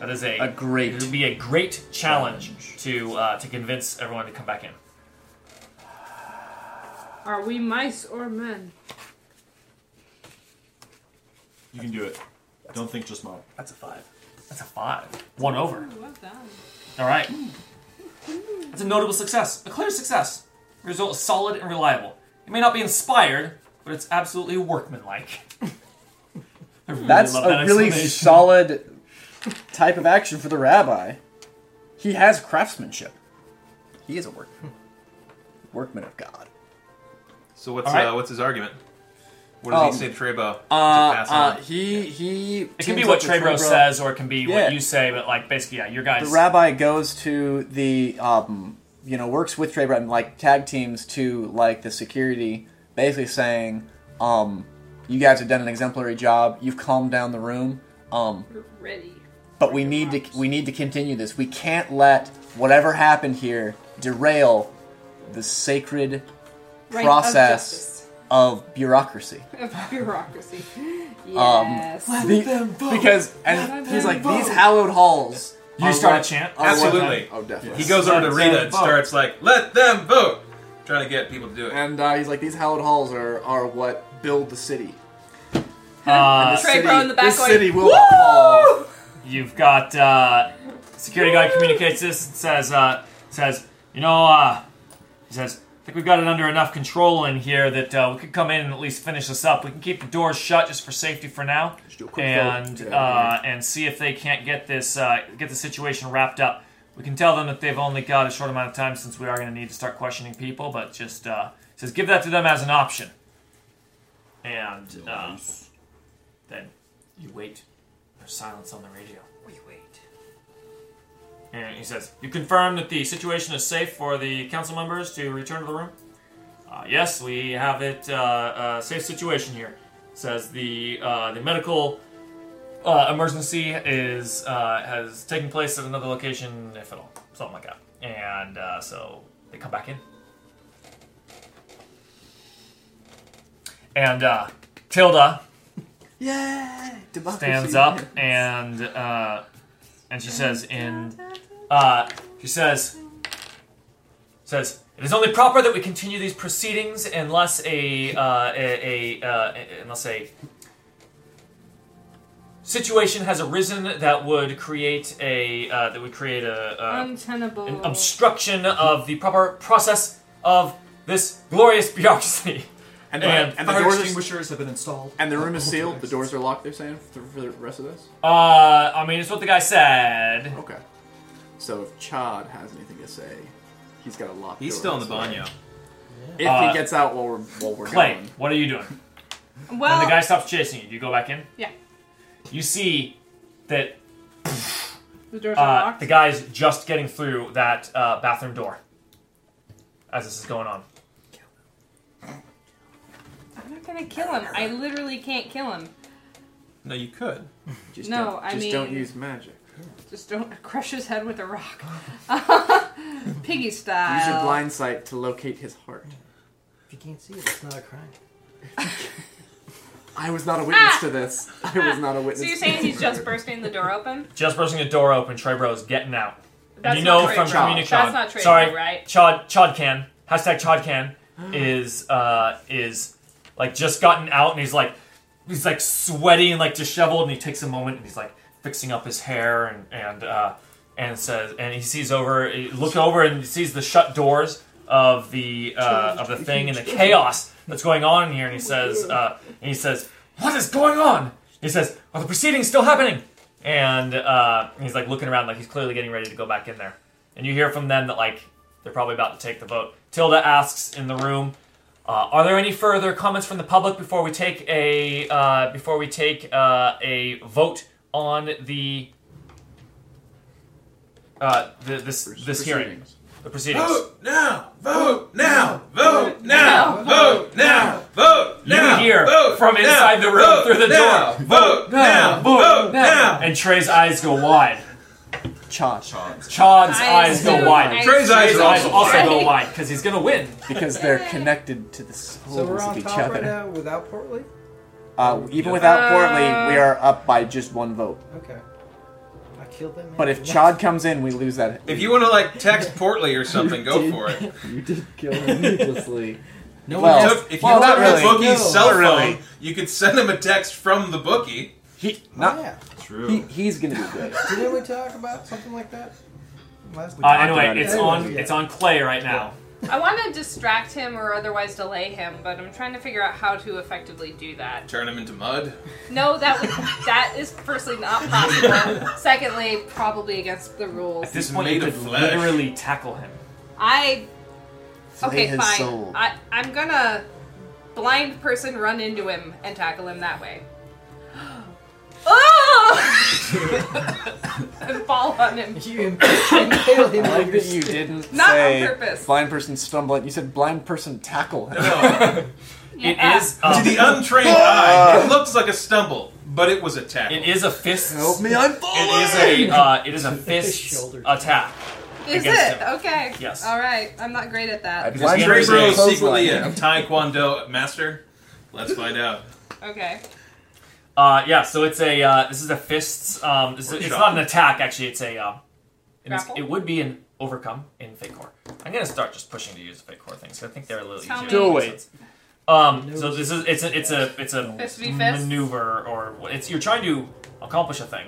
A: That is a
D: A great-
A: It would be a great challenge, to uh, to convince everyone to come back in.
E: Are we mice or men?
F: You can do it. Don't think just mom.
A: That's a five. That's a five. One over.
E: Well done.
A: All right. That's a notable success. A clear success. Result is solid and reliable. It may not be inspired, but it's absolutely workmanlike. I really
D: That's
A: love
D: a
A: that
D: really
A: explanation.
D: solid type of action for the rabbi. He has craftsmanship. He is a work, workman of God.
C: So what's
A: All right.
C: uh, what's his argument? What does
D: Um,
C: he say to Trebo?
D: Uh, uh, he he.
A: It can
D: teams
A: be
D: up
A: what
D: with
A: Trebro
D: Trebro.
A: says, or it can be
D: Yeah.
A: what you say, but like basically, yeah, your
D: The
A: guys.
D: rabbi goes to the um, you know works with Trebro and like tag teams to like the security, basically saying, um, you guys have done an exemplary job. You've calmed down the room. Um,
E: You're ready.
D: but we need to we need to continue this. We can't let whatever happened here derail the sacred
E: Right
D: process of, bureaucracy.
E: of, justice, of bureaucracy. Yes.
A: uh,
D: The- because
E: Let
D: and he's
E: them
D: like these hallowed halls.
A: You
D: are
A: start a
D: what-
A: chant?
D: are what-
C: Absolutely.
G: Oh, definitely.
C: He goes over to
A: Let
C: Rita
A: them
C: and
A: vote.
C: starts like, "Let them vote," trying to get people to do it.
D: And uh, he's like these hallowed halls are are what build the city.
A: Uh,
D: This
E: Trey
D: city-
E: Bro in the back
D: This
E: going,
D: city will not fall.
A: You've got uh, security guy communicates this and says uh, says you know uh, he says I think we've got it under enough control in here that uh, we could come in and at least finish this up. We can keep the doors shut just for safety for now,
G: Just do a quick
A: and
G: vote. Yeah,
A: uh, and see if they can't get this uh, get the situation wrapped up. We can tell them that they've only got a short amount of time since we are going to need to start questioning people. But just uh, he says give that to them as an option, and uh, then you wait. There's silence on the radio.
B: We wait.
A: And he says, You confirm that the situation is safe for the council members to return to the room? Uh, yes, we have it. Uh, uh, safe situation here. Says the uh, the medical uh, emergency is uh, has taken place at another location, if at all, something like that. And uh, so they come back in, and uh, Tilda
D: Yeah.
A: stands up and uh, and she says in uh, she says says it is only proper that we continue these proceedings unless a uh, a, a uh, unless a situation has arisen that would create a uh, that would create a uh,
E: Untenable.
A: an obstruction of the proper process of this glorious bureaucracy.
G: And,
D: uh,
A: And
G: the, and the
F: Fire
G: doors are,
F: extinguishers have been installed.
G: and the room is sealed. The doors are locked. They're saying for the, for the rest of this.
A: Uh, I mean, it's what the guy said.
G: Okay. So if Chad has anything to say, he's got a locked.
C: He's
G: door,
C: still in the
G: so-
C: banyo.
G: If
A: Uh,
G: he gets out while we're while we're
A: Clay,
G: gone,
A: what are you doing?
E: well,
A: when the guy stops chasing you, do you go back in?
E: yeah,
A: You see that
E: the doors are
A: uh,
E: locked.
A: the guy's just getting through that uh, bathroom door as this is going on.
E: I'm not gonna kill him. I literally can't kill him.
C: No, you could.
G: just
E: no,
G: don't,
E: I
G: just don't
E: mean-
G: use magic.
E: Just don't crush his head with a rock. Piggy style.
G: Use your blind sight to locate his heart.
B: If you can't see it, it's not a crime.
G: I was not a witness to this. I was not a witness.
E: Ah! So you're
G: to
E: saying
G: this.
E: he's just bursting the door open?
A: Just bursting the door open, Trey Bro's getting out.
E: That's
A: and you know
E: not
A: from
E: trade, bro.
A: communication.
E: That's not trade,
A: Sorry,
E: bro, right?
A: Chod Chodcan hashtag Chodcan is uh, is like just gotten out and he's like he's like sweaty and like disheveled and he takes a moment and he's like fixing up his hair and and uh, and says and he sees over he look over and he sees the shut doors of the uh, of the thing and the chaos that's going on in here and he says uh, and he says what is going on he says are the proceedings still happening and uh, he's like looking around like he's clearly getting ready to go back in there and you hear from them that like they're probably about to take the vote. Tilda asks in the room, uh, "Are there any further comments from the public before we take a uh, before we take uh, a vote on the uh, the, this this hearing,
G: Proceedings.
A: the proceedings?"
C: Vote now! Vote now! Vote
E: Oh,
C: now! Vote now! Vote
A: You
C: now!
A: hear
C: vote
A: from
C: now,
A: inside the room
C: vote
A: through the
C: now,
A: door.
C: Vote now! Vote now!
A: And Trey's eyes go wide.
D: Chod.
A: Chod's
E: I
A: eyes go
E: assume
A: wide.
E: I-
C: Trey's eyes
A: Trey's
C: are
A: eyes
C: also
A: also
C: wide.
A: go wide because he's gonna win.
D: Because they're connected to the souls
B: So we're
D: of
B: on
D: each
B: top
D: other.
B: right now without Portly?
D: Uh, even without Portly,
E: Uh,
D: we are up by just one vote.
B: Okay. I killed that man.
D: But if Chod comes in, we lose that.
C: If you want to like text Portly or something, go for it.
D: you did kill him needlessly.
B: No
D: well-
B: one else.
C: Took- if you
D: Oh. Well, not
C: took
D: really.
C: the bookie's
B: No.
C: cell
D: Not
C: phone,
D: really.
C: you could send him a text from the bookie.
D: He,
B: Oh,
D: not,
B: yeah.
F: True.
D: he, he's gonna be good.
B: Didn't we talk about something like that? Last
A: Uh,
B: week?
A: anyway,
D: about it.
A: it's on it's on Clay right now.
E: I want to distract him or otherwise delay him, but I'm trying to figure out how to effectively do that.
C: Turn him into mud.
E: No, that would, that is firstly not possible. Secondly, probably against the rules.
A: At this
C: He's
A: point, you
C: made of
A: could
C: flesh.
A: literally tackle him.
E: I
D: Slay
E: okay,
D: his
E: fine.
D: soul.
E: I I'm gonna blind person run into him and tackle him that way. oh! and fall on him.
B: You impale him.
D: I like that
B: with your
D: you
B: stick.
D: didn't
E: Not on
D: say
E: purpose.
D: blind person stumbling. You said blind person tackle him.
E: Yeah.
A: It is um,
C: to the untrained eye, it looks like a stumble, but it was a tackle.
A: It is a fist.
D: me, I'm
A: It is a uh, it is a fist
B: Shoulder.
A: attack.
E: Is
A: against
E: it?
A: him.
E: Okay.
A: Yes.
E: All right. I'm not great at that.
D: blind
A: Trey
C: Trey
A: Bro
C: Bro
A: is
C: is secretly a
D: clothesline.
C: Taekwondo master. Let's find out.
E: Okay.
A: Uh, yeah, so it's a uh, this is a fists. Um, this is- it's
C: Workshop.
A: not an attack actually. It's a um, it is-
E: Grapple?
A: it would be an overcome in fake core. I'm gonna start just pushing to use fake core things. 'cause I think they're a little
E: Tell
A: easier.
E: me. Do
D: it.
A: Um, so this is it's a it's a it's a
E: Fist v fist?
A: maneuver or what- it's you're trying to accomplish a thing,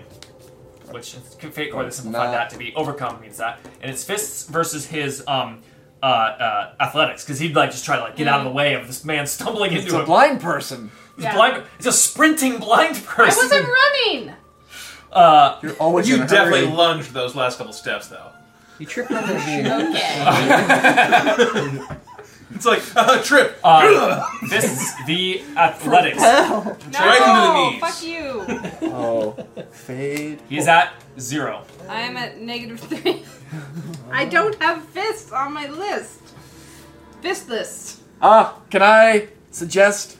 A: which is fake core. They simplified
D: not-
A: that to be overcome means that, and it's fists versus his um. Uh, uh, athletics, because he'd like just try to like get out of the way of this man stumbling
D: It's
A: into
D: a
A: him.
D: blind person.
A: It's
E: Yeah.
A: blind. It's a sprinting blind
E: I
A: person.
E: wasn't running.
A: Uh,
D: You're always in
C: You
D: a hurry.
C: definitely lunged those last couple steps, though.
B: You tripped on their shoe.
E: Okay.
C: It's like a trip
A: uh, fists v athletics.
E: No.
C: right into the knees.
E: Fuck you.
D: Oh, fade.
A: He's at zero.
E: I'm at negative three. I don't have fists on my list. Fist list.
D: Ah, can I suggest?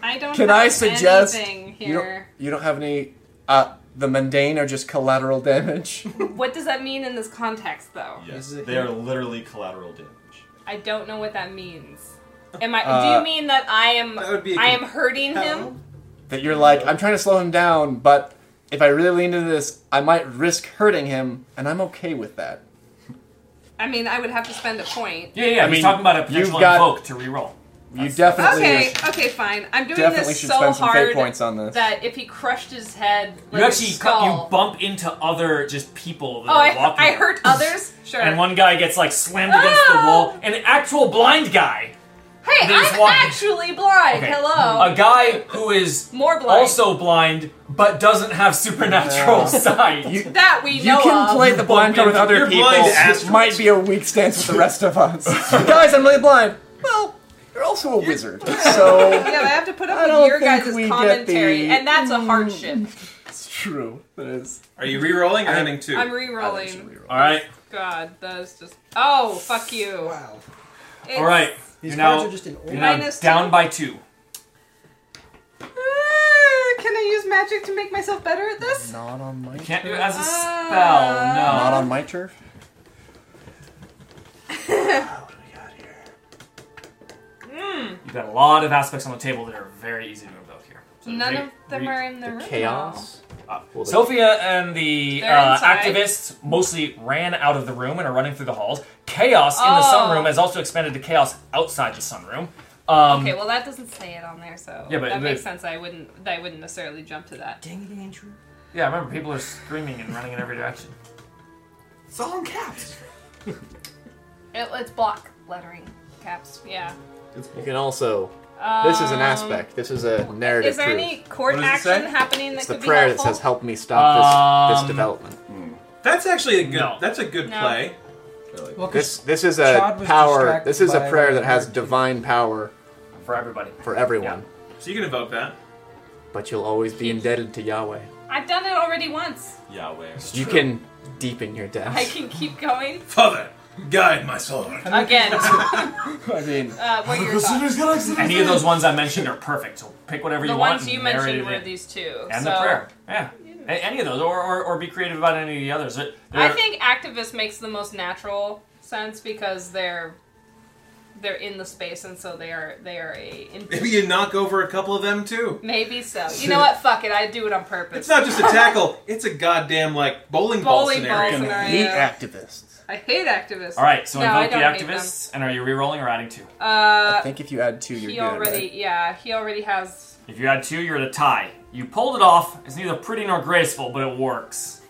E: I don't.
D: Can
E: have
D: I suggest?
E: anything
D: You don't,
E: here?
D: you don't have any. Uh, the mundane are just collateral damage.
E: What does that mean in this context, though?
F: Yes,
B: Is it-
F: they are literally collateral damage.
E: I don't know what that means. Am I? do
D: Uh,
E: you mean that I am?
C: That would be a
E: I am
C: com-
E: hurting him.
D: that you're like, I'm trying to slow him down, but if I really lean into this, I might risk hurting him, and I'm okay with that.
E: I mean, I would have to spend a point.
A: Yeah, yeah, yeah.
D: I
A: he's
D: mean,
A: talking about a
D: you've
A: potential
D: got-
A: invoke to reroll.
D: You definitely
E: Okay. Okay. Fine. I'm doing
D: Definitely
E: this
D: should
E: so
D: spend some fate
E: hard
D: points on this.
E: that if he crushed his head, like
A: you
E: a
A: actually cut,
E: skull,
A: you bump into other just people that
E: Oh,
A: are
E: I,
A: walking.
E: I hurt others. Sure.
A: And one guy gets like slammed against the
E: Ah!
A: wall. An actual blind guy,
E: hey,
A: They just
E: I'm
A: walk-
E: actually blind.
A: Okay.
E: Hello.
A: a guy who is
E: More blind.
A: also blind but doesn't have supernatural sight.
D: You-
E: that we
D: You
E: know
D: can
E: of.
D: play the blind card with
C: You're
D: other
C: blind
D: people.
C: to
D: It
C: asteroids.
D: might be a weak stance with the rest of us. Guys, I'm really blind. Well, you're also a wizard, so
E: Yeah, but I have to put
D: I
E: up with
D: don't
E: your
D: think
E: guys'
D: we get
E: commentary,
D: the- Hmm.
E: and that's a hardship.
D: it's true. That is.
C: Are you re-rolling or having two?
E: I'm
D: I should
E: re-rolling.
D: reroll.
A: All right,
E: God, that is just. Oh, fuck you.
B: Wow.
E: It's-
A: all right.
B: These
A: You're
B: cards
A: now,
B: are just in
A: you're
B: order.
A: now
E: Minus two.
A: down by two.
E: Ah, Uh, can I use magic to make myself better at this?
D: Not on my.
A: You can't do it as a
E: Ah.
D: Not
A: spell.
D: on my turf.
A: No, you've got a lot of aspects on the table that are very easy to invoke here. So
E: None
A: re-
E: of them
A: re-
E: are in the, room.
A: Well, Sophia and the
E: They're
A: uh,
E: inside.
A: activists mostly ran out of the room and are running through the halls. Chaos in the
E: Oh.
A: sunroom has also expanded to chaos outside the sunroom. Um,
E: Okay, well that doesn't say it on there, so
A: Yeah, but
E: that
A: they-
E: makes sense. I wouldn't. I wouldn't necessarily jump to that.
B: Dang it, Andrew.
A: Yeah, I remember people are screaming and running in every direction.
B: It's all in caps.
E: It, it's block lettering caps. Yeah.
G: You can also.
E: Um,
G: This is an aspect. This is a narrative
E: Is there
G: truth.
E: any court
C: What does it
E: action
C: say?
E: happening
G: it's
E: that
G: the
E: could
G: prayer
E: be
G: that
E: helpful?
G: says, "Help me stop this
A: Um,
G: this development."
C: That's actually a good.
A: No.
C: That's a good
E: No.
C: play.
B: Well, 'cause
G: This this is
B: Chad
G: a
B: was
G: power.
B: distracted
G: This is a
B: by
G: prayer
B: my
G: that has
B: energy.
G: divine power
A: For everybody.
G: for everyone,
C: So you can evoke that.
G: but you'll always be indebted to Yahweh.
E: I've done it already once.
F: Yahweh.
G: You can deepen your debt.
E: I can keep going.
C: Father, guide my soul.
E: Again, uh,
D: I mean,
E: what are your thoughts?
A: Any of those ones I mentioned are perfect, so pick whatever
E: The
A: you want.
E: ones you
A: and
E: mentioned
A: narrate
E: were
A: it.
E: these two.
A: And
E: so
A: the prayer. Yeah. A- Any of those, or, or, or be creative about any of the others. There-
E: I
A: there-
E: think activist makes the most natural sense because they're they're in the space and so they are they are a
C: Maybe you knock over a couple of them too.
E: maybe so. You know what? Fuck it. I do it on purpose.
C: It's not just a tackle. It's a goddamn like bowling, ball
E: Bowling ball
C: scenario.
E: scenario.
D: hate activists.
E: I hate activists.
A: All right, so
E: No, I
A: invoke
E: don't
A: the
E: need
A: activists, and are you re-rolling or adding two?
E: them. Uh,
D: I think if you add two, you're
E: he
D: good.
E: already
D: right?
E: yeah he already has
A: If you add two, you're at a tie. You pulled it off. It's neither pretty nor graceful, but it works.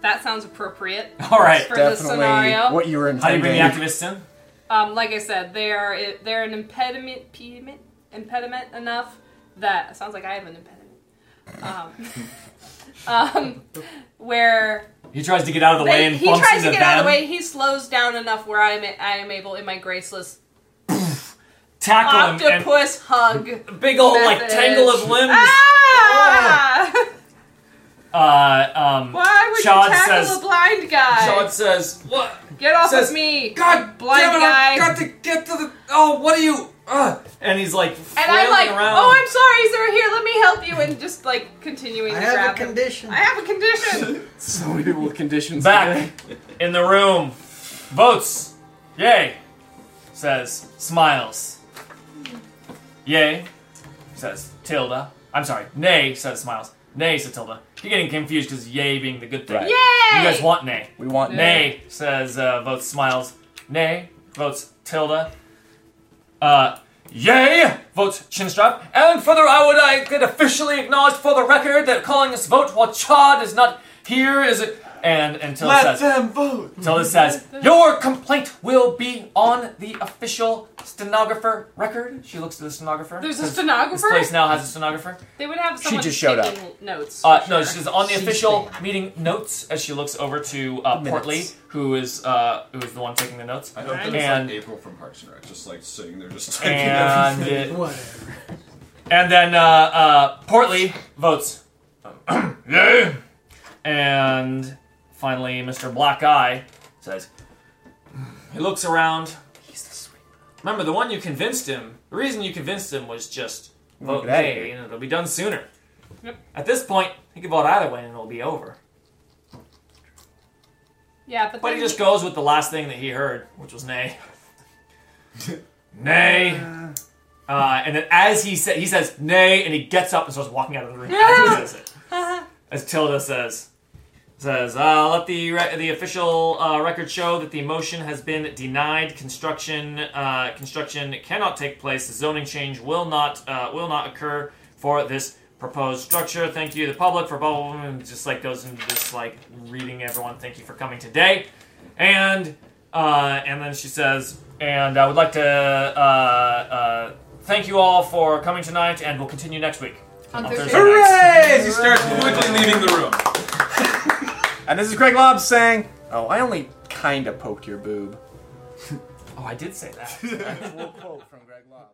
E: that sounds appropriate.
A: All right.
E: For this
D: Definitely
E: scenario.
D: what you were
A: How do you
D: intending.
A: bring the activists in?
E: Um, like I said, they are they're an impediment impediment impediment enough that it sounds like I am an impediment. Um, um, where
A: He tries to get out of the way
E: they,
A: and
E: he
A: bumps
E: tries
A: into
E: to get out of the
A: them.
E: way, he slows down enough where I am I am able in my graceless
A: Tackle him and
E: octopus hug.
A: big old like
E: method.
A: tangle of limbs.
E: Ah!
A: Uh, um,
E: Why would
A: Chad
E: you tackle
A: says-
E: a blind guy?
A: Sean says, "What?
E: get off
A: says-
E: of me,
A: God,
E: blind
A: damn it,
E: guy!"
A: I've got to get to the. Oh, what are you? Uh, and he's like,
E: and I'm
A: flailing
E: like,
A: around.
E: "Oh, I'm sorry, sir. Here, let me help you." And just like continuing to
B: I have a
E: grab him.
B: condition.
E: I have a condition.
D: So many people with conditions.
A: back in the room. Votes, yay, says smiles. Yay, says Tilda. I'm sorry, nay, says smiles. Nay, says Tilda. You're getting confused because yay being the good thing.
D: Right.
E: Yay!
A: You guys want nay.
D: We want
A: Nay, says uh, votes smiles. Nay, votes tilde. Uh, yay, votes chinstrap. And further, I would I could officially acknowledge for the record that calling this vote while Chad is not here is it. And and Tilda
C: Let
A: says,
C: them vote.
A: Tilda says, your complaint will be on the official stenographer record. She looks to the stenographer.
E: There's a
A: Says, This
E: stenographer.
A: place now has a stenographer.
E: They would have someone
D: just showed
E: taking notes.
A: Uh,
E: for
A: No,
E: sure.
A: she says on the
D: She's
A: official
D: there.
A: meeting notes as she looks over to uh,
D: Minutes.
A: Portly, who is uh, who is the one taking the notes.
F: I don't think
A: And-
F: it's like April from Parks and Rec, just like sitting there, just taking
A: And it-
B: Whatever.
A: and then uh, uh, Portly votes yay, and finally Mr. Black Eye says he looks around. He's the sweet. Remember, the one you convinced him, the reason you convinced him was just vote
D: get outta
A: nay,
D: here.
A: you know, it'll be done sooner. At this point, he could vote either way and it'll be over.
E: Yeah, but,
A: But
E: then
A: he just goes with the last thing that he heard, which was nay. nay. Uh, and then as he said, he says nay, and he gets up and starts walking out of the room. As he says it. As Tilda says, says, uh, let the re- the official uh, record show that the motion has been denied. Construction uh, construction cannot take place. The zoning change will not uh, will not occur for this proposed structure. Thank you, the public, for blah blah blah. and Just like goes into this like reading everyone. Thank you for coming today, and uh, and then she says, and I would like to uh, uh, thank you all for coming tonight, and we'll continue next week.
E: on
A: on
E: Thursday
A: Thursday.
E: night.
C: Hooray! As he starts quickly leaving the room.
D: And this is Craig Lobb saying, "Oh, I only kind of poked your boob."
A: Oh, I did say that.
D: Full quote from Greg Lobb.